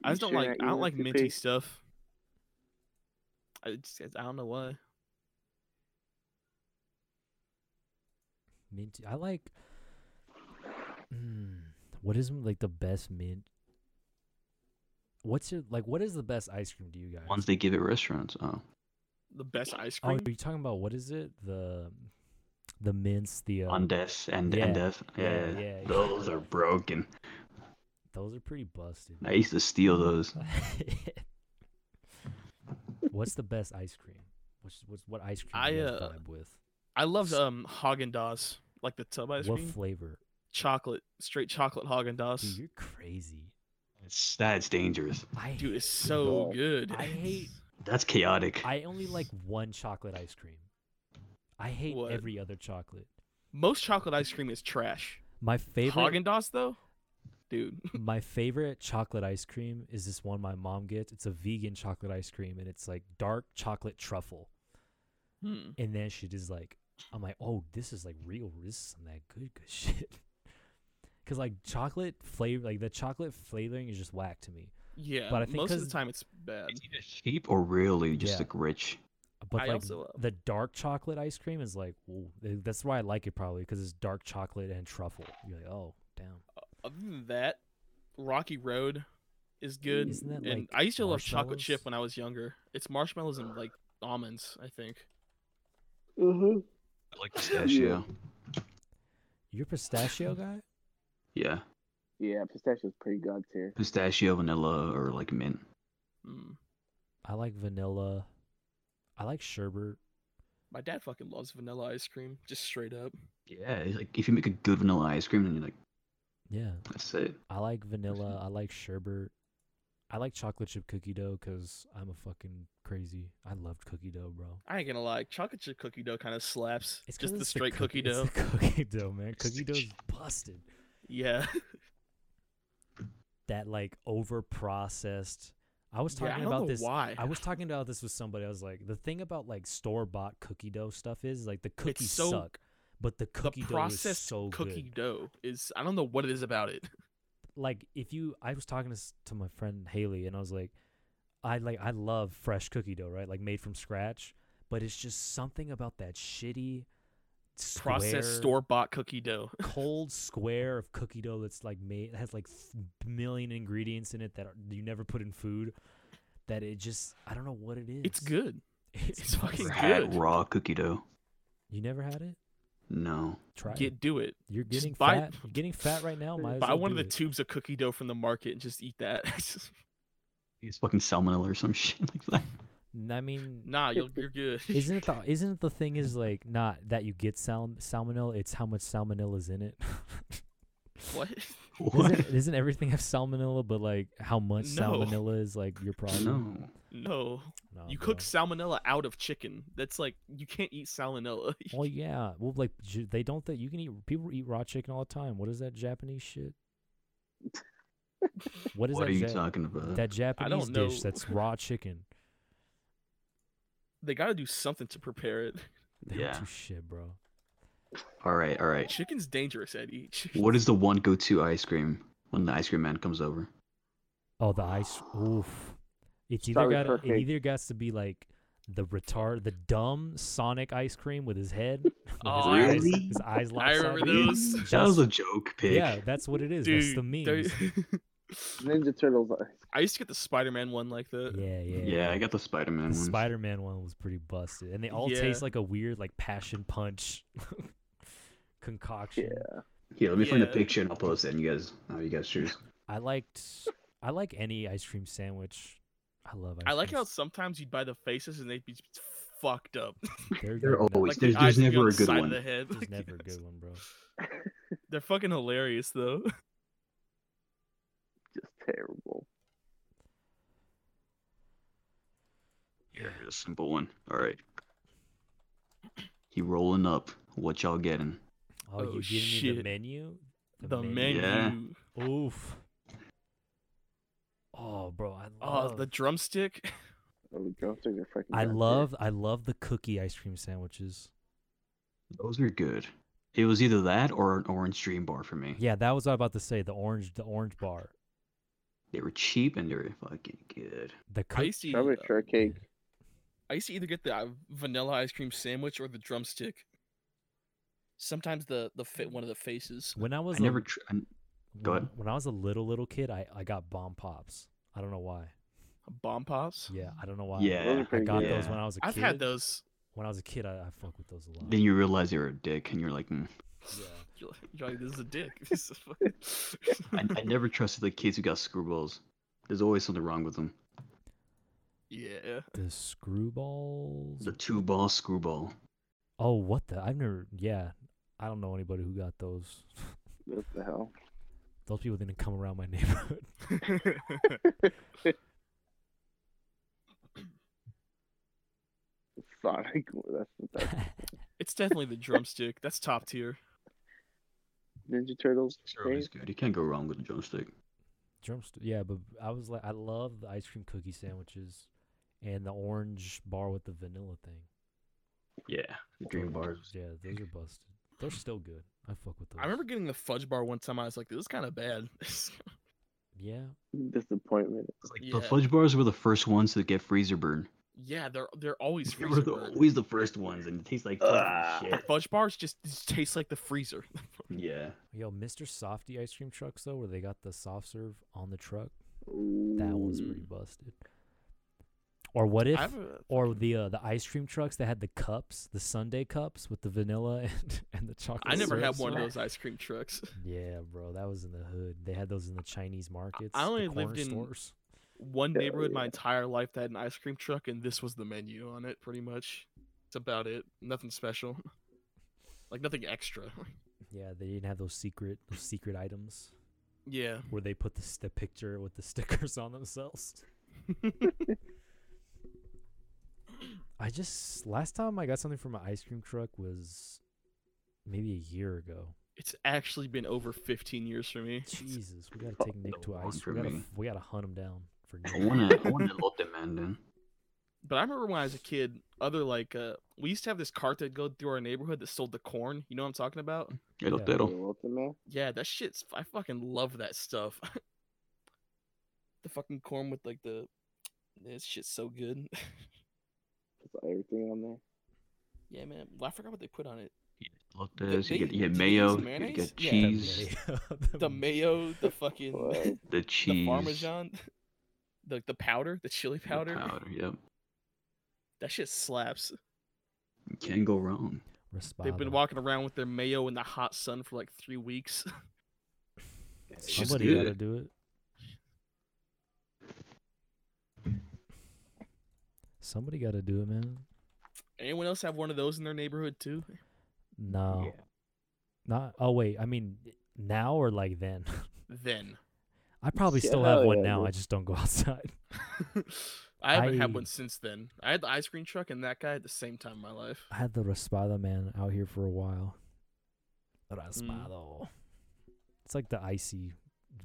Speaker 3: I
Speaker 4: You
Speaker 3: just don't
Speaker 4: sure
Speaker 3: like.
Speaker 4: not
Speaker 3: I don't
Speaker 4: eating
Speaker 3: like minty
Speaker 4: toothpaste?
Speaker 3: stuff. I just, I don't know why.
Speaker 1: mint. I like. Mm, what is like the best mint? What's your like? What is the best ice cream to you guys?
Speaker 2: Ones they give at restaurants. Oh,
Speaker 3: The best ice
Speaker 1: Oh,
Speaker 3: cream.
Speaker 1: are you talking about what is it? The the mints, the uh,
Speaker 2: on death and and
Speaker 1: yeah,
Speaker 2: death.
Speaker 1: yeah,
Speaker 2: Yeah,
Speaker 1: yeah, yeah.
Speaker 2: those are broken.
Speaker 1: those are pretty busted.
Speaker 2: I used to steal those.
Speaker 1: what's the best ice cream? What's, what's what ice cream
Speaker 3: I,
Speaker 1: do you guys
Speaker 3: uh,
Speaker 1: vibe with?
Speaker 3: I loved
Speaker 1: S-
Speaker 3: um Haagen Dazs, like the tub ice
Speaker 1: What
Speaker 3: cream,
Speaker 1: flavor?
Speaker 3: chocolate, straight chocolate Haagen
Speaker 1: Dude,
Speaker 3: Dazs.
Speaker 1: you're crazy.
Speaker 2: That's, that's dangerous.
Speaker 1: I
Speaker 3: Dude,
Speaker 1: hate-
Speaker 3: it's so
Speaker 4: Dog.
Speaker 3: good.
Speaker 1: I hate-
Speaker 2: That's chaotic.
Speaker 1: I only like one chocolate ice cream. I hate
Speaker 3: What?
Speaker 1: every other chocolate.
Speaker 3: Most chocolate ice cream is trash.
Speaker 1: My favorite
Speaker 3: Haagen Dazs though, dude.
Speaker 1: my favorite chocolate ice cream is this one my mom gets. It's a vegan chocolate ice cream and it's like dark chocolate truffle.
Speaker 3: Hmm.
Speaker 1: And then she just like, I'm like, oh, this is like real. This is some that good, good shit. Cause like chocolate flavor, like the chocolate flavoring is just whack to me.
Speaker 3: Yeah,
Speaker 1: But I think
Speaker 3: most of
Speaker 1: 'cause-
Speaker 3: the time it's bad.
Speaker 2: It's either cheap or really just
Speaker 1: uh, Yeah.
Speaker 2: like rich.
Speaker 1: But
Speaker 3: I
Speaker 1: like
Speaker 3: also love-
Speaker 1: the dark chocolate ice cream is like, ooh, th- that's why I like it probably because it's dark chocolate and truffle. You're like, oh, damn.
Speaker 3: Other than that, Rocky Road is good.
Speaker 1: Isn't that
Speaker 3: and
Speaker 1: like
Speaker 3: I used to love chocolate
Speaker 1: marshmallows?
Speaker 3: chip when I was younger. It's marshmallows and like almonds, I think.
Speaker 4: Mm-hmm.
Speaker 2: I like pistachio.
Speaker 1: You're a pistachio guy?
Speaker 2: Yeah,
Speaker 4: Yeah, pistachio's pretty god tier.
Speaker 2: pistachio, vanilla, or like mint.
Speaker 3: Hmm.
Speaker 1: I like vanilla. I like sherbet.
Speaker 3: My dad fucking loves vanilla ice cream, just straight up.
Speaker 2: Yeah, it's like if you make a good vanilla ice cream, then you're like,
Speaker 1: Yeah.
Speaker 2: that's it.
Speaker 1: I like vanilla. I like sherbet. I like chocolate chip cookie dough because I'm a fucking crazy. I loved cookie dough, bro.
Speaker 3: I ain't gonna lie, chocolate chip cookie dough kind of slaps. It's
Speaker 1: 'cause
Speaker 3: just the
Speaker 1: it's
Speaker 3: straight cookie,
Speaker 1: it's
Speaker 3: dough.
Speaker 1: the cookie dough, man.
Speaker 2: It's the
Speaker 1: Cookie dough's busted.
Speaker 3: Yeah.
Speaker 1: That like over processed. I was
Speaker 3: yeah, I
Speaker 1: talking
Speaker 3: don't
Speaker 1: about
Speaker 3: know
Speaker 1: this.
Speaker 3: why.
Speaker 1: I was talking about this with somebody. I was like, the thing about like store bought cookie dough stuff is like the cookies
Speaker 3: so-
Speaker 1: suck, but the cookie
Speaker 3: the
Speaker 1: dough
Speaker 3: processed
Speaker 1: is so
Speaker 3: cookie
Speaker 1: good.
Speaker 3: dough is I don't know what it is about it.
Speaker 1: like if you I was talking to, s- to my friend Haley and I was like I like I love fresh cookie dough, right? Like made from scratch, but it's just something about that shitty square,
Speaker 3: Processed store bought cookie dough.
Speaker 1: cold square of cookie dough that's like made has like th- million ingredients in it that are, you never put in food that it just I don't know what it is.
Speaker 3: It's good. it's fucking
Speaker 2: Never
Speaker 1: good.
Speaker 2: had
Speaker 3: good.
Speaker 2: raw cookie dough.
Speaker 1: You never had it?
Speaker 2: No.
Speaker 1: Try it.
Speaker 3: Get do it.
Speaker 1: You're
Speaker 3: just
Speaker 1: getting
Speaker 3: buy-
Speaker 1: fat. You're getting fat right now. Oh, Might as
Speaker 3: Buy
Speaker 1: well
Speaker 3: one of
Speaker 1: do
Speaker 3: the
Speaker 1: it.
Speaker 3: tubes of cookie dough from the market and just eat that.
Speaker 2: It's fucking salmonella or some shit like that.
Speaker 1: N- I mean,
Speaker 3: nah, you're, you're good.
Speaker 1: Isn't it the isn't it the thing is like not that you get sal- salmonella, it's how much salmonella is in it.
Speaker 3: what?
Speaker 2: What?
Speaker 1: isn't, isn't everything have salmonella, but like how much
Speaker 3: No.
Speaker 1: salmonella is like your problem?
Speaker 2: No.
Speaker 3: No,
Speaker 1: No,
Speaker 3: you cook
Speaker 1: bro.
Speaker 3: salmonella out of chicken. That's like you can't eat salmonella.
Speaker 1: Well, yeah. Well, like j- they don't. That you can eat. People eat raw chicken all the time. What is that Japanese shit? What is
Speaker 2: What
Speaker 1: that?
Speaker 2: are you
Speaker 1: Ja-
Speaker 2: talking about?
Speaker 1: that Japanese
Speaker 3: know.
Speaker 1: dish that's raw chicken.
Speaker 3: They got to do something to prepare it.
Speaker 1: They don't
Speaker 2: Yeah.
Speaker 1: do shit, bro.
Speaker 2: All right, all right.
Speaker 3: Chicken's dangerous, Eddie. Chicken-
Speaker 2: What is the one go-to ice cream when the ice cream man comes over?
Speaker 1: Oh, the ice. Oof. It's either
Speaker 4: Strawberry
Speaker 1: got to it
Speaker 4: shortcake.
Speaker 1: either got to be like the retard, the dumb Sonic ice cream with his head, with
Speaker 3: Oh,
Speaker 1: his, eyes,
Speaker 2: really?
Speaker 1: his eyes
Speaker 3: I remember
Speaker 1: lopsided.
Speaker 3: those.
Speaker 2: That was
Speaker 1: Just-
Speaker 2: a joke, pig.
Speaker 1: Yeah, that's what it is. that's the meme.
Speaker 3: there-
Speaker 4: Ninja Turtles are
Speaker 3: I used to get the Spider-Man one like the.
Speaker 1: Yeah, yeah.
Speaker 2: Yeah, I got the Spider-Man
Speaker 1: The
Speaker 2: ones.
Speaker 1: Spider-Man one was pretty busted, and they all
Speaker 3: Yeah.
Speaker 1: taste like a weird, like passion punch concoction.
Speaker 2: Here, let me find a
Speaker 3: Yeah.
Speaker 2: picture and I'll post it. And you guys, how you guys choose?
Speaker 1: I liked, I like any ice cream sandwich. I love. Ice
Speaker 3: I like
Speaker 1: cream
Speaker 3: how sometimes you'd buy the faces and they'd be just fucked up.
Speaker 1: s- They're,
Speaker 2: They're
Speaker 1: good.
Speaker 2: always-
Speaker 3: like the
Speaker 2: there's-
Speaker 3: eyes
Speaker 2: there's
Speaker 3: would
Speaker 2: never
Speaker 3: be on
Speaker 2: a
Speaker 3: the
Speaker 2: good
Speaker 3: side
Speaker 2: one.
Speaker 3: Of the head.
Speaker 1: There's
Speaker 3: Like,
Speaker 1: never a
Speaker 3: yes.
Speaker 1: good one, bro.
Speaker 3: They're fucking hilarious though.
Speaker 4: just terrible.
Speaker 2: Here, here's a simple one. All right. He rolling up. What y'all getting?
Speaker 1: Oh,
Speaker 3: Oh,
Speaker 1: you giving me the
Speaker 3: shit.
Speaker 1: menu?
Speaker 3: The menu.
Speaker 1: menu.
Speaker 2: Yeah.
Speaker 1: Oof. Oh, bro, I
Speaker 3: Oh,
Speaker 1: love.
Speaker 3: the drumstick.
Speaker 4: Well, the drumsticks are fucking
Speaker 1: I
Speaker 4: goddamn-
Speaker 1: love, I love the cookie ice cream sandwiches.
Speaker 2: Those are good. It was either that or an orange dream bar for me.
Speaker 1: Yeah, that was what I was about to say. The orange, the orange bar.
Speaker 2: They were cheap and they were fucking good.
Speaker 1: The
Speaker 3: I
Speaker 1: cookie.
Speaker 3: used to.
Speaker 4: strawberry
Speaker 3: eat, uh,
Speaker 4: shortcake.
Speaker 3: I used to either get the uh, vanilla ice cream sandwich or the drumstick. Sometimes the the fit one of the faces.
Speaker 1: When I was
Speaker 2: I
Speaker 1: a-
Speaker 2: never. Tr- I, Go
Speaker 1: when-
Speaker 2: ahead.
Speaker 1: When I was a little little kid, I, I got bomb pops. I don't know why.
Speaker 3: Bomb pops.
Speaker 1: Yeah, I don't know why.
Speaker 2: Yeah.
Speaker 4: Those are
Speaker 1: I
Speaker 4: pretty
Speaker 1: got
Speaker 4: good.
Speaker 1: those
Speaker 2: Yeah.
Speaker 1: when I was a
Speaker 3: I've
Speaker 1: kid.
Speaker 3: had those.
Speaker 1: When I was a kid, I, I fuck with those a lot.
Speaker 2: then you realize you're a dick and you're like, mm.
Speaker 1: Yeah.
Speaker 3: You're like- you're like, this is a dick. This is fucking-
Speaker 2: I, I never trusted the kids who got screwballs. There's always something wrong with them.
Speaker 3: yeah.
Speaker 1: The screwballs.
Speaker 2: The two ball screwball.
Speaker 1: Oh, what the? I've never. Yeah, I don't know anybody who got those.
Speaker 4: What the hell?
Speaker 1: those people didn't come around my neighborhood.
Speaker 4: Sonic. That's that's
Speaker 3: it's definitely the drumstick. That's top tier.
Speaker 4: Ninja Turtles.
Speaker 2: Sure, it's good. You can't go wrong with a drumstick.
Speaker 1: Drumstick. Yeah, but I was like, I love the ice cream cookie sandwiches, and the orange bar with the vanilla thing.
Speaker 2: Yeah, the dream bars.
Speaker 1: Yeah, those are busted. They're still good. I fuck with those.
Speaker 3: I remember getting the fudge bar one time. I was like, this is kind of bad.
Speaker 1: Yeah.
Speaker 4: Disappointment.
Speaker 2: The
Speaker 3: Yeah.
Speaker 2: fudge bars were the first ones to get freezer burn.
Speaker 3: yeah, they're they're always
Speaker 2: They
Speaker 3: freezer.
Speaker 2: were the,
Speaker 3: burn.
Speaker 2: always the first ones, and it tastes like fucking
Speaker 4: Ah.
Speaker 2: shit.
Speaker 3: Fudge bars just, just taste like the freezer.
Speaker 2: Yeah.
Speaker 1: Yo, Mr. Softy ice cream trucks though, where they got the soft serve on the truck. That
Speaker 4: That
Speaker 1: one's pretty busted. Or what if?
Speaker 3: Mm. I have a-
Speaker 1: Or the uh, the ice cream trucks that had the cups, the Sunday cups with the vanilla and, and the chocolate.
Speaker 3: I never had
Speaker 1: syrups.
Speaker 3: one of those ice cream trucks.
Speaker 1: Yeah, bro, that was in the hood. They had those in the Chinese markets. the
Speaker 3: only
Speaker 1: corner
Speaker 3: lived in-
Speaker 1: stores.
Speaker 3: One
Speaker 4: Hell
Speaker 3: neighborhood my
Speaker 4: yeah.
Speaker 3: entire life that had an ice cream truck, and this was the menu on it, pretty much. It's about it. Nothing special. Like nothing extra.
Speaker 1: Yeah, they didn't have those secret those secret items
Speaker 3: yeah.
Speaker 1: where they put the, s- the picture with the stickers on themselves. I just last time I got something from an ice cream truck was maybe a year ago.
Speaker 3: It's actually been over 15 years for me.
Speaker 1: Jesus, we gotta
Speaker 4: Oh,
Speaker 1: take Nick
Speaker 2: the
Speaker 1: to an
Speaker 2: one
Speaker 1: ice.
Speaker 2: for
Speaker 1: We gotta,
Speaker 2: me.
Speaker 1: f- we gotta hunt him down for
Speaker 2: I
Speaker 1: Nick.
Speaker 2: want to. I want to load them, man. Then.
Speaker 3: But I remember when I was a kid, other like uh we used to have this cart that go through our neighborhood that sold the corn. You know what I'm talking about?
Speaker 2: Yeah,
Speaker 1: Yeah.
Speaker 2: that'll-
Speaker 3: Yeah, that shit's I fucking love that stuff. the fucking corn with like the this shit's so good.
Speaker 4: everything on there.
Speaker 3: yeah, man. Well, I forgot what they put on it.
Speaker 2: look this. You
Speaker 3: they-
Speaker 2: get, you get
Speaker 3: do they
Speaker 2: mayo.
Speaker 3: use
Speaker 2: You
Speaker 3: mayonnaise?
Speaker 2: get
Speaker 1: The
Speaker 3: Yeah.
Speaker 2: cheese.
Speaker 1: mayo-
Speaker 3: The mayo, the
Speaker 4: What?
Speaker 3: fucking
Speaker 2: The
Speaker 3: the
Speaker 2: cheese.
Speaker 3: parmesan, the the powder, the chili
Speaker 2: the
Speaker 3: powder.
Speaker 2: powder, Yep.
Speaker 3: That shit slaps.
Speaker 2: You can't go wrong.
Speaker 3: They've been
Speaker 1: Raspado.
Speaker 3: walking around with their mayo in the hot sun for like three weeks.
Speaker 2: It's just
Speaker 1: Somebody gotta
Speaker 2: good.
Speaker 1: do it. Somebody gotta do it, man.
Speaker 3: Anyone else have one of those in their neighborhood too?
Speaker 1: No, not. Oh wait, I mean now or like then.
Speaker 3: Then
Speaker 1: I probably
Speaker 4: Yeah,
Speaker 1: still have
Speaker 4: hell
Speaker 1: one
Speaker 4: yeah,
Speaker 1: now. I
Speaker 4: dude.
Speaker 1: just don't go outside.
Speaker 3: I haven't had
Speaker 1: I-
Speaker 3: one since then. I had the ice cream truck and that guy at the same time in my life.
Speaker 1: I had the Raspada man out here for a while. Raspado. It's like the icy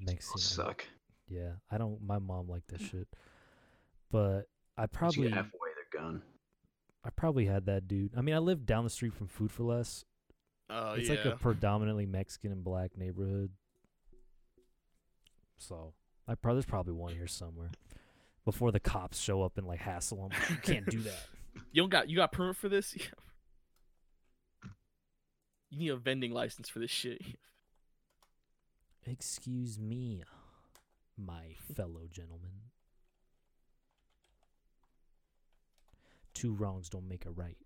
Speaker 1: Mexican.
Speaker 2: Suck.
Speaker 1: Yeah, I don't. My mom liked that shit, but I
Speaker 2: Once you
Speaker 1: probably
Speaker 2: get halfway, they're gone.
Speaker 1: I probably had that dude. I mean, I lived down the street from Food for Less.
Speaker 3: Oh
Speaker 1: it's
Speaker 3: yeah.
Speaker 1: like a predominantly Mexican and black neighborhood, so I probably there's probably one here somewhere. Before the cops show up and like hassle them, you can't do that.
Speaker 3: you don't got you got permit for this? you need a vending license for this shit.
Speaker 1: Excuse me, my fellow gentlemen. Two wrongs don't make a right.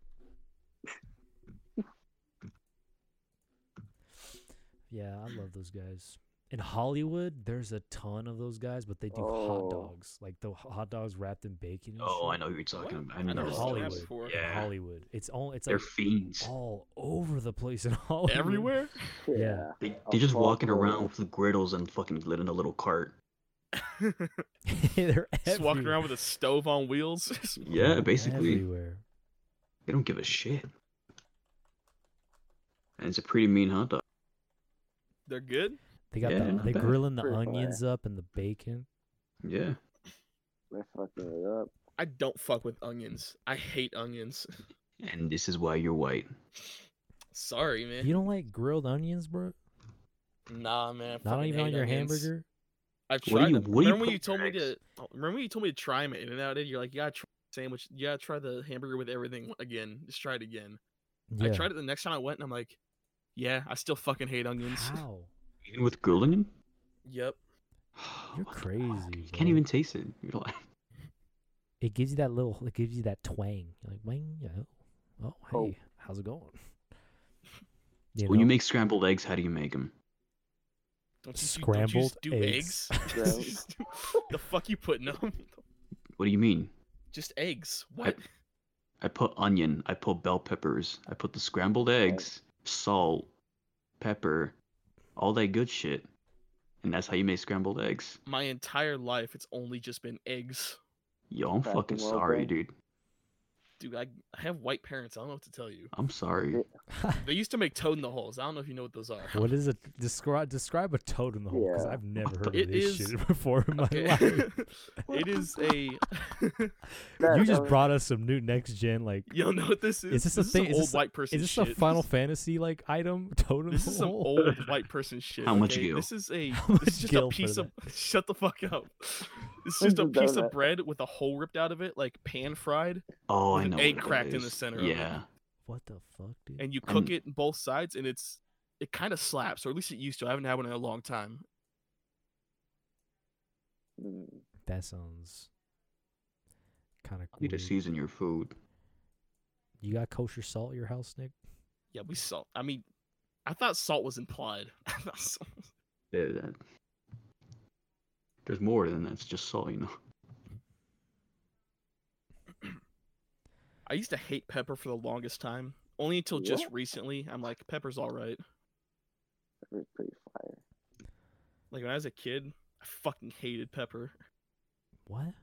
Speaker 1: yeah, I love those guys. In Hollywood, there's a ton of those guys, but they do hot
Speaker 4: Oh.
Speaker 1: dogs, like the hot dogs wrapped in bacon. And
Speaker 2: Oh,
Speaker 1: shit.
Speaker 2: I know who you're talking
Speaker 3: What?
Speaker 2: about.
Speaker 3: I
Speaker 2: I know
Speaker 1: know
Speaker 2: those
Speaker 1: Hollywood.
Speaker 2: guys.
Speaker 3: Before.
Speaker 1: In
Speaker 2: Yeah,
Speaker 1: Hollywood, it's all it's
Speaker 2: they're
Speaker 1: like
Speaker 2: fiends.
Speaker 1: all over the place in Hollywood.
Speaker 3: Everywhere?
Speaker 1: Yeah.
Speaker 2: They,
Speaker 4: I'll
Speaker 2: they're just
Speaker 4: fall
Speaker 2: walking
Speaker 4: for it.
Speaker 2: around with griddles and fucking lit in a little cart.
Speaker 1: they're
Speaker 3: Just walking
Speaker 1: everywhere.
Speaker 3: around with a stove on wheels.
Speaker 2: Yeah, basically.
Speaker 1: everywhere.
Speaker 2: They don't give a shit. And it's a pretty mean hot dog.
Speaker 3: They're good.
Speaker 1: They got
Speaker 2: Yeah,
Speaker 1: the,
Speaker 2: not
Speaker 1: they're
Speaker 2: bad.
Speaker 1: grilling the
Speaker 4: Pretty fire.
Speaker 1: onions up and the bacon.
Speaker 2: Yeah.
Speaker 4: They're fucking it up.
Speaker 3: I don't fuck with onions. I hate onions.
Speaker 2: And this is why you're white.
Speaker 3: Sorry, man.
Speaker 1: You don't like grilled onions, bro?
Speaker 3: Nah, man. I
Speaker 1: Not
Speaker 3: fucking
Speaker 1: even on
Speaker 3: hate
Speaker 1: your
Speaker 3: onions.
Speaker 1: hamburger?
Speaker 3: I've
Speaker 2: What do
Speaker 3: tried
Speaker 2: you-
Speaker 3: them.
Speaker 2: what do you
Speaker 3: remember when
Speaker 2: put
Speaker 3: you told me
Speaker 2: next?
Speaker 3: to? oh, Remember when you told me to try them and out did. You're like, you gotta try the sandwich. You gotta try the hamburger with everything again. Just try it again.
Speaker 1: Yeah.
Speaker 3: I tried it the next time I went, and I'm like, yeah, I still fucking hate onions.
Speaker 1: How?
Speaker 2: Even with grilled onion?
Speaker 3: yep.
Speaker 1: You're
Speaker 2: What the fuck?
Speaker 1: crazy,
Speaker 2: You can't
Speaker 1: bro.
Speaker 2: even taste it. You don't-
Speaker 1: It gives you that little. It gives you that twang. You're like, wang, yo. Oh, hey,
Speaker 4: Oh.
Speaker 1: how's it going? You
Speaker 2: When you
Speaker 1: know?
Speaker 2: make scrambled eggs, how do you make them?
Speaker 3: Don't you, do- don't you
Speaker 1: Scrambled
Speaker 3: just do eggs?
Speaker 1: eggs.
Speaker 4: Gross.
Speaker 3: the fuck you putting them?
Speaker 2: What do you mean?
Speaker 3: Just eggs. What?
Speaker 2: I put onion, I put bell peppers, I put the scrambled eggs, salt, pepper, all that good shit. And that's how you make scrambled eggs.
Speaker 3: My entire life, it's only just been eggs.
Speaker 2: Yo, I'm
Speaker 4: Crafting
Speaker 2: fucking
Speaker 4: world,
Speaker 2: sorry,
Speaker 4: bro.
Speaker 2: dude.
Speaker 3: Dude, I, I have white parents. I don't know what to tell you.
Speaker 2: I'm sorry.
Speaker 3: They used to make toad in the holes. I don't know if you know what those are.
Speaker 1: what is it? Describe describe a toad in the hole because
Speaker 4: Yeah.
Speaker 1: I've never heard of
Speaker 3: It
Speaker 1: this
Speaker 3: is-
Speaker 1: shit before in my
Speaker 3: Okay.
Speaker 1: life.
Speaker 3: it is a.
Speaker 4: That-
Speaker 1: you
Speaker 4: that
Speaker 1: just
Speaker 4: was-
Speaker 1: brought us some new next gen. Like,
Speaker 3: you don't know what this
Speaker 1: Is
Speaker 3: is.
Speaker 1: this a
Speaker 3: some
Speaker 1: thing? Is
Speaker 3: old
Speaker 1: this a-
Speaker 3: white person
Speaker 1: is this
Speaker 3: shit.
Speaker 1: a Final Fantasy like item totem? Oh.
Speaker 3: This is some
Speaker 1: hole?
Speaker 3: old white person shit.
Speaker 2: How much
Speaker 3: okay?
Speaker 2: gill?
Speaker 3: This is a.
Speaker 1: How much
Speaker 3: This is just a
Speaker 1: gill for
Speaker 3: piece of. Shut the fuck up. It's
Speaker 4: This
Speaker 3: just a
Speaker 4: is
Speaker 3: piece of
Speaker 4: donut.
Speaker 3: bread with a hole ripped out of it, like pan fried,
Speaker 2: Oh,
Speaker 3: With
Speaker 2: I
Speaker 3: an
Speaker 2: know.
Speaker 3: egg
Speaker 2: what that
Speaker 3: cracked in
Speaker 2: is.
Speaker 3: the center of it.
Speaker 2: Yeah.
Speaker 1: What the fuck, dude?
Speaker 3: and you cook
Speaker 2: Mm.
Speaker 3: it both sides, and it's it kind of slaps, or at least it used to. I haven't had one in a long time.
Speaker 4: Mm.
Speaker 1: that sounds kind of.
Speaker 2: You need to
Speaker 4: Mm-hmm.
Speaker 2: season your food.
Speaker 1: You got kosher salt at your house, Nick?
Speaker 3: Yeah, we salt. I mean, I thought salt was implied. I thought salt-
Speaker 2: Yeah, that- There's more than that's just salt, you know.
Speaker 3: I used to hate pepper for the longest time. Only until just recently, I'm like, pepper's all right.
Speaker 4: That was pretty fire.
Speaker 3: Like when I was a kid, I fucking hated pepper.
Speaker 1: What?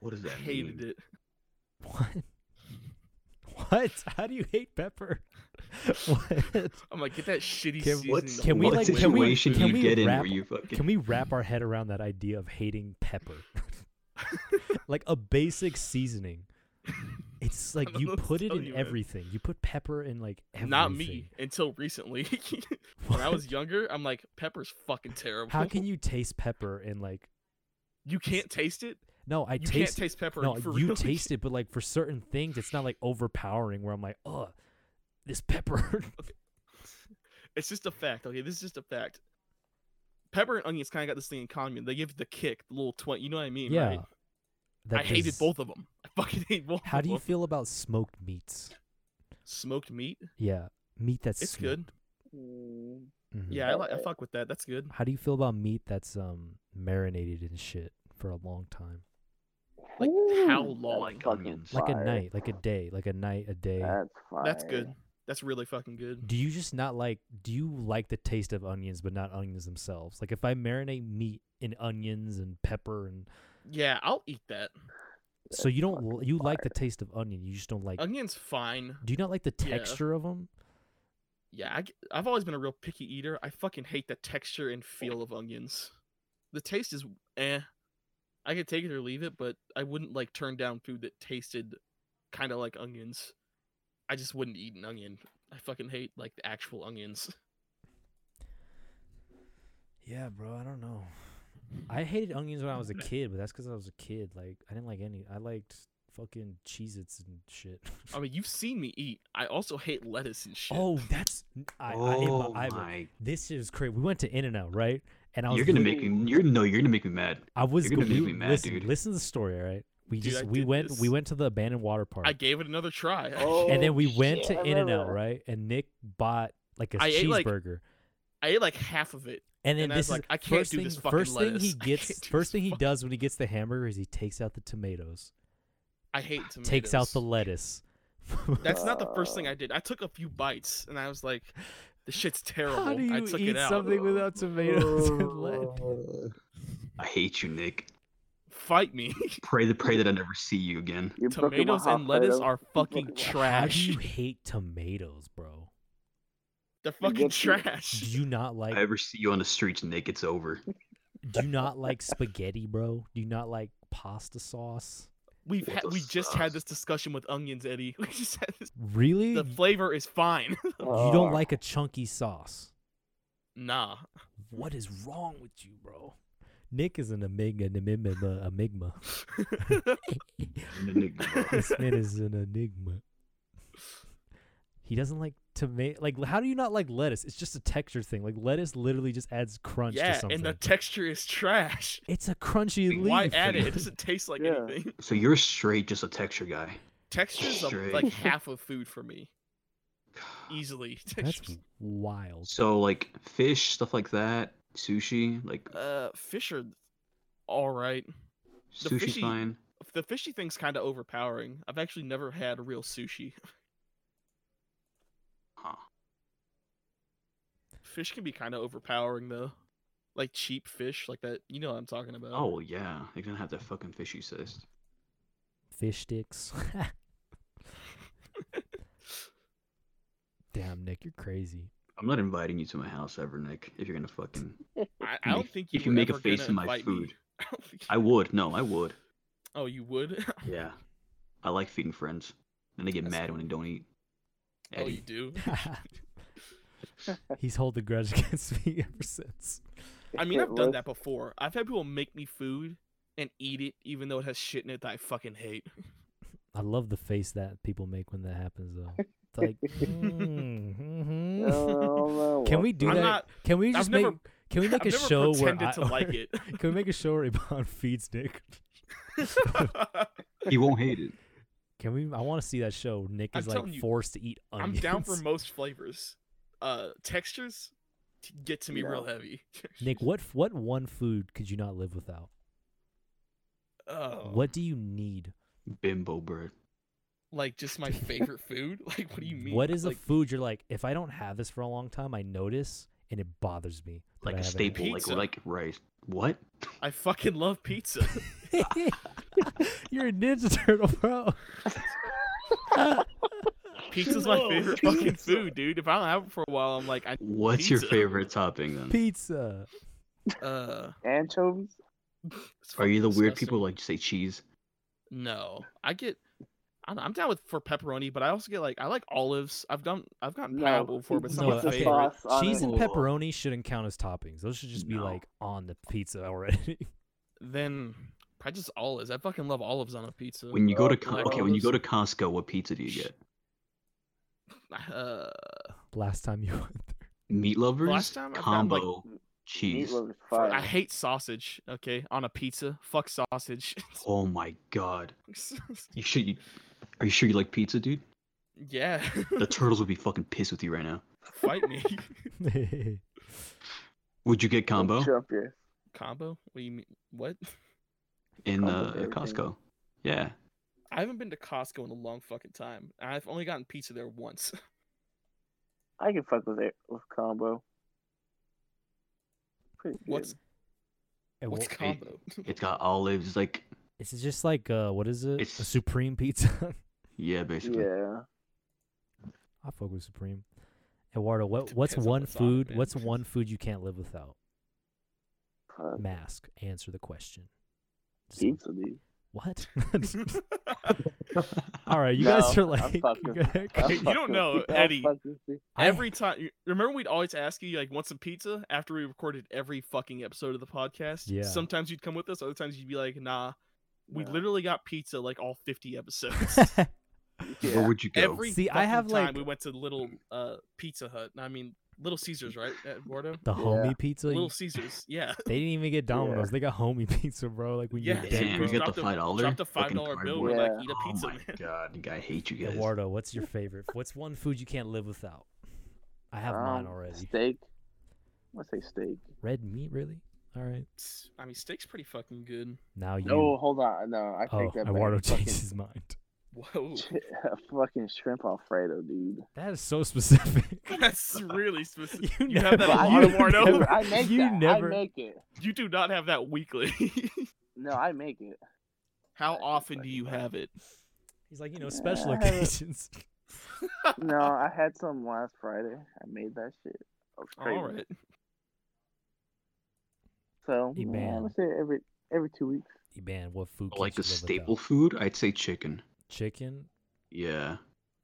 Speaker 2: What does
Speaker 3: I hated it.
Speaker 1: What? What? How do you hate pepper? what?
Speaker 3: I'm like, get that shitty
Speaker 1: Can-
Speaker 3: seasoning.
Speaker 2: What,
Speaker 3: the
Speaker 1: Can we,
Speaker 3: fuck
Speaker 2: what
Speaker 1: like-
Speaker 3: away
Speaker 1: can we-
Speaker 2: situation
Speaker 3: from
Speaker 1: can
Speaker 2: you
Speaker 1: we
Speaker 3: food."
Speaker 2: get in
Speaker 1: wrap-
Speaker 2: where you fucking
Speaker 1: Can we wrap our head around that idea of hating pepper? like a basic seasoning. It's like
Speaker 3: don't know
Speaker 1: you
Speaker 3: what to
Speaker 1: put it
Speaker 3: tell
Speaker 1: in
Speaker 3: you, man.
Speaker 1: everything. You put pepper in like everything.
Speaker 3: Not me until recently. when I
Speaker 1: What?
Speaker 3: was younger, I'm like, pepper's fucking terrible.
Speaker 1: How can you taste pepper in like?
Speaker 3: You can't taste it.
Speaker 1: No, I
Speaker 3: you
Speaker 1: taste.
Speaker 3: can't taste pepper.
Speaker 1: no,
Speaker 3: for
Speaker 1: you
Speaker 3: real.
Speaker 1: taste it, but like for certain things, it's not like overpowering. Where I'm like, oh, this pepper.
Speaker 3: It's just a fact. Okay, this is just a fact. Pepper and onions kind of got this thing in common. They give the kick, the little twang. You know what I mean?
Speaker 1: yeah.
Speaker 3: Right?
Speaker 1: That
Speaker 3: I hated
Speaker 1: does-
Speaker 3: both of them. I fucking hate both.
Speaker 1: How
Speaker 3: of
Speaker 1: do you
Speaker 3: them.
Speaker 1: feel about smoked meats?
Speaker 3: Smoked meat.
Speaker 1: Yeah, meat that's
Speaker 3: It's good.
Speaker 4: Mm.
Speaker 1: good.
Speaker 3: Yeah, I, like, I
Speaker 4: Uh,
Speaker 3: fuck with that. That's good.
Speaker 1: How do you feel about meat that's um marinated in shit for a long time,
Speaker 3: Like, how
Speaker 4: Ooh,
Speaker 3: long? Like
Speaker 4: that's fucking
Speaker 2: onions.
Speaker 1: like a
Speaker 4: fire.
Speaker 1: night, like a day, like a night, a day?
Speaker 4: That's fire.
Speaker 3: That's good. That's really fucking good.
Speaker 1: do you just not like? Do you like the taste of onions, but not onions themselves? Like if I marinate meat in onions and pepper, and
Speaker 3: Yeah, I'll eat that.
Speaker 1: so you don't,
Speaker 4: fucking
Speaker 1: l- you like the taste of onion, you just don't like.
Speaker 3: Onions, fine.
Speaker 1: do you not like the
Speaker 3: Yeah.
Speaker 1: texture of 'em? of them?
Speaker 3: Yeah, I, have always been a real picky eater. I fucking hate the texture and feel of onions. the taste is eh. I could take it or leave it, but I wouldn't like turn down food that tasted kind of like onions. I just wouldn't eat an onion. I fucking hate like the actual onions.
Speaker 1: Yeah, bro. I don't know. I hated onions when I was a kid, but that's because I was a kid. Like I didn't like any. I liked fucking Cheez-Its and shit.
Speaker 3: I mean, you've seen me eat. I also hate lettuce and Oh, shit.
Speaker 1: oh, that's I.
Speaker 2: oh
Speaker 1: I, I, I,
Speaker 2: my!
Speaker 1: This is crazy. We went to In and Out, right? And I was
Speaker 2: You're gonna
Speaker 1: lit-
Speaker 2: make me. You're no. You're gonna make me mad.
Speaker 1: I was
Speaker 2: you're gonna
Speaker 1: we-
Speaker 2: make me mad,
Speaker 1: listen.
Speaker 2: dude.
Speaker 1: Listen to the story, all right? We
Speaker 3: Dude,
Speaker 1: just
Speaker 3: I
Speaker 1: we
Speaker 3: did
Speaker 1: went
Speaker 3: this.
Speaker 1: we went to the abandoned water park,
Speaker 3: I gave it another try.
Speaker 1: and
Speaker 4: Oh,
Speaker 1: then we went
Speaker 4: shit, I
Speaker 1: to In and Out,
Speaker 4: remember that.
Speaker 1: right? And Nick bought like a
Speaker 3: I ate, like,
Speaker 1: cheeseburger,
Speaker 3: I ate like half of it.
Speaker 1: and then
Speaker 3: and I was
Speaker 1: this
Speaker 3: like,
Speaker 1: is
Speaker 3: I can't
Speaker 1: first
Speaker 3: do
Speaker 1: thing,
Speaker 3: this fucking
Speaker 1: first thing he
Speaker 3: lettuce. I
Speaker 1: gets
Speaker 3: can't do
Speaker 1: first
Speaker 3: this
Speaker 1: thing he
Speaker 3: fuck-
Speaker 1: does when he gets the hamburger is he takes out the tomatoes,
Speaker 3: I hate tomatoes.
Speaker 1: takes out the lettuce.
Speaker 3: That's not the first thing I did. I took a few bites and I was like, "This shit's terrible."
Speaker 1: How do
Speaker 3: I
Speaker 1: you
Speaker 3: took
Speaker 1: eat
Speaker 3: it out.
Speaker 1: something without tomatoes and lettuce?
Speaker 2: I hate you, Nick.
Speaker 3: Fight me.
Speaker 2: Pray the pray that I never see you again.
Speaker 4: You're booking my
Speaker 3: tomatoes
Speaker 4: hot
Speaker 3: and lettuce
Speaker 4: potato.
Speaker 3: are fucking
Speaker 4: Fucking-
Speaker 1: How do
Speaker 3: trash.
Speaker 1: you hate tomatoes, bro?
Speaker 3: They're
Speaker 4: It
Speaker 3: fucking
Speaker 4: gets you.
Speaker 1: Do
Speaker 3: trash.
Speaker 1: you not like
Speaker 2: If I ever see you on the streets, Nick, it's over.
Speaker 1: do you not like spaghetti, bro? Do you not like pasta sauce?
Speaker 3: We've
Speaker 2: What
Speaker 3: had,
Speaker 2: the
Speaker 3: we just had
Speaker 2: sauce?
Speaker 3: this discussion with onions, Eddie. We just had this.
Speaker 1: Really?
Speaker 3: The flavor is fine.
Speaker 1: you don't
Speaker 4: Ugh.
Speaker 1: like a chunky sauce.
Speaker 3: nah.
Speaker 1: What is wrong with you, bro? Nick is an enigma, an enigma, enigma.
Speaker 2: An enigma, bro.
Speaker 1: this man is an enigma. He doesn't like tomato. Like, how do you not like lettuce? It's just a texture thing. Like, lettuce literally just adds crunch to
Speaker 3: yeah,
Speaker 1: something.
Speaker 3: and the texture is trash.
Speaker 1: it's a crunchy leaf.
Speaker 3: Why add it? It doesn't taste like
Speaker 4: Yeah.
Speaker 3: anything.
Speaker 2: So you're straight, just a texture guy.
Speaker 3: Texture's a,
Speaker 2: Straight.
Speaker 3: like half of food for me, easily.
Speaker 1: That's
Speaker 3: Texture's-
Speaker 1: wild.
Speaker 2: So like fish, stuff like that, sushi, like
Speaker 3: Uh, fish are all right. The
Speaker 2: sushi's
Speaker 3: fishy-
Speaker 2: fine.
Speaker 3: The fishy thing's kind of overpowering. I've actually never had real sushi.
Speaker 2: Huh.
Speaker 3: Fish can be kind of overpowering though, like cheap fish, like that. You know what I'm talking about?
Speaker 2: Oh well, yeah, they're gonna have that fucking fish you says.
Speaker 1: Fish sticks. Damn, Nick, you're crazy.
Speaker 2: I'm not inviting you to my house ever, Nick. If you're gonna fucking,
Speaker 3: I, I don't
Speaker 2: If-
Speaker 3: think
Speaker 2: if
Speaker 3: you
Speaker 2: you
Speaker 3: were
Speaker 2: make a
Speaker 3: ever
Speaker 2: face
Speaker 3: gonna
Speaker 2: in my
Speaker 3: invite
Speaker 2: food,
Speaker 3: me. I don't think
Speaker 2: I would. No, I would.
Speaker 3: Oh, you would?
Speaker 2: Yeah, I like feeding friends. Then they get
Speaker 3: That's
Speaker 2: mad
Speaker 3: cool.
Speaker 2: when they don't eat.
Speaker 3: oh, you
Speaker 2: Eddie,
Speaker 3: do.
Speaker 1: He's holding grudge against me ever since.
Speaker 3: I mean, I've done
Speaker 4: Shitless.
Speaker 3: that before. I've had people make me food and eat it, even though it has shit in it that I fucking hate.
Speaker 1: I love the face that people make when that happens, though. It's like, mm, mhm.
Speaker 4: Oh,
Speaker 1: can
Speaker 4: well,
Speaker 1: we do
Speaker 3: I'm
Speaker 1: that?
Speaker 3: not.
Speaker 1: can we
Speaker 3: I've
Speaker 1: just
Speaker 3: never-
Speaker 1: make? Can we make
Speaker 3: I've
Speaker 1: a
Speaker 3: never
Speaker 1: show where
Speaker 3: pretended
Speaker 1: I,
Speaker 3: to like it.
Speaker 1: Can we make a show where Ivan feeds Nick?
Speaker 2: he won't hate it.
Speaker 1: Can we? I want to see that show. Nick
Speaker 3: I'm
Speaker 1: is
Speaker 3: telling
Speaker 1: like
Speaker 3: you,
Speaker 1: forced to eat
Speaker 3: I'm
Speaker 1: onions.
Speaker 3: down for most flavors. Uh, textures t- get to me real
Speaker 4: No.
Speaker 3: heavy.
Speaker 1: Nick, what what one food could you not live without?
Speaker 3: Oh,
Speaker 1: What do you need?
Speaker 2: Bimbo bird.
Speaker 3: Like just my favorite food? Like, what do you mean?
Speaker 1: What is
Speaker 3: like,
Speaker 1: a food you're like? If I don't have this for a long time, I notice and it bothers me. that
Speaker 2: like
Speaker 1: I
Speaker 2: a
Speaker 1: haven't had
Speaker 2: staple, like
Speaker 3: Pizza.
Speaker 2: like rice. What?
Speaker 3: I fucking love pizza.
Speaker 1: it." you're a ninja turtle, bro.
Speaker 3: Pizza's my
Speaker 4: No,
Speaker 3: favorite fucking
Speaker 4: pizza.
Speaker 3: food, dude. If I don't have it for a while, I'm like, I
Speaker 2: What's your
Speaker 3: Pizza.
Speaker 2: favorite topping then?
Speaker 1: Pizza.
Speaker 3: uh.
Speaker 4: anchovies?
Speaker 3: it's
Speaker 2: Are you the
Speaker 3: fucking
Speaker 2: weird
Speaker 3: disgusting.
Speaker 2: people who like to say cheese?
Speaker 3: No, I get. I don't- I'm down with for pepperoni, but I also get like I like olives. I've done I've gotten
Speaker 4: No,
Speaker 3: pineapple before, but it's
Speaker 1: no,
Speaker 3: not my
Speaker 1: okay.
Speaker 3: favorite.
Speaker 4: Sauce on
Speaker 1: Cheese
Speaker 4: it.
Speaker 1: and
Speaker 2: Ooh.
Speaker 1: pepperoni shouldn't count as toppings. Those should just be
Speaker 2: No.
Speaker 1: like on the pizza already.
Speaker 3: Then I just olives. I fucking love olives on a pizza.
Speaker 2: When you go to
Speaker 4: Uh,
Speaker 2: Co-
Speaker 3: like
Speaker 2: okay, when you
Speaker 3: olives.
Speaker 2: go to Costco, what pizza do you get?
Speaker 3: uh,
Speaker 1: Last time you went there.
Speaker 2: Meat lovers
Speaker 3: last time I found,
Speaker 2: combo
Speaker 3: like,
Speaker 2: cheese.
Speaker 4: Meatloaf is fire.
Speaker 3: I hate sausage. Okay, on a pizza, fuck sausage.
Speaker 2: Oh my god! You should. You, are you sure you like pizza, dude?
Speaker 3: yeah,
Speaker 2: The turtles would be fucking pissed with you right now.
Speaker 3: fight me.
Speaker 2: Would you get combo
Speaker 4: Jump here.
Speaker 3: Combo? What do you mean? What?
Speaker 2: in
Speaker 4: Combo
Speaker 2: uh,
Speaker 4: everything.
Speaker 2: Costco? Yeah.
Speaker 3: I haven't been to Costco in a long fucking time. and I've only gotten pizza there once.
Speaker 4: I can fuck with it with combo. Pretty good.
Speaker 3: What's
Speaker 1: And
Speaker 3: what's
Speaker 1: wha-
Speaker 3: combo?
Speaker 2: It's got olives. It's like
Speaker 1: It's just like uh, what is it? a
Speaker 2: It's-
Speaker 1: supreme pizza.
Speaker 2: yeah, basically.
Speaker 4: yeah?
Speaker 1: I fuck with supreme. Eduardo, what what's
Speaker 3: Depends on
Speaker 1: one
Speaker 3: what's on it,
Speaker 1: food?
Speaker 3: man.
Speaker 1: what's one food you can't live without?
Speaker 4: Fuck.
Speaker 1: Mask, answer the question. Just-
Speaker 4: Pizza, dude.
Speaker 1: What?
Speaker 2: All
Speaker 1: All right, you
Speaker 4: No,
Speaker 1: guys are
Speaker 4: I'm
Speaker 1: like.
Speaker 4: fucking-
Speaker 3: You
Speaker 4: I'll
Speaker 3: don't
Speaker 4: fucking
Speaker 3: know,
Speaker 4: see- I'll
Speaker 3: Eddie.
Speaker 4: fucking see.
Speaker 1: I-
Speaker 3: Every time, you- remember we'd always ask you like, "Want some pizza?" After we recorded every fucking episode of the podcast.
Speaker 1: Yeah.
Speaker 3: Sometimes you'd come with us. Other times you'd be like, "Nah." We
Speaker 4: No.
Speaker 3: literally got pizza like all fifty episodes.
Speaker 2: Where
Speaker 4: Yeah.
Speaker 2: would you go?
Speaker 3: Every
Speaker 1: See, I
Speaker 3: fucking
Speaker 1: have,
Speaker 3: time
Speaker 1: like-
Speaker 3: we went to Little uh, Pizza Hut. I mean, Little Caesars, right, Eduardo?
Speaker 1: the homie pizza.
Speaker 3: Little
Speaker 1: you-
Speaker 3: Caesars, yeah.
Speaker 1: They didn't even get Domino's. They got homie pizza, bro. Like when
Speaker 3: Yeah,
Speaker 1: you're
Speaker 2: Damn,
Speaker 1: dead, bro.
Speaker 2: you
Speaker 3: bro.
Speaker 2: got
Speaker 3: Dropped
Speaker 2: the
Speaker 3: a-
Speaker 2: five dollar.
Speaker 3: dropped a five dollar bill. We're
Speaker 4: Yeah.
Speaker 3: like, eat a
Speaker 2: Oh
Speaker 3: pizza,
Speaker 2: my
Speaker 3: man.
Speaker 2: god, I hate you guys.
Speaker 1: Eduardo, what's your favorite? What's one food you can't live without? I have mine
Speaker 4: Um,
Speaker 1: already.
Speaker 4: Steak. I'm gonna say steak.
Speaker 1: Red meat, really? All right.
Speaker 3: I mean, steak's pretty fucking good.
Speaker 1: Now you.
Speaker 4: No, hold on. No, I
Speaker 1: oh,
Speaker 4: take that
Speaker 1: Eduardo
Speaker 4: back. Fucking-
Speaker 1: changed his mind.
Speaker 3: Whoa,
Speaker 4: fucking shrimp Alfredo, dude.
Speaker 1: That is so specific.
Speaker 3: that's really specific.
Speaker 1: You
Speaker 3: You, have that
Speaker 1: never-
Speaker 3: a
Speaker 4: I
Speaker 3: lot,
Speaker 1: you
Speaker 3: Eduardo.
Speaker 1: never-
Speaker 4: I make
Speaker 1: you
Speaker 4: that.
Speaker 1: never-
Speaker 4: I make it.
Speaker 3: You do not have that weekly.
Speaker 4: No, I make it.
Speaker 3: How
Speaker 4: That is
Speaker 3: often do
Speaker 4: fucking
Speaker 3: you have it?
Speaker 1: He's like, you know, special
Speaker 4: I have a-
Speaker 1: occasions.
Speaker 4: No, I had some last Friday. I made that shit. I was crazy.
Speaker 3: All right.
Speaker 4: So
Speaker 1: Hey,
Speaker 4: yeah,
Speaker 1: man.
Speaker 4: I'm gonna say every every two weeks.
Speaker 1: Man, what food? can't
Speaker 2: Like
Speaker 1: you
Speaker 2: a
Speaker 1: live
Speaker 2: staple
Speaker 1: without?
Speaker 2: food, I'd say chicken.
Speaker 1: Chicken,
Speaker 2: Yeah,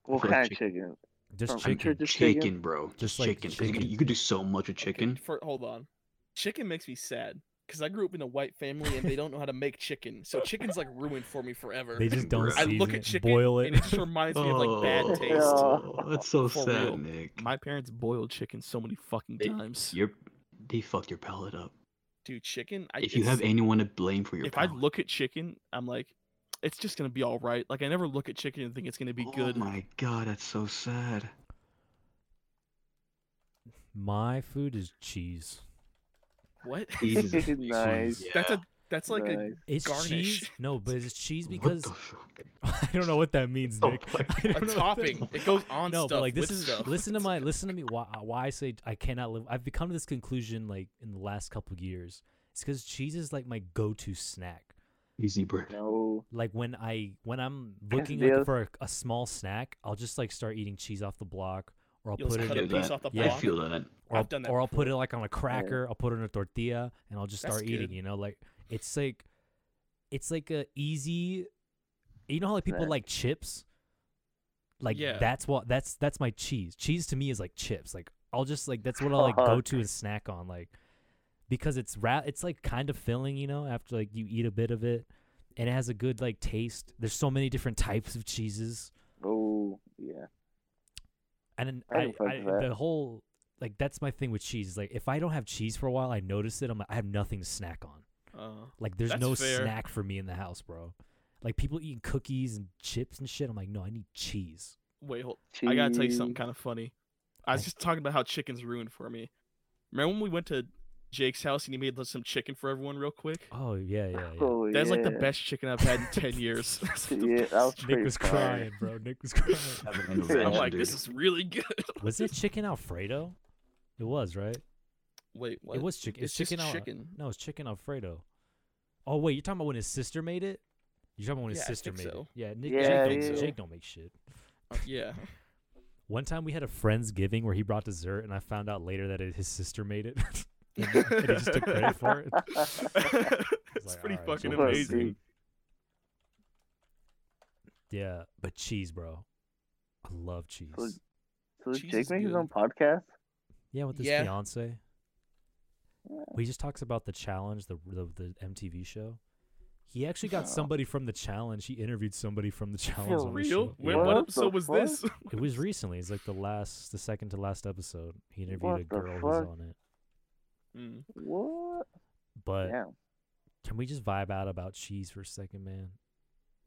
Speaker 4: What
Speaker 2: Fried
Speaker 4: kind of
Speaker 2: chicken.
Speaker 4: chicken?
Speaker 1: just
Speaker 4: From- I'm sure
Speaker 1: chicken.
Speaker 4: just
Speaker 2: chicken, bro.
Speaker 1: Just
Speaker 2: Just
Speaker 1: like
Speaker 2: chicken. 'cause You,
Speaker 1: chicken.
Speaker 2: could, you could do so much of
Speaker 3: Okay,
Speaker 2: chicken.
Speaker 3: for, hold on. Chicken makes me sad because I grew up in a white family and they don't know how to make chicken. So chicken's like ruined for me forever.
Speaker 1: They just don't
Speaker 2: I
Speaker 1: season
Speaker 3: look at
Speaker 1: it,
Speaker 3: chicken
Speaker 1: boil
Speaker 3: and
Speaker 1: it.
Speaker 3: it just reminds me of like bad taste.
Speaker 2: Oh, that's so
Speaker 3: For
Speaker 2: sad,
Speaker 3: real.
Speaker 2: Nick.
Speaker 3: My parents boiled chicken so many fucking
Speaker 2: They-
Speaker 3: times.
Speaker 2: Your they fucked your palate up.
Speaker 3: Dude, chicken. I,
Speaker 2: if you
Speaker 3: it's-
Speaker 2: have anyone to blame for your
Speaker 3: if I
Speaker 2: palate,
Speaker 3: look at chicken, I'm like, it's just gonna be all right. Like I never look at chicken and think it's gonna be good.
Speaker 2: Oh my god, that's so sad.
Speaker 1: My food is cheese.
Speaker 3: What?
Speaker 2: Jesus,
Speaker 4: Nice.
Speaker 2: Nick, please.
Speaker 3: That's a that's like a
Speaker 4: Nice.
Speaker 1: It's
Speaker 3: Garnish.
Speaker 1: cheese. No, but it's cheese
Speaker 2: What
Speaker 1: because
Speaker 2: the fuck?
Speaker 1: I don't know what that means,
Speaker 2: Oh
Speaker 1: Nick.
Speaker 2: my
Speaker 1: I don't
Speaker 3: a
Speaker 1: know what that
Speaker 3: topping. It goes on
Speaker 1: no,
Speaker 3: stuff.
Speaker 1: but like this
Speaker 3: with
Speaker 1: is
Speaker 3: stuff.
Speaker 1: listen to my listen to me why uh, why I say I cannot live. I've become to this conclusion like in the last couple of years. It's because cheese is like my go-to snack.
Speaker 2: Easy bread.
Speaker 4: No.
Speaker 1: Like when I when I'm looking like,
Speaker 4: Yes.
Speaker 1: for a, a small snack, I'll just like start eating cheese off the block, or I'll
Speaker 3: You'll
Speaker 1: put
Speaker 3: just
Speaker 1: it
Speaker 3: cut
Speaker 1: in
Speaker 3: a
Speaker 2: do
Speaker 1: a,
Speaker 3: piece
Speaker 2: that.
Speaker 3: off the
Speaker 1: Yeah.
Speaker 2: I
Speaker 3: block.
Speaker 2: feel
Speaker 1: or,
Speaker 2: that.
Speaker 1: I'll-
Speaker 3: I've done that
Speaker 1: or I'll put
Speaker 3: before.
Speaker 1: it like on a cracker. I'll put it in a tortilla, and I'll just
Speaker 3: That's
Speaker 1: start eating.
Speaker 3: good.
Speaker 1: You know, like it's like it's like a easy. You know how like people
Speaker 4: Right.
Speaker 1: like chips. Like
Speaker 3: Yeah.
Speaker 1: that's what that's that's my cheese. Cheese to me is like chips. Like I'll just like that's what I will like go to and snack on like because it's ra- it's like kind of filling. You know, after like you eat a bit of it, and it has a good like taste. There's so many different types of cheeses.
Speaker 4: Oh yeah.
Speaker 1: And then
Speaker 4: I
Speaker 1: I,
Speaker 4: didn't fuck
Speaker 1: I-
Speaker 4: with that.
Speaker 1: the whole like that's my thing with cheese. Is like if I don't have cheese for a while, I notice it. I'm like, I have nothing to snack on.
Speaker 3: Uh,
Speaker 1: Like there's
Speaker 3: That's
Speaker 1: no
Speaker 3: fair.
Speaker 1: snack for me in the house, bro. Like people eating cookies and chips and shit. I'm like, no, I need cheese.
Speaker 3: wait, hold. I gotta tell you something
Speaker 4: Cheese.
Speaker 3: kind of funny. I was
Speaker 1: Oh.
Speaker 3: just talking about how chicken's ruined for me. Remember when we went to Jake's house and he made some chicken for everyone real quick?
Speaker 1: Oh yeah, yeah, yeah.
Speaker 4: Oh,
Speaker 3: That's like the
Speaker 4: yeah.
Speaker 3: best chicken I've had in ten years. That's the
Speaker 4: Yeah, that was
Speaker 3: best.
Speaker 1: Nick
Speaker 4: pretty
Speaker 1: was
Speaker 4: fire.
Speaker 1: crying, bro. Nick was crying.
Speaker 2: Have an
Speaker 3: I'm
Speaker 2: innovation,
Speaker 3: like,
Speaker 2: dude.
Speaker 3: this is really good.
Speaker 1: was it chicken alfredo? It was right.
Speaker 3: Wait, what?
Speaker 1: It was chicken. It's,
Speaker 3: It's just
Speaker 1: chicken. al-
Speaker 3: chicken.
Speaker 1: No, it's chicken alfredo. Oh wait, you're talking about when his sister made it? You're talking about when
Speaker 3: Yeah,
Speaker 1: his
Speaker 3: I
Speaker 1: sister
Speaker 3: think
Speaker 1: made it?
Speaker 3: so.
Speaker 1: Yeah, Nick.
Speaker 4: Yeah,
Speaker 1: Jake,
Speaker 4: yeah,
Speaker 1: don't,
Speaker 4: yeah.
Speaker 1: Jake don't make shit.
Speaker 3: Uh, Yeah.
Speaker 1: One time we had a friend's giving where he brought dessert, and I found out later that it, his sister made it, and he just took credit for it.
Speaker 3: it's
Speaker 1: like,
Speaker 3: pretty
Speaker 1: "Alright,
Speaker 3: fucking
Speaker 1: so
Speaker 4: Pussy.
Speaker 3: amazing.
Speaker 1: Yeah, but cheese, bro. I love cheese.
Speaker 4: So- So does
Speaker 3: Cheese
Speaker 4: Jake
Speaker 3: is
Speaker 4: make his
Speaker 3: good.
Speaker 4: own podcast?
Speaker 1: yeah, with his
Speaker 3: yeah.
Speaker 1: fiance,
Speaker 4: Yeah.
Speaker 1: he just talks about the challenge, the the, the MTV show. He actually got
Speaker 4: Oh.
Speaker 1: somebody from the challenge. He interviewed somebody from the challenge.
Speaker 4: For
Speaker 1: on the
Speaker 3: Real?
Speaker 1: show.
Speaker 3: When,
Speaker 1: Yeah.
Speaker 3: what
Speaker 4: What
Speaker 3: episode
Speaker 4: the
Speaker 3: was
Speaker 4: fuck?
Speaker 3: this?
Speaker 1: It was recently. It's like the last, the second to last episode. He interviewed
Speaker 4: What
Speaker 1: a
Speaker 4: the
Speaker 1: girl who's
Speaker 4: fuck?
Speaker 1: on it.
Speaker 3: Mm.
Speaker 4: What?
Speaker 1: But
Speaker 4: Yeah.
Speaker 1: can we just vibe out about cheese for a second, man?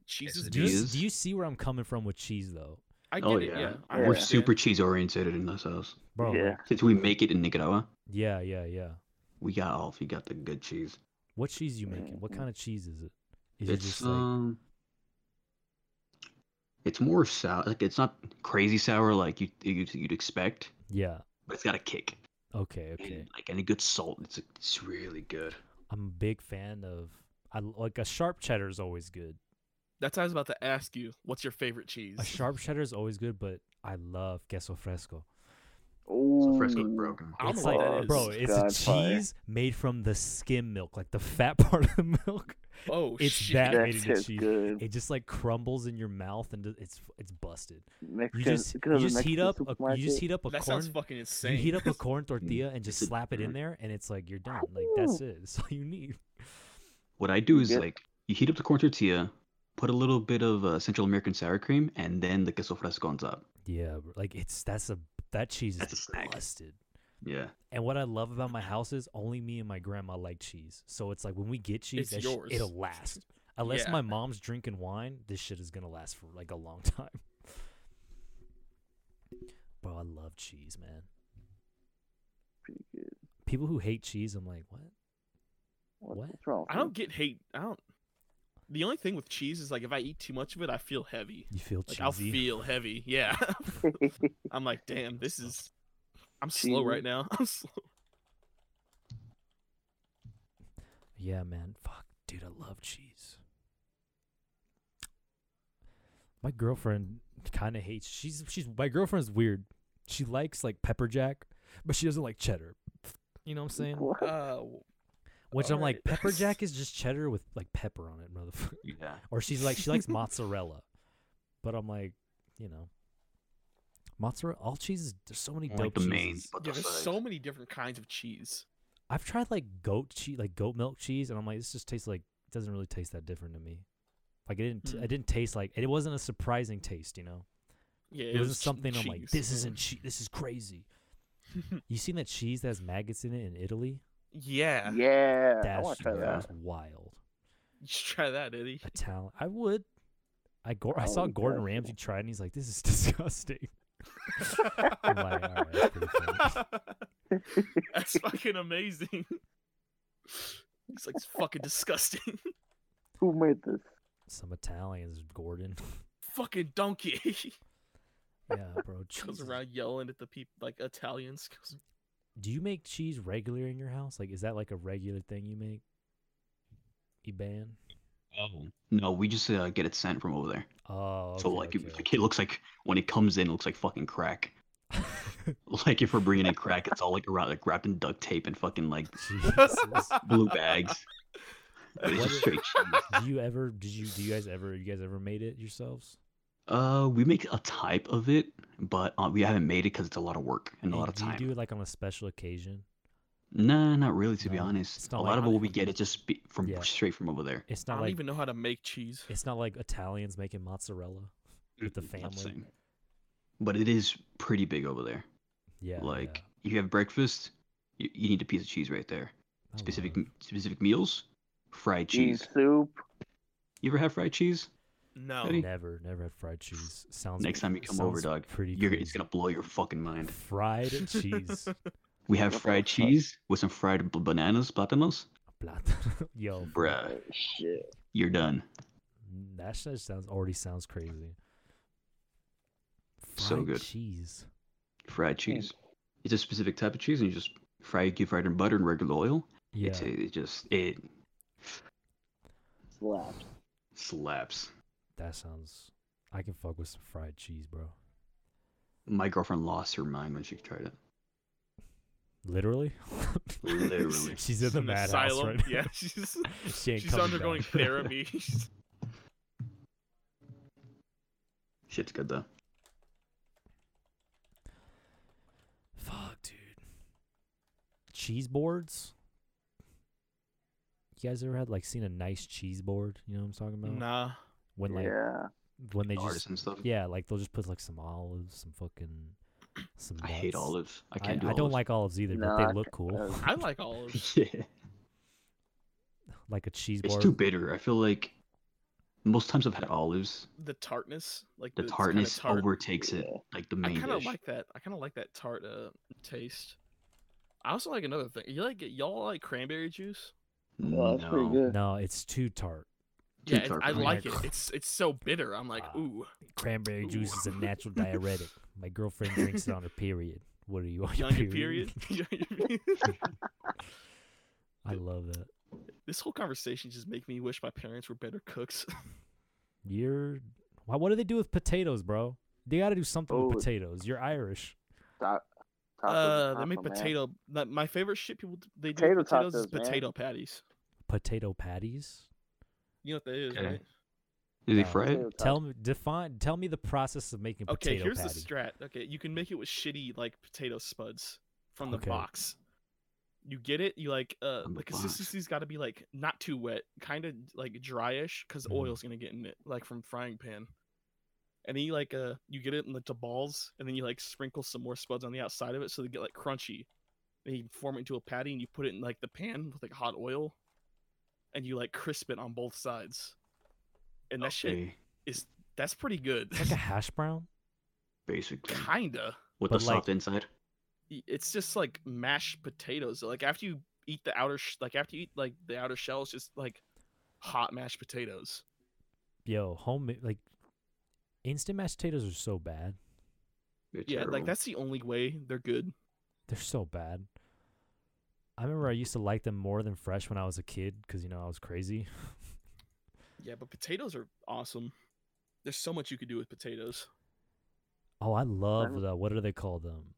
Speaker 3: Jesus,
Speaker 2: it
Speaker 1: Do you,
Speaker 3: dude.
Speaker 1: s-
Speaker 2: is.
Speaker 1: do you see where I'm coming from with cheese, though,
Speaker 3: I get
Speaker 2: Oh
Speaker 3: it. Yeah.
Speaker 2: yeah,
Speaker 3: I
Speaker 2: we're
Speaker 4: understand.
Speaker 2: super cheese oriented in this house.
Speaker 1: bro?
Speaker 4: yeah.
Speaker 1: like-
Speaker 2: Since we make it in Nicaragua,
Speaker 1: yeah, yeah, yeah.
Speaker 2: we got all. We got the good cheese.
Speaker 1: What cheese you making? What
Speaker 4: Mhm.
Speaker 1: kind of cheese is it? Is
Speaker 2: it's
Speaker 1: it just like
Speaker 2: um, it's more sour. Like it's not crazy sour like you you'd, you'd expect,
Speaker 1: yeah?
Speaker 2: but it's got a kick.
Speaker 1: Okay,
Speaker 2: And,
Speaker 1: okay.
Speaker 2: like and a good salt. It's it's really good.
Speaker 1: I'm a big fan of. I l- like a sharp cheddar is always good.
Speaker 3: That's what I was about to ask you. What's your favorite cheese?
Speaker 1: A sharp cheddar is always good, but I love queso fresco.
Speaker 2: So
Speaker 4: Ooh.
Speaker 2: Fresco's broken.
Speaker 3: I don't
Speaker 1: it's
Speaker 3: know
Speaker 1: like,
Speaker 3: what that is.
Speaker 1: bro, it's a
Speaker 4: Godfire.
Speaker 1: cheese made from the skim milk, like the fat part of the milk.
Speaker 3: Oh
Speaker 1: It's
Speaker 3: shit.
Speaker 1: that
Speaker 4: That
Speaker 1: made it
Speaker 4: shit's
Speaker 1: cheese.
Speaker 4: good.
Speaker 1: It just like crumbles in your mouth and it's it's busted. You
Speaker 4: Mexican-
Speaker 1: just
Speaker 4: go to
Speaker 1: you
Speaker 4: the
Speaker 1: just heat
Speaker 4: Mexican
Speaker 1: up a, you just
Speaker 4: supermarket.
Speaker 1: heat up a
Speaker 3: That sounds
Speaker 1: corn
Speaker 3: fucking
Speaker 1: you
Speaker 3: insane.
Speaker 1: heat up a corn tortilla and just
Speaker 2: It's a-
Speaker 1: slap it in there and it's like you're done. Like that's it. That's all you need.
Speaker 2: What I do
Speaker 4: You
Speaker 2: is
Speaker 4: get-
Speaker 2: like you heat up the corn tortilla, put a little bit of uh, Central American sour cream, and then the queso fresco on top.
Speaker 1: Yeah, bro, like it's that's a that cheese
Speaker 2: That's a
Speaker 1: is
Speaker 2: snack.
Speaker 1: busted.
Speaker 2: Yeah,
Speaker 1: And what I love about my house is only me and my grandma like cheese. So it's like when we get cheese,
Speaker 3: It's
Speaker 1: that sh-
Speaker 3: yours.
Speaker 1: it'll last. Unless
Speaker 3: Yeah.
Speaker 1: my mom's drinking wine, this shit is gonna last for like a long time. Bro, I love cheese, man.
Speaker 4: Pretty good.
Speaker 1: People who hate cheese, I'm like, what?
Speaker 4: What?
Speaker 1: What?
Speaker 4: What's wrong?
Speaker 3: I don't get hate. I don't. The only thing with cheese is like if I eat too much of it, I feel heavy.
Speaker 1: You feel
Speaker 3: Like
Speaker 1: cheesy?
Speaker 3: I'll feel heavy. Yeah.
Speaker 4: with you?
Speaker 3: I'm like, damn, this is. I'm slow right
Speaker 4: Cheesy.
Speaker 3: now. I'm slow.
Speaker 1: yeah, man. Fuck, dude, I love cheese. My girlfriend kind of hates. She's she's my girlfriend's weird. She likes like pepper jack, but she doesn't like cheddar. You know what I'm saying?
Speaker 4: What?
Speaker 3: Uh,
Speaker 1: Which I'm like,
Speaker 3: Alright.
Speaker 1: pepper jack is just cheddar with like pepper on it, motherfucker.
Speaker 2: yeah.
Speaker 1: Or she's like, she likes mozzarella, but I'm like, you know, mozzarella. All cheeses. There's so many
Speaker 2: I
Speaker 1: dope
Speaker 2: like the
Speaker 1: cheeses.
Speaker 2: mains, but
Speaker 3: yeah,
Speaker 2: the
Speaker 3: there's
Speaker 2: sides.
Speaker 3: so many different kinds of cheese.
Speaker 1: I've tried like goat cheese, like goat milk cheese, and I'm like, this just tastes like it doesn't really taste that different to me. Like it didn't, t-
Speaker 3: Mm.
Speaker 1: it didn't taste like it wasn't a surprising taste, you know.
Speaker 3: Yeah,
Speaker 1: It,
Speaker 3: it,
Speaker 1: wasn't
Speaker 3: was che-
Speaker 1: something I'm like,
Speaker 3: cheese.
Speaker 1: this isn't cheese. This is crazy. you seen that cheese that has maggots in it in Italy?
Speaker 3: Yeah,
Speaker 4: Yeah. I
Speaker 1: That's
Speaker 4: want to try
Speaker 2: yeah.
Speaker 4: that.
Speaker 1: was wild.
Speaker 3: you should try that, Eddie.
Speaker 1: Italian. I would. I Gor- I saw
Speaker 4: Oh,
Speaker 1: Gordon
Speaker 4: gotcha.
Speaker 1: Ramsay try it, and he's like, this is disgusting. I'm like, all right, that's pretty funny.
Speaker 3: That's fucking amazing. It's like it's fucking disgusting.
Speaker 4: Who made this?
Speaker 1: Some Italians, Gordon.
Speaker 3: fucking donkey
Speaker 1: Yeah, bro. cheese
Speaker 3: goes
Speaker 1: is-
Speaker 3: around yelling at the people like Italians. 'cause-
Speaker 1: Do you make cheese regular in your house? Like, is that like a regular thing you make? Eban?
Speaker 2: Oh. No, we just uh, get it sent from over there.
Speaker 1: Oh,
Speaker 2: so
Speaker 1: okay,
Speaker 2: like,
Speaker 1: okay,
Speaker 2: it, like, it looks like when it comes in, it looks like fucking crack. Like if we're bringing in crack, it's all like around like wrapped in duct tape and fucking like
Speaker 1: Jesus.
Speaker 2: blue bags. But it's
Speaker 1: What
Speaker 2: just
Speaker 1: is-
Speaker 2: straight cheese.
Speaker 1: do you ever? Did you? Do you guys ever? You guys ever made it yourselves?
Speaker 2: Uh, we make a type of it, but uh, we haven't made it because it's a lot of work and a
Speaker 1: And
Speaker 2: lot of
Speaker 1: do
Speaker 2: time.
Speaker 1: You do it like on a special occasion.
Speaker 2: Nah, not really, to be
Speaker 1: No,
Speaker 2: honest.
Speaker 1: it's
Speaker 2: A
Speaker 1: not
Speaker 2: lot
Speaker 1: like-
Speaker 2: of what we get is just be- from
Speaker 1: Yeah.
Speaker 2: straight from over there.
Speaker 1: It's
Speaker 3: I
Speaker 1: not
Speaker 3: don't
Speaker 1: like
Speaker 3: even know how to make cheese.
Speaker 1: it's not like Italians making mozzarella. With the
Speaker 2: Mm, not
Speaker 1: family.
Speaker 2: same. But it is pretty big over there.
Speaker 1: Yeah,
Speaker 2: like
Speaker 1: yeah.
Speaker 2: if you have breakfast, you, you need a piece of cheese right there.
Speaker 1: I
Speaker 2: Mm-hmm. Specific
Speaker 1: love-
Speaker 2: m- specific meals, fried cheese.
Speaker 4: Cheese soup.
Speaker 2: You ever have fried cheese?
Speaker 3: No,
Speaker 2: Eddie?
Speaker 1: Never, never had fried cheese. Sounds
Speaker 2: Next time you come over,
Speaker 1: sounds
Speaker 2: dog,
Speaker 1: Pretty
Speaker 2: You're it's
Speaker 1: crazy.
Speaker 2: gonna blow your fucking mind.
Speaker 1: fried cheese.
Speaker 2: We have
Speaker 4: What the
Speaker 2: fried
Speaker 4: fuck?
Speaker 2: cheese with some fried b- bananas, platanos.
Speaker 1: Plátano. Yo, fuck,
Speaker 2: Bruh,
Speaker 4: Oh, shit.
Speaker 2: you're done.
Speaker 1: that shit sounds already sounds crazy. Fried
Speaker 2: So good.
Speaker 1: cheese.
Speaker 2: Fried cheese. It's a specific type of cheese, and you just fry it, you fry it in butter and regular oil.
Speaker 1: Yeah,
Speaker 2: It's it just it
Speaker 4: Slap.
Speaker 2: slaps.
Speaker 1: that sounds. I can fuck with some fried cheese, bro.
Speaker 2: My girlfriend lost her mind when she tried it.
Speaker 1: Literally.
Speaker 2: Literally.
Speaker 1: She's in the
Speaker 3: An
Speaker 1: madhouse
Speaker 3: asylum.
Speaker 1: right now.
Speaker 3: Yeah, she's
Speaker 1: she ain't
Speaker 3: she's
Speaker 1: coming
Speaker 3: undergoing
Speaker 1: back.
Speaker 3: therapy. She's-
Speaker 2: Shit's good though.
Speaker 1: Fuck, dude. Cheese boards. You guys ever had like seen a nice cheese board? You know what I'm talking about?
Speaker 3: Nah,
Speaker 1: When like
Speaker 4: yeah.
Speaker 1: when they
Speaker 2: The
Speaker 1: just
Speaker 2: artisan stuff.
Speaker 1: Yeah, like they'll just put like some olives, some fucking some.
Speaker 2: I hate
Speaker 1: nuts.
Speaker 2: olives. I can't do
Speaker 1: I,
Speaker 2: olives.
Speaker 1: don't like olives either, but they
Speaker 4: Nah,
Speaker 1: look cool.
Speaker 4: uh,
Speaker 3: I like olives.
Speaker 2: yeah.
Speaker 1: Like a cheese
Speaker 2: It's
Speaker 1: board.
Speaker 2: too bitter. I feel like most times I've had olives,
Speaker 3: The tartness, like
Speaker 2: the
Speaker 3: it's kinda
Speaker 2: tartness
Speaker 3: tart.
Speaker 2: overtakes it,
Speaker 4: Yeah.
Speaker 2: like the
Speaker 3: I
Speaker 2: main
Speaker 3: kind of
Speaker 2: dish.
Speaker 3: like that. I kind of like that tart uh, taste. I also like another thing. You like y'all like cranberry juice?
Speaker 4: Oh, that's pretty
Speaker 2: no,
Speaker 4: good.
Speaker 1: No, it's too tart.
Speaker 2: Too
Speaker 3: Yeah, it's,
Speaker 2: tart
Speaker 3: I
Speaker 2: for me.
Speaker 3: like it. It's it's so bitter. I'm like,
Speaker 1: Ah.
Speaker 3: ooh,
Speaker 1: Cranberry juice is a
Speaker 3: Ooh.
Speaker 1: natural diuretic. My girlfriend drinks it on her period. What are you on
Speaker 3: you
Speaker 1: your
Speaker 3: on your
Speaker 1: period?
Speaker 3: period. You on your period?
Speaker 1: I love that.
Speaker 3: this whole conversation just make me wish my parents were better cooks.
Speaker 1: You're. Why? What do they do with potatoes, bro? They got to do something
Speaker 4: Oh.
Speaker 1: with potatoes. You're Irish.
Speaker 4: I, Tacos
Speaker 3: uh,
Speaker 4: and
Speaker 3: they make
Speaker 4: taco, man.
Speaker 3: potato. That, my favorite shit people d- they do
Speaker 4: Potato
Speaker 3: with potatoes is
Speaker 4: tacos, man.
Speaker 3: potato patties.
Speaker 1: Potato patties.
Speaker 3: You know what that is,
Speaker 2: Okay.
Speaker 3: right?
Speaker 2: Do they
Speaker 1: No.
Speaker 2: fry it?
Speaker 4: Potato
Speaker 1: Tell
Speaker 4: tacos.
Speaker 1: me, define. Tell me the process of making
Speaker 3: Okay,
Speaker 1: potato
Speaker 3: here's
Speaker 1: patty.
Speaker 3: the strat. Okay, you can make it with shitty like potato spuds from the
Speaker 1: Okay.
Speaker 3: box. You get it. You like uh,
Speaker 2: From the
Speaker 3: the
Speaker 2: box.
Speaker 3: consistency's got to be like not too wet, kind of like dryish, because
Speaker 1: Mhm.
Speaker 3: oil's gonna get in it, like from frying pan. And then you like uh, you get it into balls, and then you like sprinkle some more spuds on the outside of it, so they get like crunchy. Then you form it into a patty, and you put it in like the pan with like hot oil, and you like crisp it on both sides. And that shit,
Speaker 2: Okay,
Speaker 3: that's pretty good.
Speaker 1: It's like a hash brown.
Speaker 2: basically.
Speaker 3: Kinda.
Speaker 2: With
Speaker 1: but
Speaker 2: the
Speaker 1: like-
Speaker 2: soft inside.
Speaker 3: y- it's just like mashed potatoes. Like after you eat the outer, sh- like after you eat like the outer shell, it's just like hot mashed potatoes.
Speaker 1: Yo, homemade like instant mashed potatoes are so bad.
Speaker 2: It's
Speaker 3: yeah,
Speaker 2: terrible.
Speaker 3: like that's the only way they're good.
Speaker 1: They're so bad. I remember I used to like them more than fresh when I was a kid because you know I was crazy.
Speaker 3: Yeah, but potatoes are awesome. There's so much you could do with potatoes.
Speaker 1: Oh, I love
Speaker 4: Right.
Speaker 1: the what are they called? Um,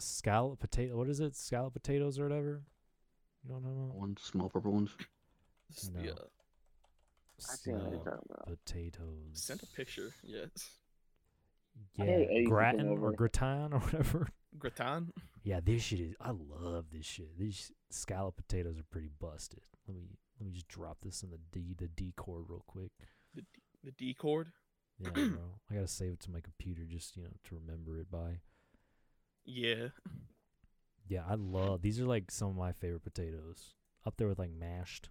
Speaker 1: scallop potato. What is it? Scallop potatoes or whatever. You don't know.
Speaker 2: one small purple ones.
Speaker 3: It's the,
Speaker 1: No.
Speaker 3: uh,
Speaker 4: I think I know what you're
Speaker 1: Scallop
Speaker 4: talking about.
Speaker 1: potatoes.
Speaker 3: send a picture. Yeah, it's
Speaker 1: Yeah,
Speaker 4: I had eggs to come
Speaker 1: gratin or
Speaker 4: over.
Speaker 1: gratin or whatever.
Speaker 3: gratin.
Speaker 1: Yeah, this shit is. I love this shit. These scallop potatoes are pretty busted. Let me let me just drop this in the D the D chord real quick.
Speaker 3: The D- the D chord.
Speaker 1: Yeah, bro. I gotta save it to my computer just you know to remember it by.
Speaker 3: Yeah,
Speaker 1: Yeah, I love these. Are like some of my favorite potatoes. Up there with like mashed.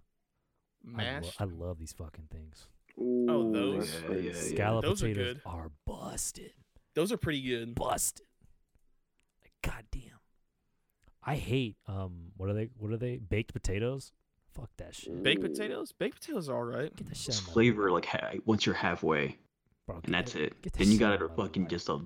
Speaker 1: I, lo-
Speaker 3: mashed.
Speaker 1: I love these fucking things.
Speaker 4: Ooh,
Speaker 3: Oh, those?
Speaker 4: that's
Speaker 2: Yeah,
Speaker 4: good.
Speaker 2: yeah, yeah.
Speaker 1: Scallop
Speaker 3: Those are
Speaker 1: potatoes
Speaker 3: good.
Speaker 1: are, busted,
Speaker 3: Those are pretty good.
Speaker 1: busted. Like, goddamn. I hate um. What are they? What are they? Baked potatoes. Fuck that shit.
Speaker 3: Baked
Speaker 4: Ooh.
Speaker 3: potatoes. Baked potatoes are all right.
Speaker 1: Get that shit.
Speaker 2: It's
Speaker 1: out of my
Speaker 2: flavor like ha- once you're halfway,
Speaker 1: Bro, get
Speaker 2: and that's
Speaker 1: that-
Speaker 2: it.
Speaker 1: get that
Speaker 2: Then you
Speaker 1: shit
Speaker 2: gotta
Speaker 1: out of my
Speaker 2: fucking
Speaker 1: life.
Speaker 2: just a,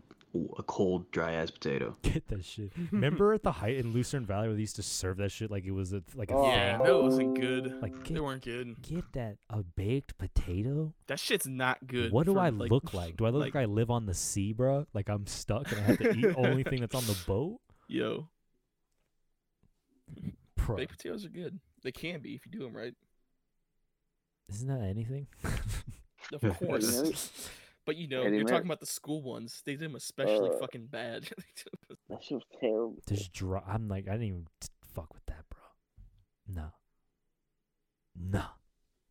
Speaker 2: a cold, dry ass potato.
Speaker 1: get that shit. Remember at the height in Lucerne Valley where they used to serve that shit like it was a, like a
Speaker 4: Oh.
Speaker 3: Yeah,
Speaker 1: thing?
Speaker 3: that wasn't good.
Speaker 1: Like
Speaker 3: They
Speaker 1: get,
Speaker 3: weren't good.
Speaker 1: get that a baked potato.
Speaker 3: That shit's not good.
Speaker 1: what do
Speaker 3: for,
Speaker 1: I look like? Do I look like,
Speaker 3: like-
Speaker 1: I live on the sea, bro? Like I'm stuck and I have to eat only thing that's on the boat,
Speaker 3: Yo,
Speaker 1: bro?
Speaker 3: baked potatoes are good. They can be if you do them right,
Speaker 1: Isn't that anything?
Speaker 3: of
Speaker 2: Yeah.
Speaker 3: course.
Speaker 4: Really?
Speaker 3: but you know,
Speaker 4: Eddie
Speaker 3: you're
Speaker 4: Murray.
Speaker 3: talking about the school ones. They did them especially
Speaker 4: Uh,
Speaker 3: fucking bad.
Speaker 4: That shit was terrible.
Speaker 1: Just dry. I'm like I didn't even t- fuck with that, bro. No. No.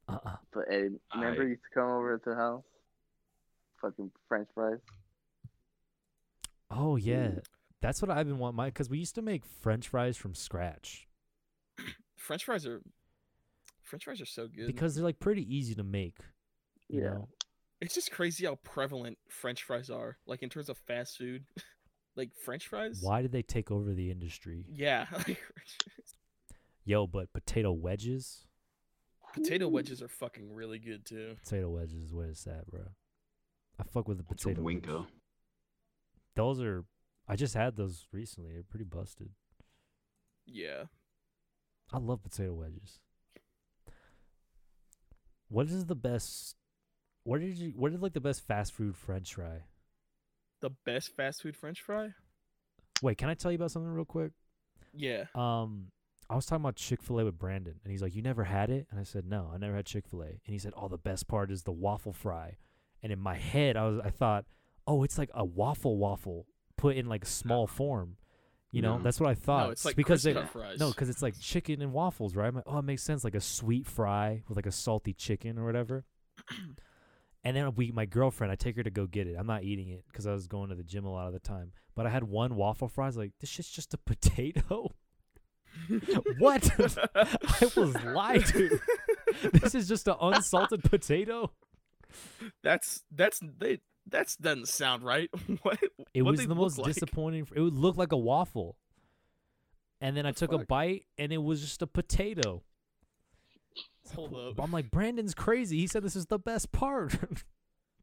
Speaker 1: Uh uh
Speaker 4: But hey, remember
Speaker 2: I-
Speaker 4: you used to come over to the house? Fucking French fries.
Speaker 1: Oh yeah,
Speaker 4: Ooh.
Speaker 1: that's what I've been wanting. My because we used to make French fries from scratch.
Speaker 3: French fries are, French fries are so good.
Speaker 1: because they're like pretty easy to make. You
Speaker 4: Yeah.
Speaker 1: know?
Speaker 3: it's just crazy how prevalent French fries are. Like in terms of fast food, like French fries.
Speaker 1: Why did they take over the industry?
Speaker 3: Yeah, like,
Speaker 1: Yo, but potato wedges,
Speaker 3: potato wedges are fucking really good too.
Speaker 1: potato wedges, where it's at, bro. I fuck with the
Speaker 2: It's a
Speaker 1: potato. wedge.
Speaker 2: winko.
Speaker 1: Those are. I just had those recently. They're pretty busted.
Speaker 3: Yeah,
Speaker 1: I love potato wedges. What is the best? What did you? What is like the best fast food French fry?
Speaker 3: the best fast food French fry.
Speaker 1: Wait, can I tell you about something real quick?
Speaker 3: Yeah,
Speaker 1: um I was talking about Chick fil A with Brandon, and he's like, You never had it? And I said, No, I never had Chick fil A. And he said, Oh, the best part is the waffle fry. And in my head, I was I thought, Oh, it's like a waffle waffle put in like small form. You know,
Speaker 2: No.
Speaker 1: that's what I thought.
Speaker 3: no, it's like
Speaker 1: because
Speaker 3: because
Speaker 1: they,
Speaker 3: cut fries.
Speaker 1: No, because it's like chicken and waffles, right? I'm like, oh, it makes sense, like a sweet fry with like a salty chicken or whatever. and then we, my girlfriend, I take her to go get it. I'm not eating it because I was going to the gym a lot of the time. But I had one waffle fry. I was like, this shit's just a potato. what? I was lied to. this is just an unsalted potato.
Speaker 3: That's that's they that's doesn't sound right. what?
Speaker 1: It
Speaker 3: What'd
Speaker 1: was
Speaker 3: they
Speaker 1: the
Speaker 3: look
Speaker 1: most
Speaker 3: like?
Speaker 1: disappointing. It would look like a waffle. And then I
Speaker 3: The
Speaker 1: took a
Speaker 3: fuck?
Speaker 1: bite, and it was just a potato.
Speaker 3: Hold up.
Speaker 1: I'm like, Brandon's crazy. He said this is the best part.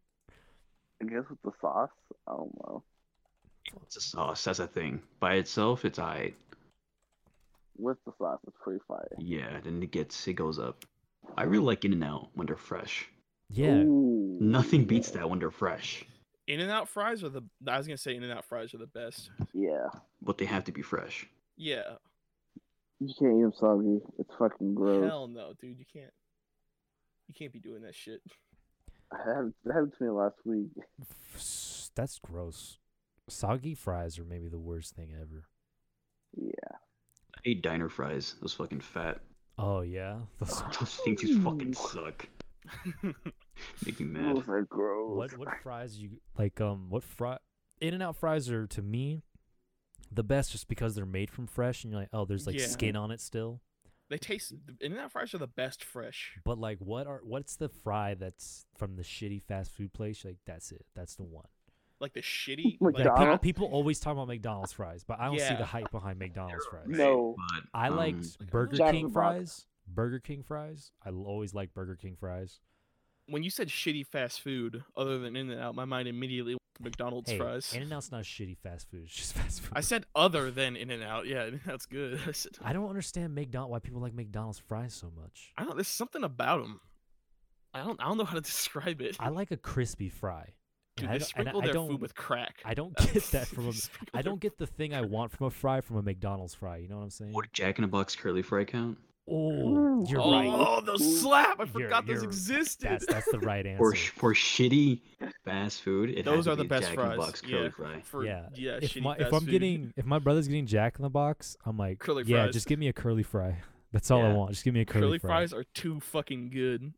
Speaker 4: I guess with the sauce? I don't know.
Speaker 2: It's a sauce. That's a thing. By itself, it's I.
Speaker 4: With the sauce, it's pretty fire.
Speaker 2: Yeah. Then it gets it goes up. I really like In and Out when they're fresh.
Speaker 1: yeah.
Speaker 4: Ooh,
Speaker 2: Nothing beats
Speaker 4: yeah.
Speaker 2: that when they're fresh.
Speaker 3: In and out fries are the I was gonna say in and out fries are the best.
Speaker 4: Yeah.
Speaker 2: but they have to be fresh.
Speaker 3: Yeah.
Speaker 4: You can't eat them soggy. It's fucking gross.
Speaker 3: Hell no, dude. You can't you can't be doing that shit.
Speaker 4: I had that happened to me last week.
Speaker 1: F- That's gross. Soggy fries are maybe the worst thing ever.
Speaker 4: Yeah.
Speaker 2: I hate diner fries. Those fucking fat.
Speaker 1: Oh yeah, Those-
Speaker 2: Those things just
Speaker 4: Ooh.
Speaker 2: fucking suck. Make me mad.
Speaker 4: Those are
Speaker 3: Oh,
Speaker 4: gross.
Speaker 1: what what fries you like? Um, what fry? In and out fries are to me the best, just because they're made from fresh, and you're like, oh, there's like
Speaker 3: Yeah.
Speaker 1: skin on it still.
Speaker 3: They taste in and out fries are the best fresh.
Speaker 1: But like, what are what's the fry that's from the shitty fast food place? You're Like, that's it. That's the one.
Speaker 3: Like the shitty
Speaker 4: Like
Speaker 1: Like,
Speaker 3: like,
Speaker 1: people,
Speaker 4: McDonald's?
Speaker 1: people always talk about McDonald's fries, but I don't see
Speaker 3: Yeah.
Speaker 1: the hype behind McDonald's fries.
Speaker 4: No.
Speaker 2: But,
Speaker 1: I
Speaker 2: um,
Speaker 1: liked Burger
Speaker 4: Jack in
Speaker 1: King
Speaker 4: the Box.
Speaker 1: fries. Burger King fries. I l- always like Burger King fries.
Speaker 3: when you said shitty fast food other than in and out, my mind immediately went to McDonald's
Speaker 1: Hey,
Speaker 3: fries.
Speaker 1: In and Out's not shitty fast food. It's just fast food.
Speaker 3: I said other than in and out. Yeah, that's good. I said
Speaker 1: I don't understand McDonald why people like McDonald's fries so much.
Speaker 3: I don't. There's something about them. I don't. I don't know how to describe it.
Speaker 1: I like a crispy fry.
Speaker 3: Dude,
Speaker 1: I
Speaker 3: they
Speaker 1: don't-
Speaker 3: sprinkle
Speaker 1: I
Speaker 3: their
Speaker 1: don't-
Speaker 3: food with crack.
Speaker 1: I don't get that from a.
Speaker 3: They sprinkle
Speaker 1: I
Speaker 3: their-
Speaker 1: don't get the thing I want from a fry from a McDonald's fry. You know what I'm saying?
Speaker 2: Would Jack in a Box curly fry count?
Speaker 1: Oh,
Speaker 4: Ooh.
Speaker 1: you're
Speaker 3: oh,
Speaker 1: right.
Speaker 4: Ooh.
Speaker 3: those slap! I
Speaker 1: You're-
Speaker 3: forgot those
Speaker 1: you're-
Speaker 3: existed.
Speaker 1: That's that's the right
Speaker 2: For
Speaker 1: answer.
Speaker 2: sh- for shitty fast food, it has
Speaker 3: those
Speaker 2: to
Speaker 3: are the
Speaker 2: be Jack
Speaker 3: best
Speaker 2: in
Speaker 3: fries.
Speaker 2: the Box curly
Speaker 3: yeah,
Speaker 2: fry.
Speaker 3: For,
Speaker 1: Yeah,
Speaker 3: yeah,
Speaker 1: if
Speaker 3: shitty
Speaker 1: my, if
Speaker 3: fast
Speaker 1: I'm
Speaker 3: food.
Speaker 1: getting if my brother's getting Jack in the Box, I'm like,
Speaker 3: Curly
Speaker 1: yeah,
Speaker 3: fries.
Speaker 1: just give me a curly fry. That's all I
Speaker 2: Yeah.
Speaker 1: want. Just give me a curly,
Speaker 3: curly,
Speaker 1: fry.
Speaker 3: fries are too fucking good.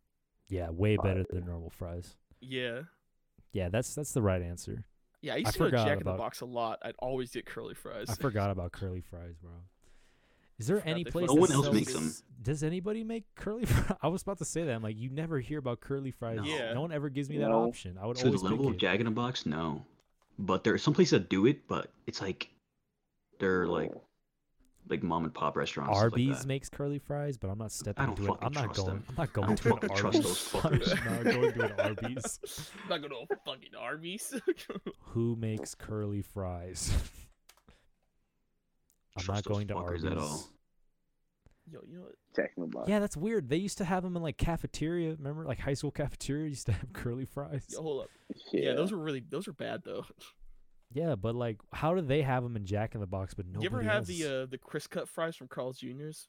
Speaker 1: Yeah, way better
Speaker 4: Fire.
Speaker 1: than normal fries.
Speaker 3: Yeah,
Speaker 1: Yeah, that's that's the right answer.
Speaker 3: yeah. I
Speaker 1: I
Speaker 3: used to go to
Speaker 1: forgot
Speaker 3: Jack in the
Speaker 1: about-
Speaker 3: Box a lot. I'd always get curly fries.
Speaker 1: I forgot about curly fries, bro. Is there
Speaker 3: Forgot
Speaker 1: any
Speaker 3: they
Speaker 1: place?
Speaker 3: fucking
Speaker 2: No one
Speaker 1: that
Speaker 2: else
Speaker 1: sells
Speaker 2: makes
Speaker 1: this- Does anybody make curly fries? I was about to say that. I'm like, you never hear about curly fries.
Speaker 2: No.
Speaker 3: Yeah.
Speaker 1: No one ever gives me that
Speaker 4: No.
Speaker 1: option. I would
Speaker 2: To the
Speaker 1: always pick
Speaker 2: level of
Speaker 1: it.
Speaker 2: Jack in a Box, no. But there are some places that do it, but it's like they're like like mom and pop restaurants. stuff
Speaker 1: Arby's
Speaker 2: like that.
Speaker 1: makes curly fries, but I'm not stepping
Speaker 2: don't
Speaker 1: into it.
Speaker 2: fucking
Speaker 1: I'm not
Speaker 2: trust
Speaker 1: going.
Speaker 2: them.
Speaker 1: I'm not
Speaker 2: I
Speaker 1: going
Speaker 2: don't
Speaker 1: to an
Speaker 2: fucking trust
Speaker 1: Arby's.
Speaker 2: those fuckers.
Speaker 1: I'm not going to an Arby's.
Speaker 3: I'm not going to a fucking Arby's.
Speaker 1: Who makes curly fries? I'm not
Speaker 2: Trust those
Speaker 1: going to Arby's
Speaker 2: fuckers at all.
Speaker 3: Yo, you know what?
Speaker 4: Jack in the Box.
Speaker 1: Yeah, that's weird. They used to have them in like cafeteria. Remember, like high school cafeteria used to have curly fries.
Speaker 3: Yo, hold up.
Speaker 4: Yeah.
Speaker 3: Yeah. those were really those are bad though.
Speaker 1: Yeah, but like, how do they have them in Jack in the Box, but nobody
Speaker 3: you ever have
Speaker 1: else?
Speaker 3: the uh, the Chris cut fries from Carl's Jr.'s?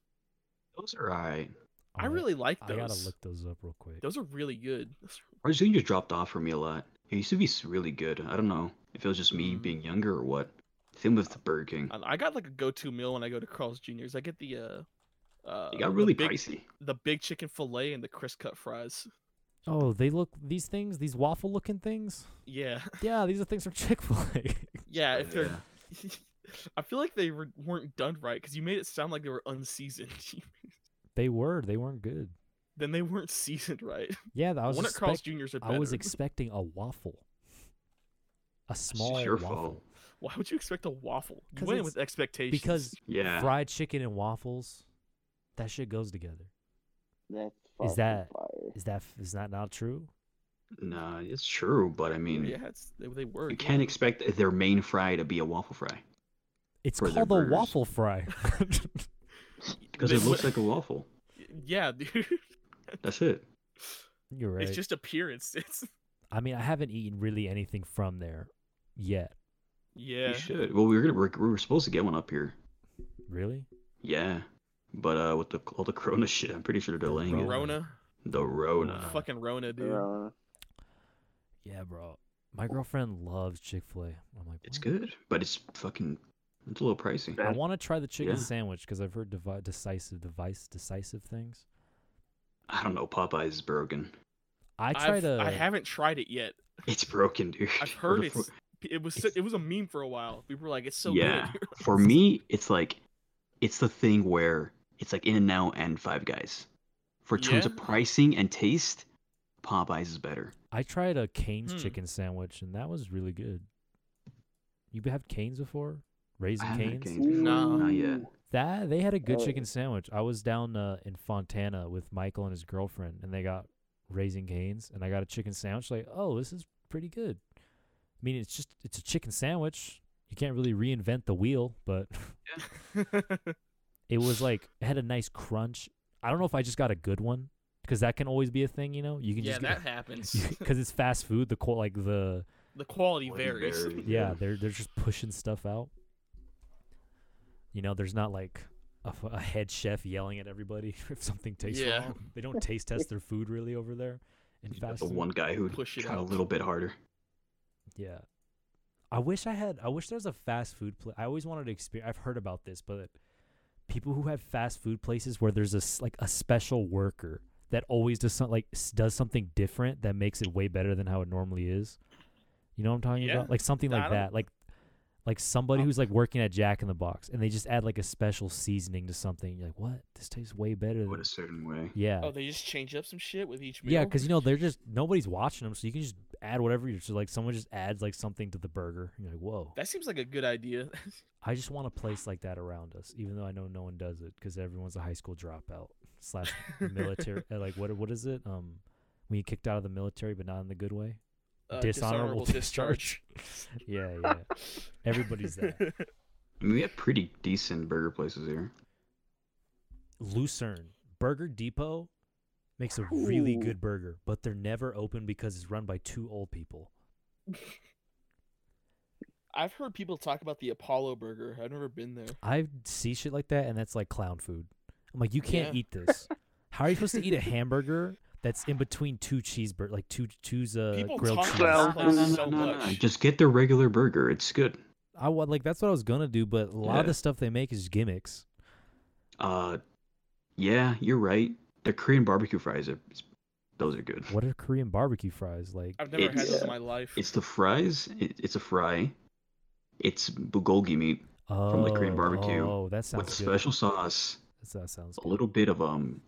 Speaker 2: Those are alright.
Speaker 3: I
Speaker 1: Alright,
Speaker 3: really like
Speaker 1: Oh, I
Speaker 3: those.
Speaker 1: gotta look those up real quick.
Speaker 3: Those are really good. Those are-
Speaker 2: Ours Junior dropped off for me a lot. It used to be s- really good. I don't know if it was just me
Speaker 3: Mm.
Speaker 2: being younger or what. Same with the Burger King.
Speaker 3: I- I got like a go-to meal when I go to Carl's Jr.'s. I get the uh, uh
Speaker 2: It got really
Speaker 3: the big,
Speaker 2: pricey.
Speaker 3: the big chicken fillet and the crisp cut fries.
Speaker 1: Oh, they look these things, these waffle looking things.
Speaker 3: Yeah,
Speaker 1: Yeah, these are things from Chick Fil A.
Speaker 3: yeah. If they're,
Speaker 2: Yeah.
Speaker 3: I feel like they were, weren't done right because you made it sound like they were unseasoned.
Speaker 1: they were. They weren't good.
Speaker 3: then they weren't seasoned right.
Speaker 1: Yeah, I was.
Speaker 3: One at Carl's
Speaker 1: expect-
Speaker 3: Jr.'s are better.
Speaker 1: I was expecting a waffle. A small
Speaker 2: your
Speaker 1: waffle.
Speaker 2: fault.
Speaker 3: Why would you expect a waffle?
Speaker 1: 'Cause
Speaker 3: You went in
Speaker 1: it's-
Speaker 3: with expectations.
Speaker 1: Because
Speaker 2: Yeah.
Speaker 1: fried chicken and waffles, that shit goes together.
Speaker 4: That's
Speaker 1: Is
Speaker 4: fucking
Speaker 1: that-
Speaker 4: fire.
Speaker 1: Is that is that not true?
Speaker 2: Nah, it's true, but I mean,
Speaker 3: Oh, yeah, it's, they, they were.
Speaker 2: you
Speaker 3: yeah.
Speaker 2: can't expect their main fry to be a waffle fry
Speaker 1: It's
Speaker 2: For their
Speaker 1: called a
Speaker 2: burgers.
Speaker 1: waffle fry.
Speaker 2: because
Speaker 3: They
Speaker 2: it looks like
Speaker 3: would-
Speaker 2: a waffle.
Speaker 3: Yeah, dude.
Speaker 2: That's it.
Speaker 1: You're right.
Speaker 3: It's just appearance. It's
Speaker 1: I mean, I haven't eaten really anything from there yet.
Speaker 3: yeah.
Speaker 2: You should. Well, we were gonna we're, we were supposed to get one up here.
Speaker 1: Really?
Speaker 2: Yeah, but uh, with the all the Corona shit, I'm pretty sure they're
Speaker 1: The
Speaker 2: delaying it.
Speaker 1: Rona.
Speaker 3: Rona,
Speaker 2: The Rona.
Speaker 3: fucking Rona, dude.
Speaker 4: Corona.
Speaker 1: Yeah, bro. My girlfriend loves Chick Fil A. I'm like,
Speaker 2: It's
Speaker 1: "What?"
Speaker 2: good, but it's fucking. It's a little pricey.
Speaker 1: I want to try the chicken
Speaker 2: Yeah.
Speaker 1: sandwich because I've heard devi- decisive, device, decisive things.
Speaker 2: I don't know. Popeyes is broken.
Speaker 1: I
Speaker 3: I've-
Speaker 1: tried to.
Speaker 3: I haven't tried it yet.
Speaker 2: It's broken, dude.
Speaker 3: I've
Speaker 2: For
Speaker 3: heard
Speaker 2: the-
Speaker 3: it's. It was
Speaker 2: it's-
Speaker 3: it was a meme for a while. People were like, "It's so
Speaker 2: yeah.
Speaker 3: good."
Speaker 2: For me, it's like, it's the thing where it's like In and Out and Five Guys. For terms of
Speaker 3: Yeah.
Speaker 2: pricing and taste, Popeyes is better.
Speaker 1: I tried a Cane's
Speaker 3: Hmm.
Speaker 1: chicken sandwich and that was really good. You had Cane's before? Raisin
Speaker 2: haven't had
Speaker 1: Cane's?
Speaker 2: Cane's.
Speaker 3: No.
Speaker 2: Not yet.
Speaker 4: Ooh.
Speaker 1: That they had a good
Speaker 4: Oh.
Speaker 1: chicken sandwich. I was down uh, in Fontana with Michael and his girlfriend, and they got Raising Cane's, and I got a chicken sandwich. Like, oh, this is pretty good. I mean, it's just it's a chicken sandwich. You can't really reinvent the wheel, but it was like it had a nice crunch. I don't know if I just got a good one because that can always be a thing, you know. You can
Speaker 3: yeah,
Speaker 1: just
Speaker 3: that
Speaker 1: get
Speaker 3: happens.
Speaker 1: because it's fast food. The co- like the
Speaker 3: the quality
Speaker 2: Quality
Speaker 3: varies.
Speaker 2: varies.
Speaker 1: Yeah,
Speaker 2: Yeah.
Speaker 1: they're they're just pushing stuff out. You know, there's not like a, f- a head chef yelling at everybody if something tastes
Speaker 3: Yeah.
Speaker 1: wrong. They don't taste test their food really over there. In
Speaker 2: You got
Speaker 1: fast
Speaker 2: the
Speaker 1: food.
Speaker 2: one guy who
Speaker 3: Push it
Speaker 2: tried a
Speaker 3: out.
Speaker 2: little bit harder.
Speaker 1: Yeah. I wish I had. I wish there was a fast food place. I always wanted to experience. I've heard about this, but people who have fast food places where there's a s- like a special worker that always does some, like s- does something different that makes it way better than how it normally is. You know what I'm talking
Speaker 3: Yeah.
Speaker 1: about? Like something
Speaker 3: I
Speaker 1: like
Speaker 3: don't-
Speaker 1: that. Like like somebody
Speaker 3: Um,
Speaker 1: who's like working at Jack in the Box and they just add like a special seasoning to something. You're like, what? This tastes way better.
Speaker 2: What
Speaker 1: Than-
Speaker 2: a certain way.
Speaker 1: yeah.
Speaker 3: Oh, they just change up some shit with each meal.
Speaker 1: Yeah, because you know they're just nobody's watching them, so you can just add whatever you so like. Someone just adds like something to the burger. And you're like, whoa.
Speaker 3: that seems like a good idea.
Speaker 1: I just want a place like that around us, even though I know no one does it because everyone's a high school dropout slash military. uh, like what? What is it? Um, when you kicked out of the military, but not in the good way.
Speaker 3: Uh,
Speaker 1: Dishonorable yeah, yeah. Everybody's that.
Speaker 2: I mean, we have pretty decent burger places here.
Speaker 1: Lucerne Burger Depot makes a really
Speaker 4: Ooh.
Speaker 1: good burger, but they're never open because it's run by two old people.
Speaker 3: I've heard people talk about the Apollo Burger. I've never been there.
Speaker 1: I see shit like that, and that's like clown food. I'm like, you can't
Speaker 3: Yeah.
Speaker 1: eat this. How are you supposed to eat a hamburger that's in between two cheeseburger, like two two's uh,
Speaker 3: People
Speaker 1: grilled
Speaker 3: talk
Speaker 1: cheese?
Speaker 3: about
Speaker 4: Well,
Speaker 3: this place
Speaker 4: no,
Speaker 3: so
Speaker 2: no, no,
Speaker 3: much.
Speaker 2: Just get the regular burger. It's good.
Speaker 1: I want like that's what I was gonna do, but a lot of
Speaker 2: Yeah.
Speaker 1: the stuff they make is gimmicks.
Speaker 2: Uh, yeah, you're right. The Korean barbecue fries are, those are good.
Speaker 1: What are Korean barbecue fries like?
Speaker 3: I've never had
Speaker 2: It's-
Speaker 3: those in my life.
Speaker 2: It's the fries. It, it's a fry. It's bulgogi meat
Speaker 1: Oh,
Speaker 2: from, like, Korean barbecue
Speaker 1: Oh, that sounds
Speaker 2: with a
Speaker 1: good.
Speaker 2: special sauce.
Speaker 1: That's- That sounds
Speaker 2: A
Speaker 1: good.
Speaker 2: little bit of um,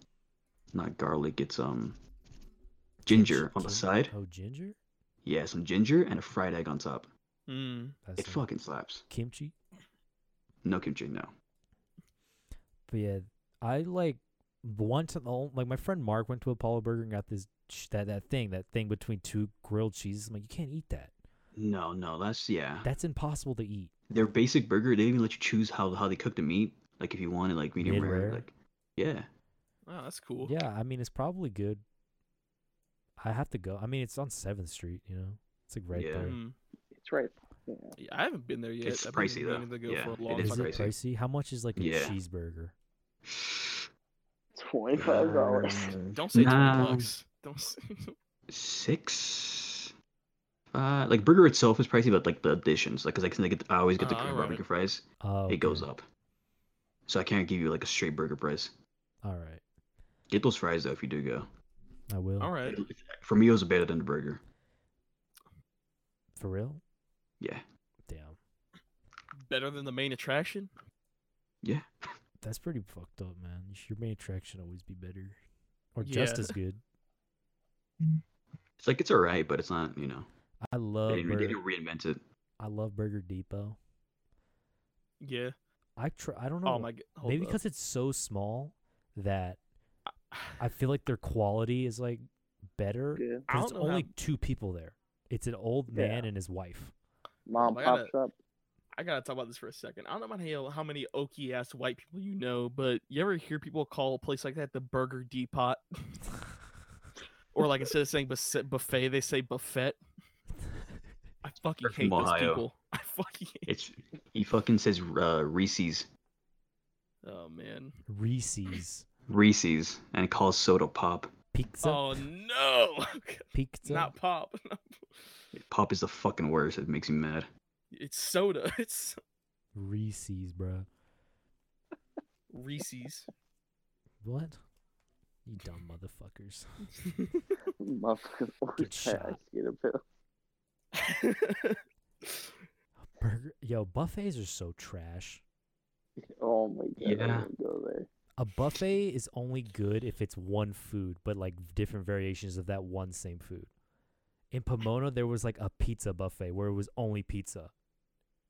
Speaker 2: not garlic. It's um, ginger on the side.
Speaker 1: Oh, ginger.
Speaker 2: Yeah, some ginger and a fried egg on top.
Speaker 3: Mm.
Speaker 1: That's
Speaker 2: It fucking slaps.
Speaker 1: kimchi.
Speaker 2: No kimchi, no.
Speaker 1: But yeah, I like once the ol- like my friend Mark went to Apollo Burger and got this ch- that that thing that thing between two grilled cheeses. I'm like, you can't eat that.
Speaker 2: No, no, that's yeah.
Speaker 1: That's impossible to eat.
Speaker 2: Their basic burger, they even let you choose how how they cook the meat. Like if you wanted like medium rare,
Speaker 1: Mid-rare?
Speaker 2: like yeah.
Speaker 3: Oh, that's cool.
Speaker 1: Yeah, I mean it's probably good. I have to go. I mean it's on Seventh Street. You know, it's like right
Speaker 2: Yeah.
Speaker 1: there.
Speaker 3: Mm.
Speaker 4: It's right. Yeah.
Speaker 3: Yeah, I haven't been there yet.
Speaker 2: It's
Speaker 3: I've been
Speaker 2: pricey, though.
Speaker 3: meaning to go
Speaker 2: Yeah,
Speaker 3: for a
Speaker 2: it
Speaker 3: long
Speaker 2: is
Speaker 1: Is
Speaker 3: time.
Speaker 1: it pricey? How much is like a
Speaker 2: Yeah.
Speaker 1: cheeseburger?
Speaker 4: Twenty five dollars.
Speaker 3: Don't say
Speaker 2: Nah.
Speaker 3: twenty bucks. Don't say.
Speaker 2: Six. Uh, like burger itself is pricey, but like the additions, like because I can get, I always get the
Speaker 3: Ah,
Speaker 2: Korean
Speaker 3: alright.
Speaker 2: barbecue fries.
Speaker 1: Oh,
Speaker 2: It goes
Speaker 1: okay.
Speaker 2: up, so I can't give you like a straight burger price.
Speaker 1: All right,
Speaker 2: Get those fries though if you do go.
Speaker 1: I will.
Speaker 3: All right.
Speaker 2: For me, it was better than the burger.
Speaker 1: For real?
Speaker 2: Yeah,
Speaker 1: Damn,
Speaker 3: Better than the main attraction.
Speaker 2: yeah.
Speaker 1: that's pretty fucked up, man. You should- Your main attraction always be better, or
Speaker 3: Yeah.
Speaker 1: just as good.
Speaker 2: It's like it's alright, but it's not. You know,
Speaker 1: I love
Speaker 2: they, didn't, they
Speaker 1: Burger.
Speaker 2: didn't reinvent it.
Speaker 1: I love Burger Depot.
Speaker 3: Yeah.
Speaker 1: I try. I don't know.
Speaker 3: Oh my god. Hold
Speaker 1: Maybe
Speaker 3: up.
Speaker 1: because it's so small that I feel like their quality is like better.
Speaker 4: Good.
Speaker 3: I
Speaker 1: 'cause it's
Speaker 3: don't know how-
Speaker 1: only two people there. It's an old
Speaker 4: Yeah.
Speaker 1: man and his wife.
Speaker 4: Mom
Speaker 3: I
Speaker 4: pops up.
Speaker 3: I gotta talk about this for a second. I don't know about how, how many oaky ass white people you know, but you ever hear people call a place like that the Burger Depot? or like instead of saying bus- buffet, they say buffet. I fucking
Speaker 2: They're from
Speaker 3: hate those
Speaker 2: Ohio.
Speaker 3: people. I fucking hate.
Speaker 2: It's he fucking says uh, Reese's,
Speaker 3: Oh man.
Speaker 1: Reese's
Speaker 2: Reese's, and calls soda pop.
Speaker 1: pizza.
Speaker 3: Oh no.
Speaker 1: pizza.
Speaker 3: Not pop.
Speaker 2: Pop is the fucking worst. It makes me mad.
Speaker 3: It's soda. It's
Speaker 1: Reese's, bro.
Speaker 3: Reese's.
Speaker 1: What? You dumb motherfuckers.
Speaker 4: Motherfucking
Speaker 1: Get
Speaker 4: orange
Speaker 1: shot.
Speaker 4: ice, get a pill.
Speaker 1: Burger. Yo, buffets are so trash.
Speaker 4: Oh my god.
Speaker 2: Yeah.
Speaker 4: I wouldn't go there.
Speaker 1: A buffet is only good if it's one food, but like different variations of that one same food. In Pomona, there was like a pizza buffet where it was only pizza.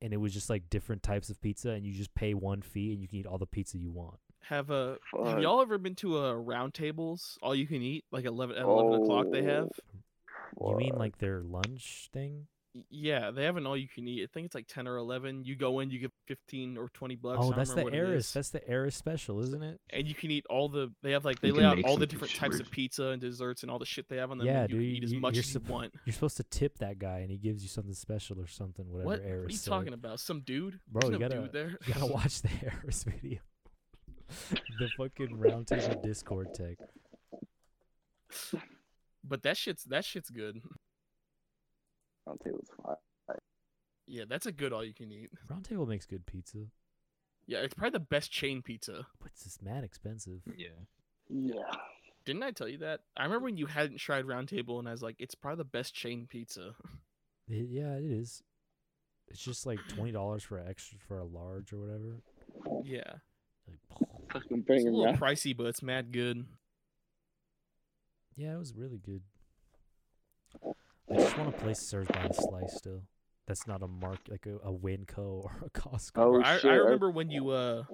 Speaker 1: And it was just like different types of pizza, and you just pay one fee and you can eat all the pizza you want.
Speaker 3: have a have
Speaker 4: Fuck.
Speaker 3: y'all ever been to uh, a round tables all
Speaker 2: Oh.
Speaker 3: you can eat like 11 at 11 o'clock they have
Speaker 1: You mean
Speaker 4: Fuck.
Speaker 1: like their lunch thing?
Speaker 3: yeah, they have an all you can eat. I think it's like ten or eleven. You go in, you get fifteen or twenty bucks. I
Speaker 1: oh,
Speaker 3: don't
Speaker 1: that's the
Speaker 3: remember what it
Speaker 1: Eris.
Speaker 3: is.
Speaker 1: That's the Eris special, isn't it?
Speaker 3: and you can eat all the they have like they
Speaker 2: You
Speaker 3: lay
Speaker 2: can
Speaker 3: out
Speaker 2: make
Speaker 3: all
Speaker 2: some
Speaker 3: the different types of
Speaker 2: pictures.
Speaker 3: pizza and desserts and all the shit they have on them.
Speaker 1: Yeah,
Speaker 3: you
Speaker 1: dude,
Speaker 3: can eat as
Speaker 1: you-
Speaker 3: much
Speaker 1: you're
Speaker 3: as you
Speaker 1: supp-
Speaker 3: want.
Speaker 1: You're supposed to tip that guy, and he gives you something special or something, whatever.
Speaker 3: What?
Speaker 1: Eris.
Speaker 3: what are you
Speaker 1: so
Speaker 3: talking about? Some dude?
Speaker 1: Bro,
Speaker 3: There's
Speaker 1: you
Speaker 3: no
Speaker 1: gotta-
Speaker 3: dude there.
Speaker 1: You gotta watch the Harris video. the fucking roundtable Discord tech.
Speaker 3: But that shit's that shit's good.
Speaker 4: I'll take what's fine.
Speaker 3: Yeah, that's a good all you can eat.
Speaker 1: Roundtable makes good pizza,
Speaker 3: Yeah, it's probably the best chain pizza.
Speaker 1: but it's just mad expensive.
Speaker 2: Yeah.
Speaker 4: Yeah.
Speaker 3: Didn't I tell you that? I remember when you hadn't tried Round Table, and I was like, "It's probably the best chain pizza."
Speaker 1: It- yeah, it is. It's just like twenty dollars for an extra for a large or whatever.
Speaker 3: yeah,
Speaker 1: Like,
Speaker 4: Fucking
Speaker 3: it's
Speaker 4: bring
Speaker 3: a
Speaker 4: it
Speaker 3: little
Speaker 4: up.
Speaker 3: pricey, but it's mad good.
Speaker 1: yeah, it was really good. I just want a place that serves by the slice still. That's not a mark like a, a Winco or a Costco.
Speaker 4: Oh,
Speaker 3: Bro, I,
Speaker 4: shit.
Speaker 3: I remember when you uh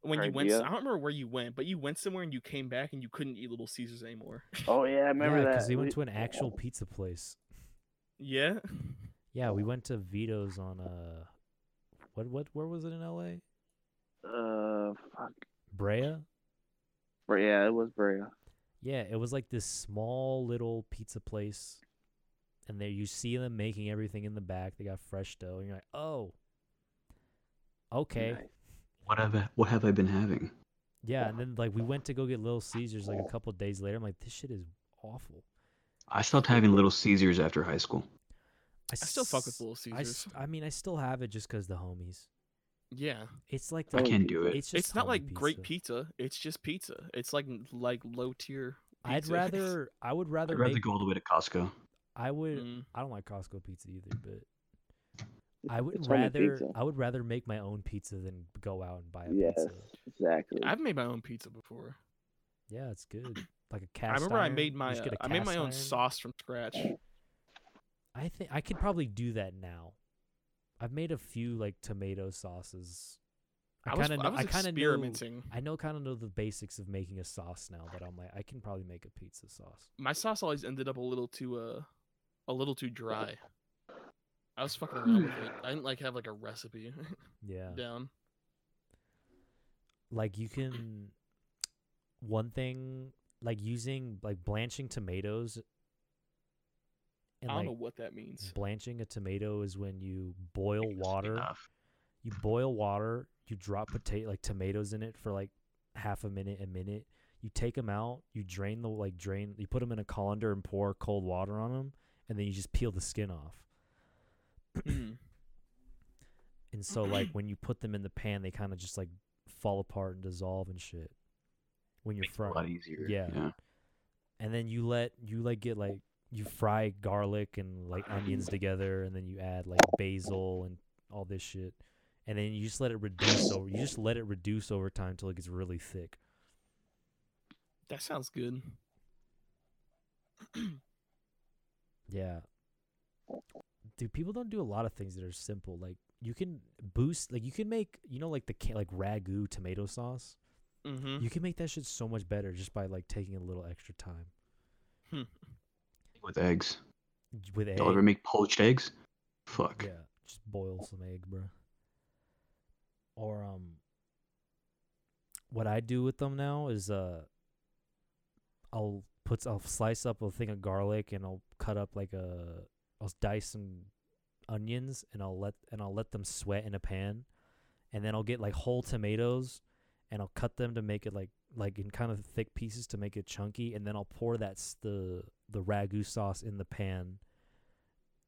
Speaker 3: when you went. s-
Speaker 4: Idea.
Speaker 3: I don't remember where you went, but you went somewhere and you came back and you couldn't eat Little Caesars anymore.
Speaker 4: Oh, yeah, I remember
Speaker 1: yeah,
Speaker 4: that.
Speaker 1: we went
Speaker 4: We-
Speaker 1: to an actual pizza place.
Speaker 3: yeah,
Speaker 1: Yeah, we went to Vito's on uh, what what where was it in L.A.
Speaker 4: Uh, fuck.
Speaker 1: Brea?
Speaker 4: But yeah, it was Brea.
Speaker 1: Yeah, it was like this small little pizza place, and there you see them making everything in the back. They got fresh dough, and you're like, oh, okay,
Speaker 4: Nice.
Speaker 2: What have I, what have I been having?
Speaker 1: yeah. And then like we went to go get Little Caesars like a couple days later. I'm like, this shit is awful.
Speaker 2: I stopped having Little Caesars after high school.
Speaker 3: I still fuck with
Speaker 1: s-
Speaker 3: Little
Speaker 1: I,
Speaker 3: Caesars.
Speaker 1: s- I mean, I still have it just 'cause the homies.
Speaker 3: yeah,
Speaker 1: It's like
Speaker 4: I
Speaker 1: the,
Speaker 2: can't do it.
Speaker 1: It's just
Speaker 3: it's not
Speaker 1: homie
Speaker 3: like great
Speaker 1: pizza.
Speaker 3: pizza. It's just pizza. It's like like low tier.
Speaker 1: I'd rather. I would rather.
Speaker 2: I'd rather
Speaker 1: make,
Speaker 2: go all the way to Costco.
Speaker 1: I would.
Speaker 3: Mm.
Speaker 1: I don't like Costco pizza either, but I would
Speaker 4: it's homemade
Speaker 1: rather
Speaker 4: pizza.
Speaker 1: I would rather make my own pizza than go out and buy a
Speaker 4: Yes,
Speaker 1: pizza.
Speaker 4: exactly.
Speaker 3: I've made my own pizza before.
Speaker 1: Yeah, it's good. Like a
Speaker 3: I
Speaker 1: cast.
Speaker 3: remember I
Speaker 1: iron,
Speaker 3: made
Speaker 1: you
Speaker 3: my
Speaker 1: just
Speaker 3: uh,
Speaker 1: get a
Speaker 3: I made
Speaker 1: cast
Speaker 3: my own
Speaker 1: iron.
Speaker 3: sauce from scratch.
Speaker 1: I think I could probably do that now. I've made a few like tomato sauces.
Speaker 3: I was,
Speaker 1: kinda
Speaker 3: I
Speaker 1: know-
Speaker 3: was
Speaker 1: kinda know-
Speaker 3: experimenting.
Speaker 1: I know kind of know the basics of making a sauce now, but I'm like I can probably make a pizza sauce.
Speaker 3: My sauce always ended up a little too uh, a little too dry. I was fucking around with it. I didn't like have like a recipe
Speaker 1: Yeah.
Speaker 3: down.
Speaker 1: like you can one thing like using like blanching tomatoes and
Speaker 3: I
Speaker 1: like
Speaker 3: don't know what that means.
Speaker 1: blanching a tomato is when you boil
Speaker 2: Just
Speaker 1: water
Speaker 2: enough.
Speaker 1: you boil water you drop potato like tomatoes in it for like half a minute a minute you take them out you drain the like drain you put them in a colander and pour cold water on them and then you just peel the skin off
Speaker 3: Mm.
Speaker 1: and so like when you put them in the pan they kind of just like fall apart and dissolve and shit when you're
Speaker 2: Makes it a
Speaker 1: frying
Speaker 2: lot easier.
Speaker 1: Yeah. and then you let you like get like you fry garlic and like onions together and then you add like basil and all this shit and then you just let it reduce over you just let it reduce over time until it gets really thick
Speaker 3: that sounds good.
Speaker 1: yeah dude people don't do a lot of things that are simple like you can boost like you can make you know like the ca- like ragu tomato sauce
Speaker 3: Mm-hmm.
Speaker 1: you can make that shit so much better just by like taking a little extra time
Speaker 3: Hmm.
Speaker 2: With eggs.
Speaker 1: J- with egg
Speaker 2: Y'all ever make poached eggs? Fuck.
Speaker 1: Yeah, just boil some egg, bro. Or um, what I do with them now is uh, I'll put I'll slice up a thing of garlic and I'll cut up like a I'll dice some onions and I'll let and I'll let them sweat in a pan, and then I'll get like whole tomatoes and I'll cut them to make it like like in kind of thick pieces to make it chunky, and then I'll pour that s- the the ragu sauce in the pan,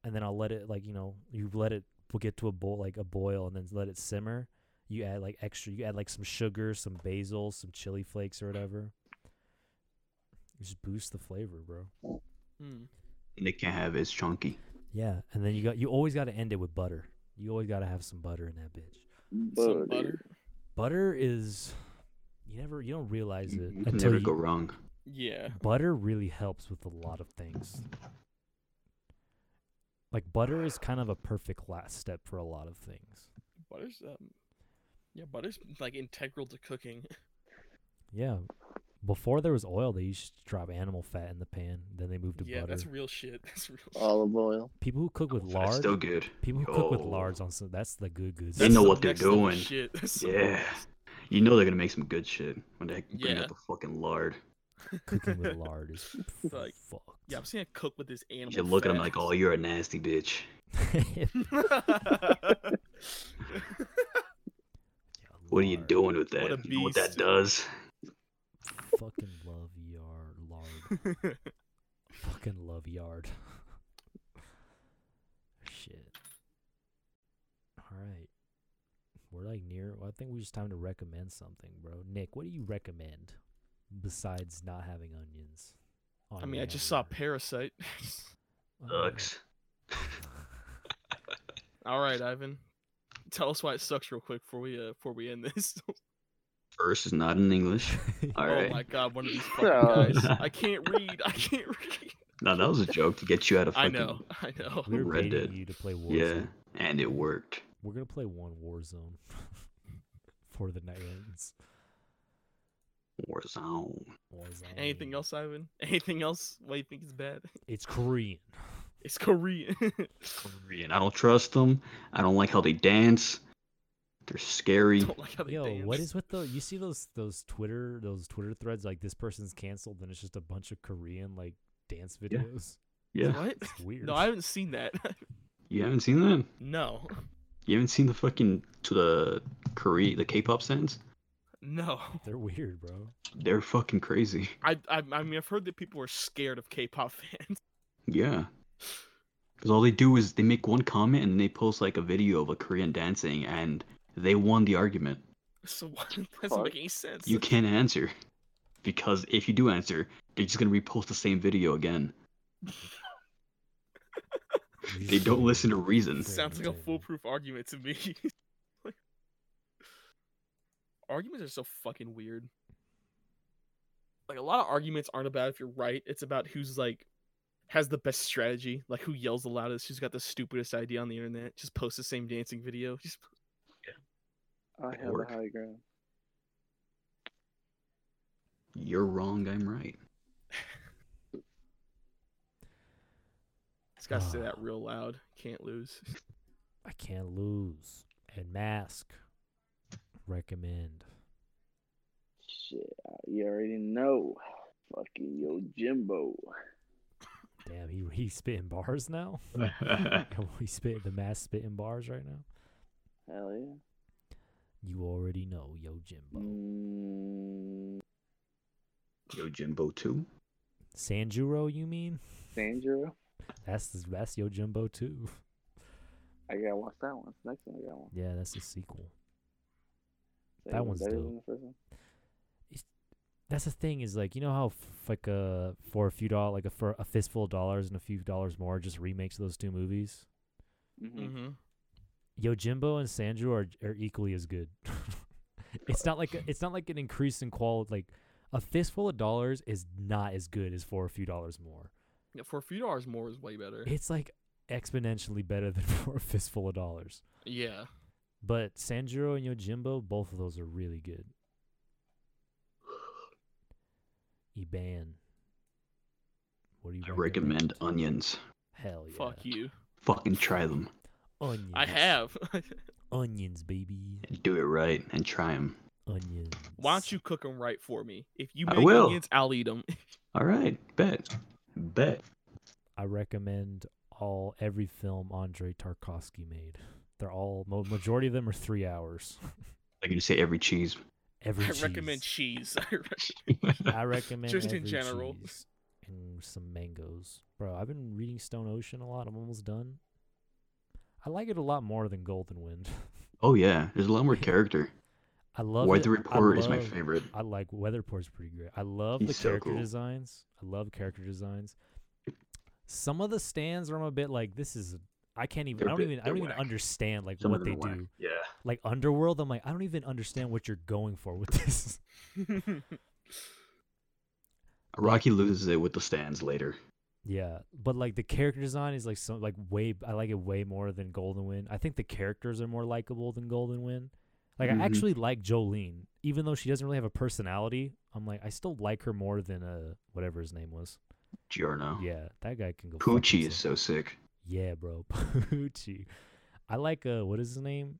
Speaker 1: and then I'll let it like you know you let it we'll get to a boil like a boil and then let it simmer. You add like extra, you add like some sugar, some basil, some chili flakes or whatever. You just boost the flavor, bro.
Speaker 3: Hmm.
Speaker 2: And they can't have it. It's chunky.
Speaker 1: Yeah, and then you got you always got to end it with butter. You always got to have some butter in that bitch.
Speaker 3: Some
Speaker 4: Buddy.
Speaker 3: butter.
Speaker 1: Butter is you never you don't realize it
Speaker 2: You can
Speaker 1: until
Speaker 2: never
Speaker 1: you,
Speaker 2: go wrong.
Speaker 3: Yeah.
Speaker 1: butter really helps with a lot of things. Like butter is kind of a perfect last step for a lot of things.
Speaker 3: Butter's um yeah, butter's like integral to cooking.
Speaker 1: Yeah. Before there was oil, they used to drop animal fat in the pan. Then they moved to
Speaker 3: yeah,
Speaker 1: butter.
Speaker 3: that's real shit. That's real.
Speaker 2: Oh,
Speaker 3: Shit.
Speaker 4: Olive oil.
Speaker 1: People who cook with
Speaker 2: That's
Speaker 1: lard,
Speaker 2: still good. Oh.
Speaker 1: people who cook with
Speaker 2: Yo.
Speaker 1: lards on some, that's the good goods.
Speaker 2: They
Speaker 3: That's
Speaker 2: know
Speaker 3: some
Speaker 2: what they're
Speaker 3: next level
Speaker 2: doing.
Speaker 3: Shit. That's some-
Speaker 2: Yeah. You know they're gonna make some good shit when they bring
Speaker 3: Yeah.
Speaker 2: out the fucking lard.
Speaker 1: Cooking with lard is
Speaker 3: Like,
Speaker 1: fucked.
Speaker 3: Yeah, I'm seeing it cook with this animal.
Speaker 2: You should look at them
Speaker 3: fat.
Speaker 2: like, oh, you're a nasty bitch. What are you
Speaker 1: Lard.
Speaker 2: doing with that?
Speaker 3: What a
Speaker 2: You know what that
Speaker 3: beast.
Speaker 2: does?
Speaker 1: Fucking love yard lard. Fucking love yard. Shit. All right. We're like near. Well, I think we just time to recommend something, bro. Nick, what do you recommend besides not having onions? on
Speaker 3: I mean,
Speaker 1: your
Speaker 3: I just saw
Speaker 1: hamburger?
Speaker 3: Parasite.
Speaker 1: Oh,
Speaker 2: Sucks.
Speaker 3: All right, Ivan. Tell us why it sucks real quick before we uh, before we end this.
Speaker 2: First is not in English. All
Speaker 3: oh
Speaker 2: right.
Speaker 3: my god, one of these fucking
Speaker 4: Oh.
Speaker 3: guys. I can't read. I can't read.
Speaker 2: No, that was a joke to get you out of
Speaker 3: I
Speaker 2: fucking.
Speaker 3: know. I know.
Speaker 1: we were
Speaker 2: Red
Speaker 1: baiting
Speaker 2: Dead.
Speaker 1: you to play Warzone.
Speaker 2: Yeah, and it worked.
Speaker 1: We're gonna play one Warzone for the night ends.
Speaker 2: Warzone.
Speaker 1: Warzone.
Speaker 3: Anything else, Ivan? Anything else? Why you think it's bad?
Speaker 1: It's Korean.
Speaker 3: It's Korean.
Speaker 2: Korean. I don't trust them. I don't like how they dance. They're scary.
Speaker 3: Don't like how they
Speaker 1: Yo,
Speaker 3: dance.
Speaker 1: what is with the? You see those those Twitter those Twitter threads like this person's canceled, and it's just a bunch of Korean like dance videos.
Speaker 2: Yeah.
Speaker 3: What?
Speaker 1: It's weird.
Speaker 3: No, I haven't seen that.
Speaker 2: You haven't seen that?
Speaker 3: no,
Speaker 2: You haven't seen the fucking to the Korea the K-pop stands?
Speaker 3: no.
Speaker 1: They're weird, bro.
Speaker 2: They're fucking crazy.
Speaker 3: I, I, I mean, I've heard that people are scared of K-pop fans.
Speaker 2: Yeah. Because all they do is they make one comment and they post like a video of a Korean dancing and they won the argument.
Speaker 3: So what? That doesn't
Speaker 4: Fuck.
Speaker 3: make any sense.
Speaker 2: You can't answer. Because if you do answer, they're just gonna repost the same video again.
Speaker 1: You
Speaker 2: They
Speaker 1: just
Speaker 2: don't
Speaker 1: gotta
Speaker 2: listen to
Speaker 1: be
Speaker 2: reason.
Speaker 1: fair
Speaker 3: Sounds
Speaker 1: and
Speaker 3: like a
Speaker 1: fair.
Speaker 3: foolproof argument to me. Like- arguments are so fucking weird. Like a lot of arguments aren't about if you're right. It's about who's like has the best strategy, like who yells the loudest, who's got the stupidest idea on the internet. Just post the same dancing video. Just
Speaker 4: I have
Speaker 2: Work.
Speaker 4: a high ground.
Speaker 2: You're wrong, I'm right.
Speaker 3: it's got to say
Speaker 1: Ah.
Speaker 3: that real loud. Can't lose.
Speaker 1: I can't lose. And mask. Recommend.
Speaker 4: Shit, you already know. Fucking yo, Jimbo.
Speaker 1: Damn, he he's spitting bars now. he spit the mask spitting bars right now.
Speaker 4: Hell yeah.
Speaker 1: You already know, Yo Jimbo.
Speaker 4: Mm,
Speaker 2: Yo Jimbo too.
Speaker 1: Sanjuro, you mean?
Speaker 4: Sandra,
Speaker 1: That's the that's Yo Jimbo too.
Speaker 4: I gotta watch that one. Next one, I got one.
Speaker 1: Yeah, that's the sequel.
Speaker 4: Is
Speaker 1: That
Speaker 4: even
Speaker 1: one's
Speaker 4: better
Speaker 1: dope.
Speaker 4: than the first one.
Speaker 1: That's the thing is like you know how f- like uh for a few dollars like a for a fistful of dollars and a few dollars more just remakes of those two movies.
Speaker 4: Mm-hmm.
Speaker 3: Mm-hmm.
Speaker 1: Yo Jimbo and Sanju are are equally as good. it's not like a, it's not like an increase in quality. Like a fistful of dollars is not as good as for a few dollars more.
Speaker 3: Yeah, for a few dollars more is way better.
Speaker 1: It's like exponentially better than for a fistful of dollars.
Speaker 3: Yeah.
Speaker 1: But Sanjuro and Yojimbo, both of those are really good. Iban. What do you
Speaker 2: I recommend onions.
Speaker 1: Hell yeah.
Speaker 3: Fuck you.
Speaker 2: Fucking try them.
Speaker 1: Onions.
Speaker 3: I have.
Speaker 1: Onions, baby.
Speaker 2: Do it right and try them.
Speaker 1: Onions.
Speaker 3: Why don't you cook them right for me? If you
Speaker 2: I
Speaker 3: make
Speaker 2: will.
Speaker 3: onions, I'll eat them.
Speaker 2: All right, bet, bet.
Speaker 1: I recommend all every film Andre Tarkovsky made. They're all mo- majority of them are three hours.
Speaker 2: Like you say, every cheese.
Speaker 1: Every
Speaker 3: I recommend
Speaker 1: cheese.
Speaker 3: cheese. I re-
Speaker 1: I recommend
Speaker 3: Just in
Speaker 1: every
Speaker 3: general.
Speaker 1: cheese and some mangoes, bro. I've been reading Stone Ocean a lot. I'm almost done. I like it a lot more than Golden Wind.
Speaker 2: oh yeah, there's a lot more character.
Speaker 1: I love
Speaker 2: Weather
Speaker 1: it. I
Speaker 2: Report is my
Speaker 1: love-
Speaker 2: favorite.
Speaker 1: I like Weather Report's pretty great. I love
Speaker 2: He's
Speaker 1: the
Speaker 2: so
Speaker 1: character
Speaker 2: cool.
Speaker 1: designs. I love character designs. Some of the stands where I'm a bit like, this is I can't even.
Speaker 2: They're
Speaker 1: I don't
Speaker 2: a bit-
Speaker 1: even. I
Speaker 2: they're
Speaker 1: don't even
Speaker 2: whack.
Speaker 1: understand like
Speaker 2: Some of
Speaker 1: what they
Speaker 2: them are whack.
Speaker 1: do.
Speaker 2: Yeah.
Speaker 1: Like Underworld, I'm like, I don't even understand what you're going for with this.
Speaker 2: Rocky loses it with the stands later.
Speaker 1: yeah, but like the character design is like some like way. I like it way more than Golden Wind. I think the characters are more likable than Golden Wind. Like
Speaker 2: Mhm.
Speaker 1: I actually like Jolene, even though she doesn't really have a personality. I'm like I still like her more than uh whatever his name was.
Speaker 2: Giorno.
Speaker 1: Yeah, that guy can go. fuck
Speaker 2: Oh. Poochie
Speaker 1: himself.
Speaker 2: is so sick.
Speaker 1: Yeah, bro. Poochie. I like uh what is his name?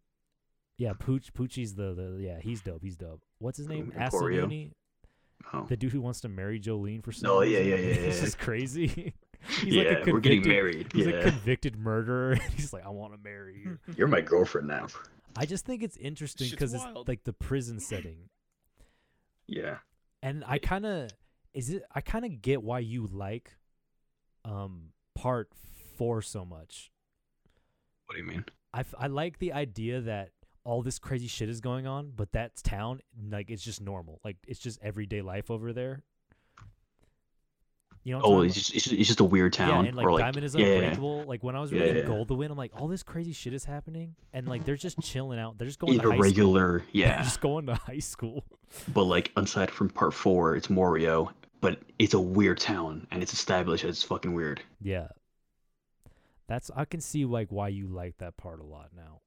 Speaker 1: Yeah, Pooch Poochie's the, the yeah, he's dope, he's dope. What's his name?
Speaker 2: Emporio.
Speaker 1: Asinuni?
Speaker 2: Oh.
Speaker 1: The dude who wants to marry Jolene for some
Speaker 2: Oh, yeah,
Speaker 1: reason.
Speaker 2: yeah, yeah,
Speaker 1: This
Speaker 2: yeah.
Speaker 1: is crazy. he's like a
Speaker 2: yeah, we're getting
Speaker 1: convicted-
Speaker 2: married.
Speaker 1: He's a
Speaker 2: yeah.
Speaker 1: convicted murderer and he's like, I want to marry you.
Speaker 2: You're my girlfriend now.
Speaker 1: I just think it's interesting
Speaker 3: Shit's
Speaker 1: because it's
Speaker 3: wild.
Speaker 1: like the prison setting.
Speaker 2: Yeah.
Speaker 1: and I kind of is it I kind of get why you like um part 4 so much.
Speaker 2: What do you mean?
Speaker 1: I f- I like the idea that all this crazy shit is going on, but that town like it's just normal. Like it's just everyday life over there. You know what I'm
Speaker 2: Oh,
Speaker 1: talking
Speaker 2: it's
Speaker 1: about?
Speaker 2: just, it's just it's just a weird town.
Speaker 1: Yeah, and like,
Speaker 2: or like
Speaker 1: Diamond is
Speaker 2: yeah, yeah, yeah.
Speaker 1: unbreakable. Like when I was reading
Speaker 2: Yeah, yeah.
Speaker 1: Goldwyn, I'm like, all this crazy shit is happening, and like they're just chilling out. They're just going
Speaker 2: It's
Speaker 1: to
Speaker 2: a
Speaker 1: high school.
Speaker 2: regular,
Speaker 1: They're
Speaker 2: yeah.
Speaker 1: just going to high school.
Speaker 2: But like aside from part four, it's Morio, but it's a weird town and it's established as fucking weird.
Speaker 1: Yeah. That's I can see like why you like that part a lot now.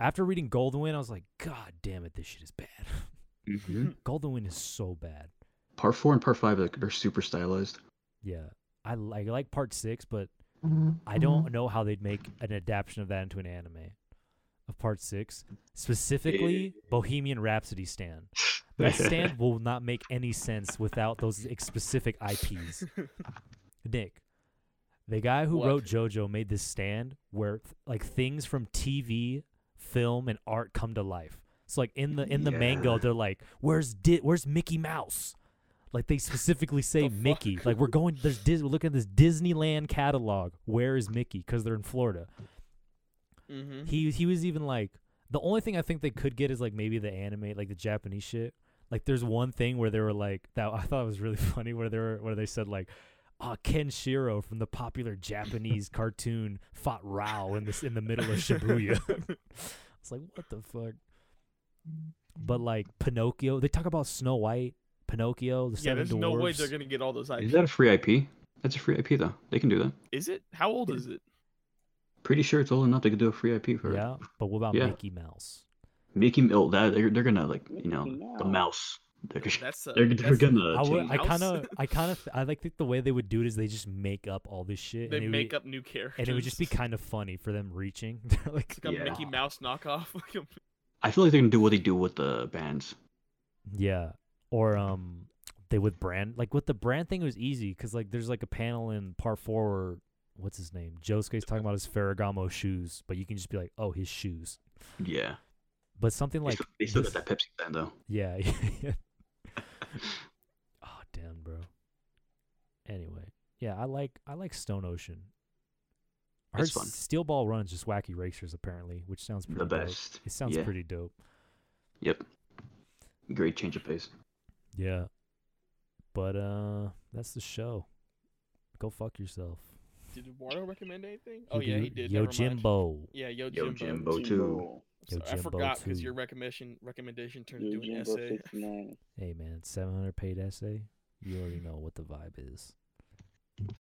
Speaker 1: After reading Goldwyn, I was like, God damn it, this shit is bad. Mm-hmm.
Speaker 2: Mm-hmm.
Speaker 1: Goldwyn is so bad.
Speaker 2: Part four and part five like, they're super stylized.
Speaker 1: Yeah. I like I like part six, but I
Speaker 2: Mm-hmm.
Speaker 1: don't know how they'd make an adaptation of that into an anime of part six. Specifically, Bohemian Rhapsody stand. That stand will not make any sense without those ex- specific IPs. Nick, the guy who
Speaker 3: What?
Speaker 1: wrote JoJo made this stand where th- like things from TV, film, and art come to life. So like in the in the manga,
Speaker 2: Yeah.
Speaker 1: they're like, "Where's Di- Where's Mickey Mouse?" Like they specifically say
Speaker 3: fuck?
Speaker 1: Mickey. Like we're going. There's Dis- we're looking at this Disneyland catalog. Where is Mickey? Because they're in Florida.
Speaker 3: Mm-hmm.
Speaker 1: He he was even like the only thing I think they could get is like maybe the anime, like the Japanese shit. Like there's one thing where they were like that I thought was really funny where they were where they said like Ah, Ken Shiro from the popular Japanese cartoon fought Rao in this in the middle of Shibuya. it's like what the fuck. But like Pinocchio, they talk about Snow White, Pinocchio, the
Speaker 3: Yeah,
Speaker 1: Seven
Speaker 3: there's
Speaker 1: Dwarfs.
Speaker 3: no way they're gonna get all those
Speaker 2: Is
Speaker 3: IPs.
Speaker 2: that a free IP? That's a free IP though. They can do that.
Speaker 3: Is it? How old is it?
Speaker 2: Pretty sure it's old enough they could do a free IP for it.
Speaker 1: Yeah, but what about
Speaker 2: Yeah.
Speaker 1: Mickey Mouse?
Speaker 2: Mickey Mouse. That they're, they're gonna like you know
Speaker 4: Mickey
Speaker 2: the mouse.
Speaker 4: Mouse.
Speaker 2: They're,
Speaker 3: That's a,
Speaker 2: they're,
Speaker 3: that's
Speaker 2: they're gonna.
Speaker 1: I would,
Speaker 2: change
Speaker 1: I
Speaker 3: Mouse?
Speaker 1: kind of, I kind of, I like think the way they would do it is they just make up all this shit.
Speaker 3: they
Speaker 1: and it would-
Speaker 3: make up new characters.
Speaker 1: and it would just be kind of funny for them reaching. They're like,
Speaker 3: It's like a
Speaker 2: Yeah.
Speaker 3: Mickey Mouse knockoff. um,
Speaker 2: I feel like they're gonna do what they do with the bands.
Speaker 1: yeah, or um, they would brand like with the brand thing it was easy because like there's like a panel in part four where what's his name Josuke's talking about his Ferragamo shoes, but you can just be like, oh, his shoes.
Speaker 2: Yeah.
Speaker 1: But something
Speaker 2: They
Speaker 1: like
Speaker 2: still- they still
Speaker 1: this-
Speaker 2: got that Pepsi stand though.
Speaker 1: yeah, yeah. oh damn, bro. Anyway, yeah, I like I like Stone Ocean. I heard
Speaker 2: It's fun.
Speaker 1: Steel Ball Run's just wacky racers apparently, which sounds pretty
Speaker 2: The
Speaker 1: dope.
Speaker 2: best.
Speaker 1: It sounds
Speaker 2: Yeah.
Speaker 1: pretty dope.
Speaker 2: Yep. Great change of pace.
Speaker 1: Yeah. But uh that's the show. Go fuck yourself.
Speaker 3: did Eduardo recommend anything? Oh yeah, he did.
Speaker 1: Yo
Speaker 3: Never mind.
Speaker 1: Jimbo.
Speaker 3: Yeah, yo
Speaker 2: Yo,
Speaker 3: Jimbo.
Speaker 2: Jimbo too.
Speaker 1: Yo,
Speaker 3: Sorry, I
Speaker 1: Jimbo
Speaker 3: forgot because
Speaker 1: too.
Speaker 3: your recommendation recommendation turned
Speaker 4: Yo,
Speaker 3: into an
Speaker 4: Jimbo
Speaker 3: essay.
Speaker 4: 69.
Speaker 1: Hey man, seven hundred paid essay. You already know what the vibe is.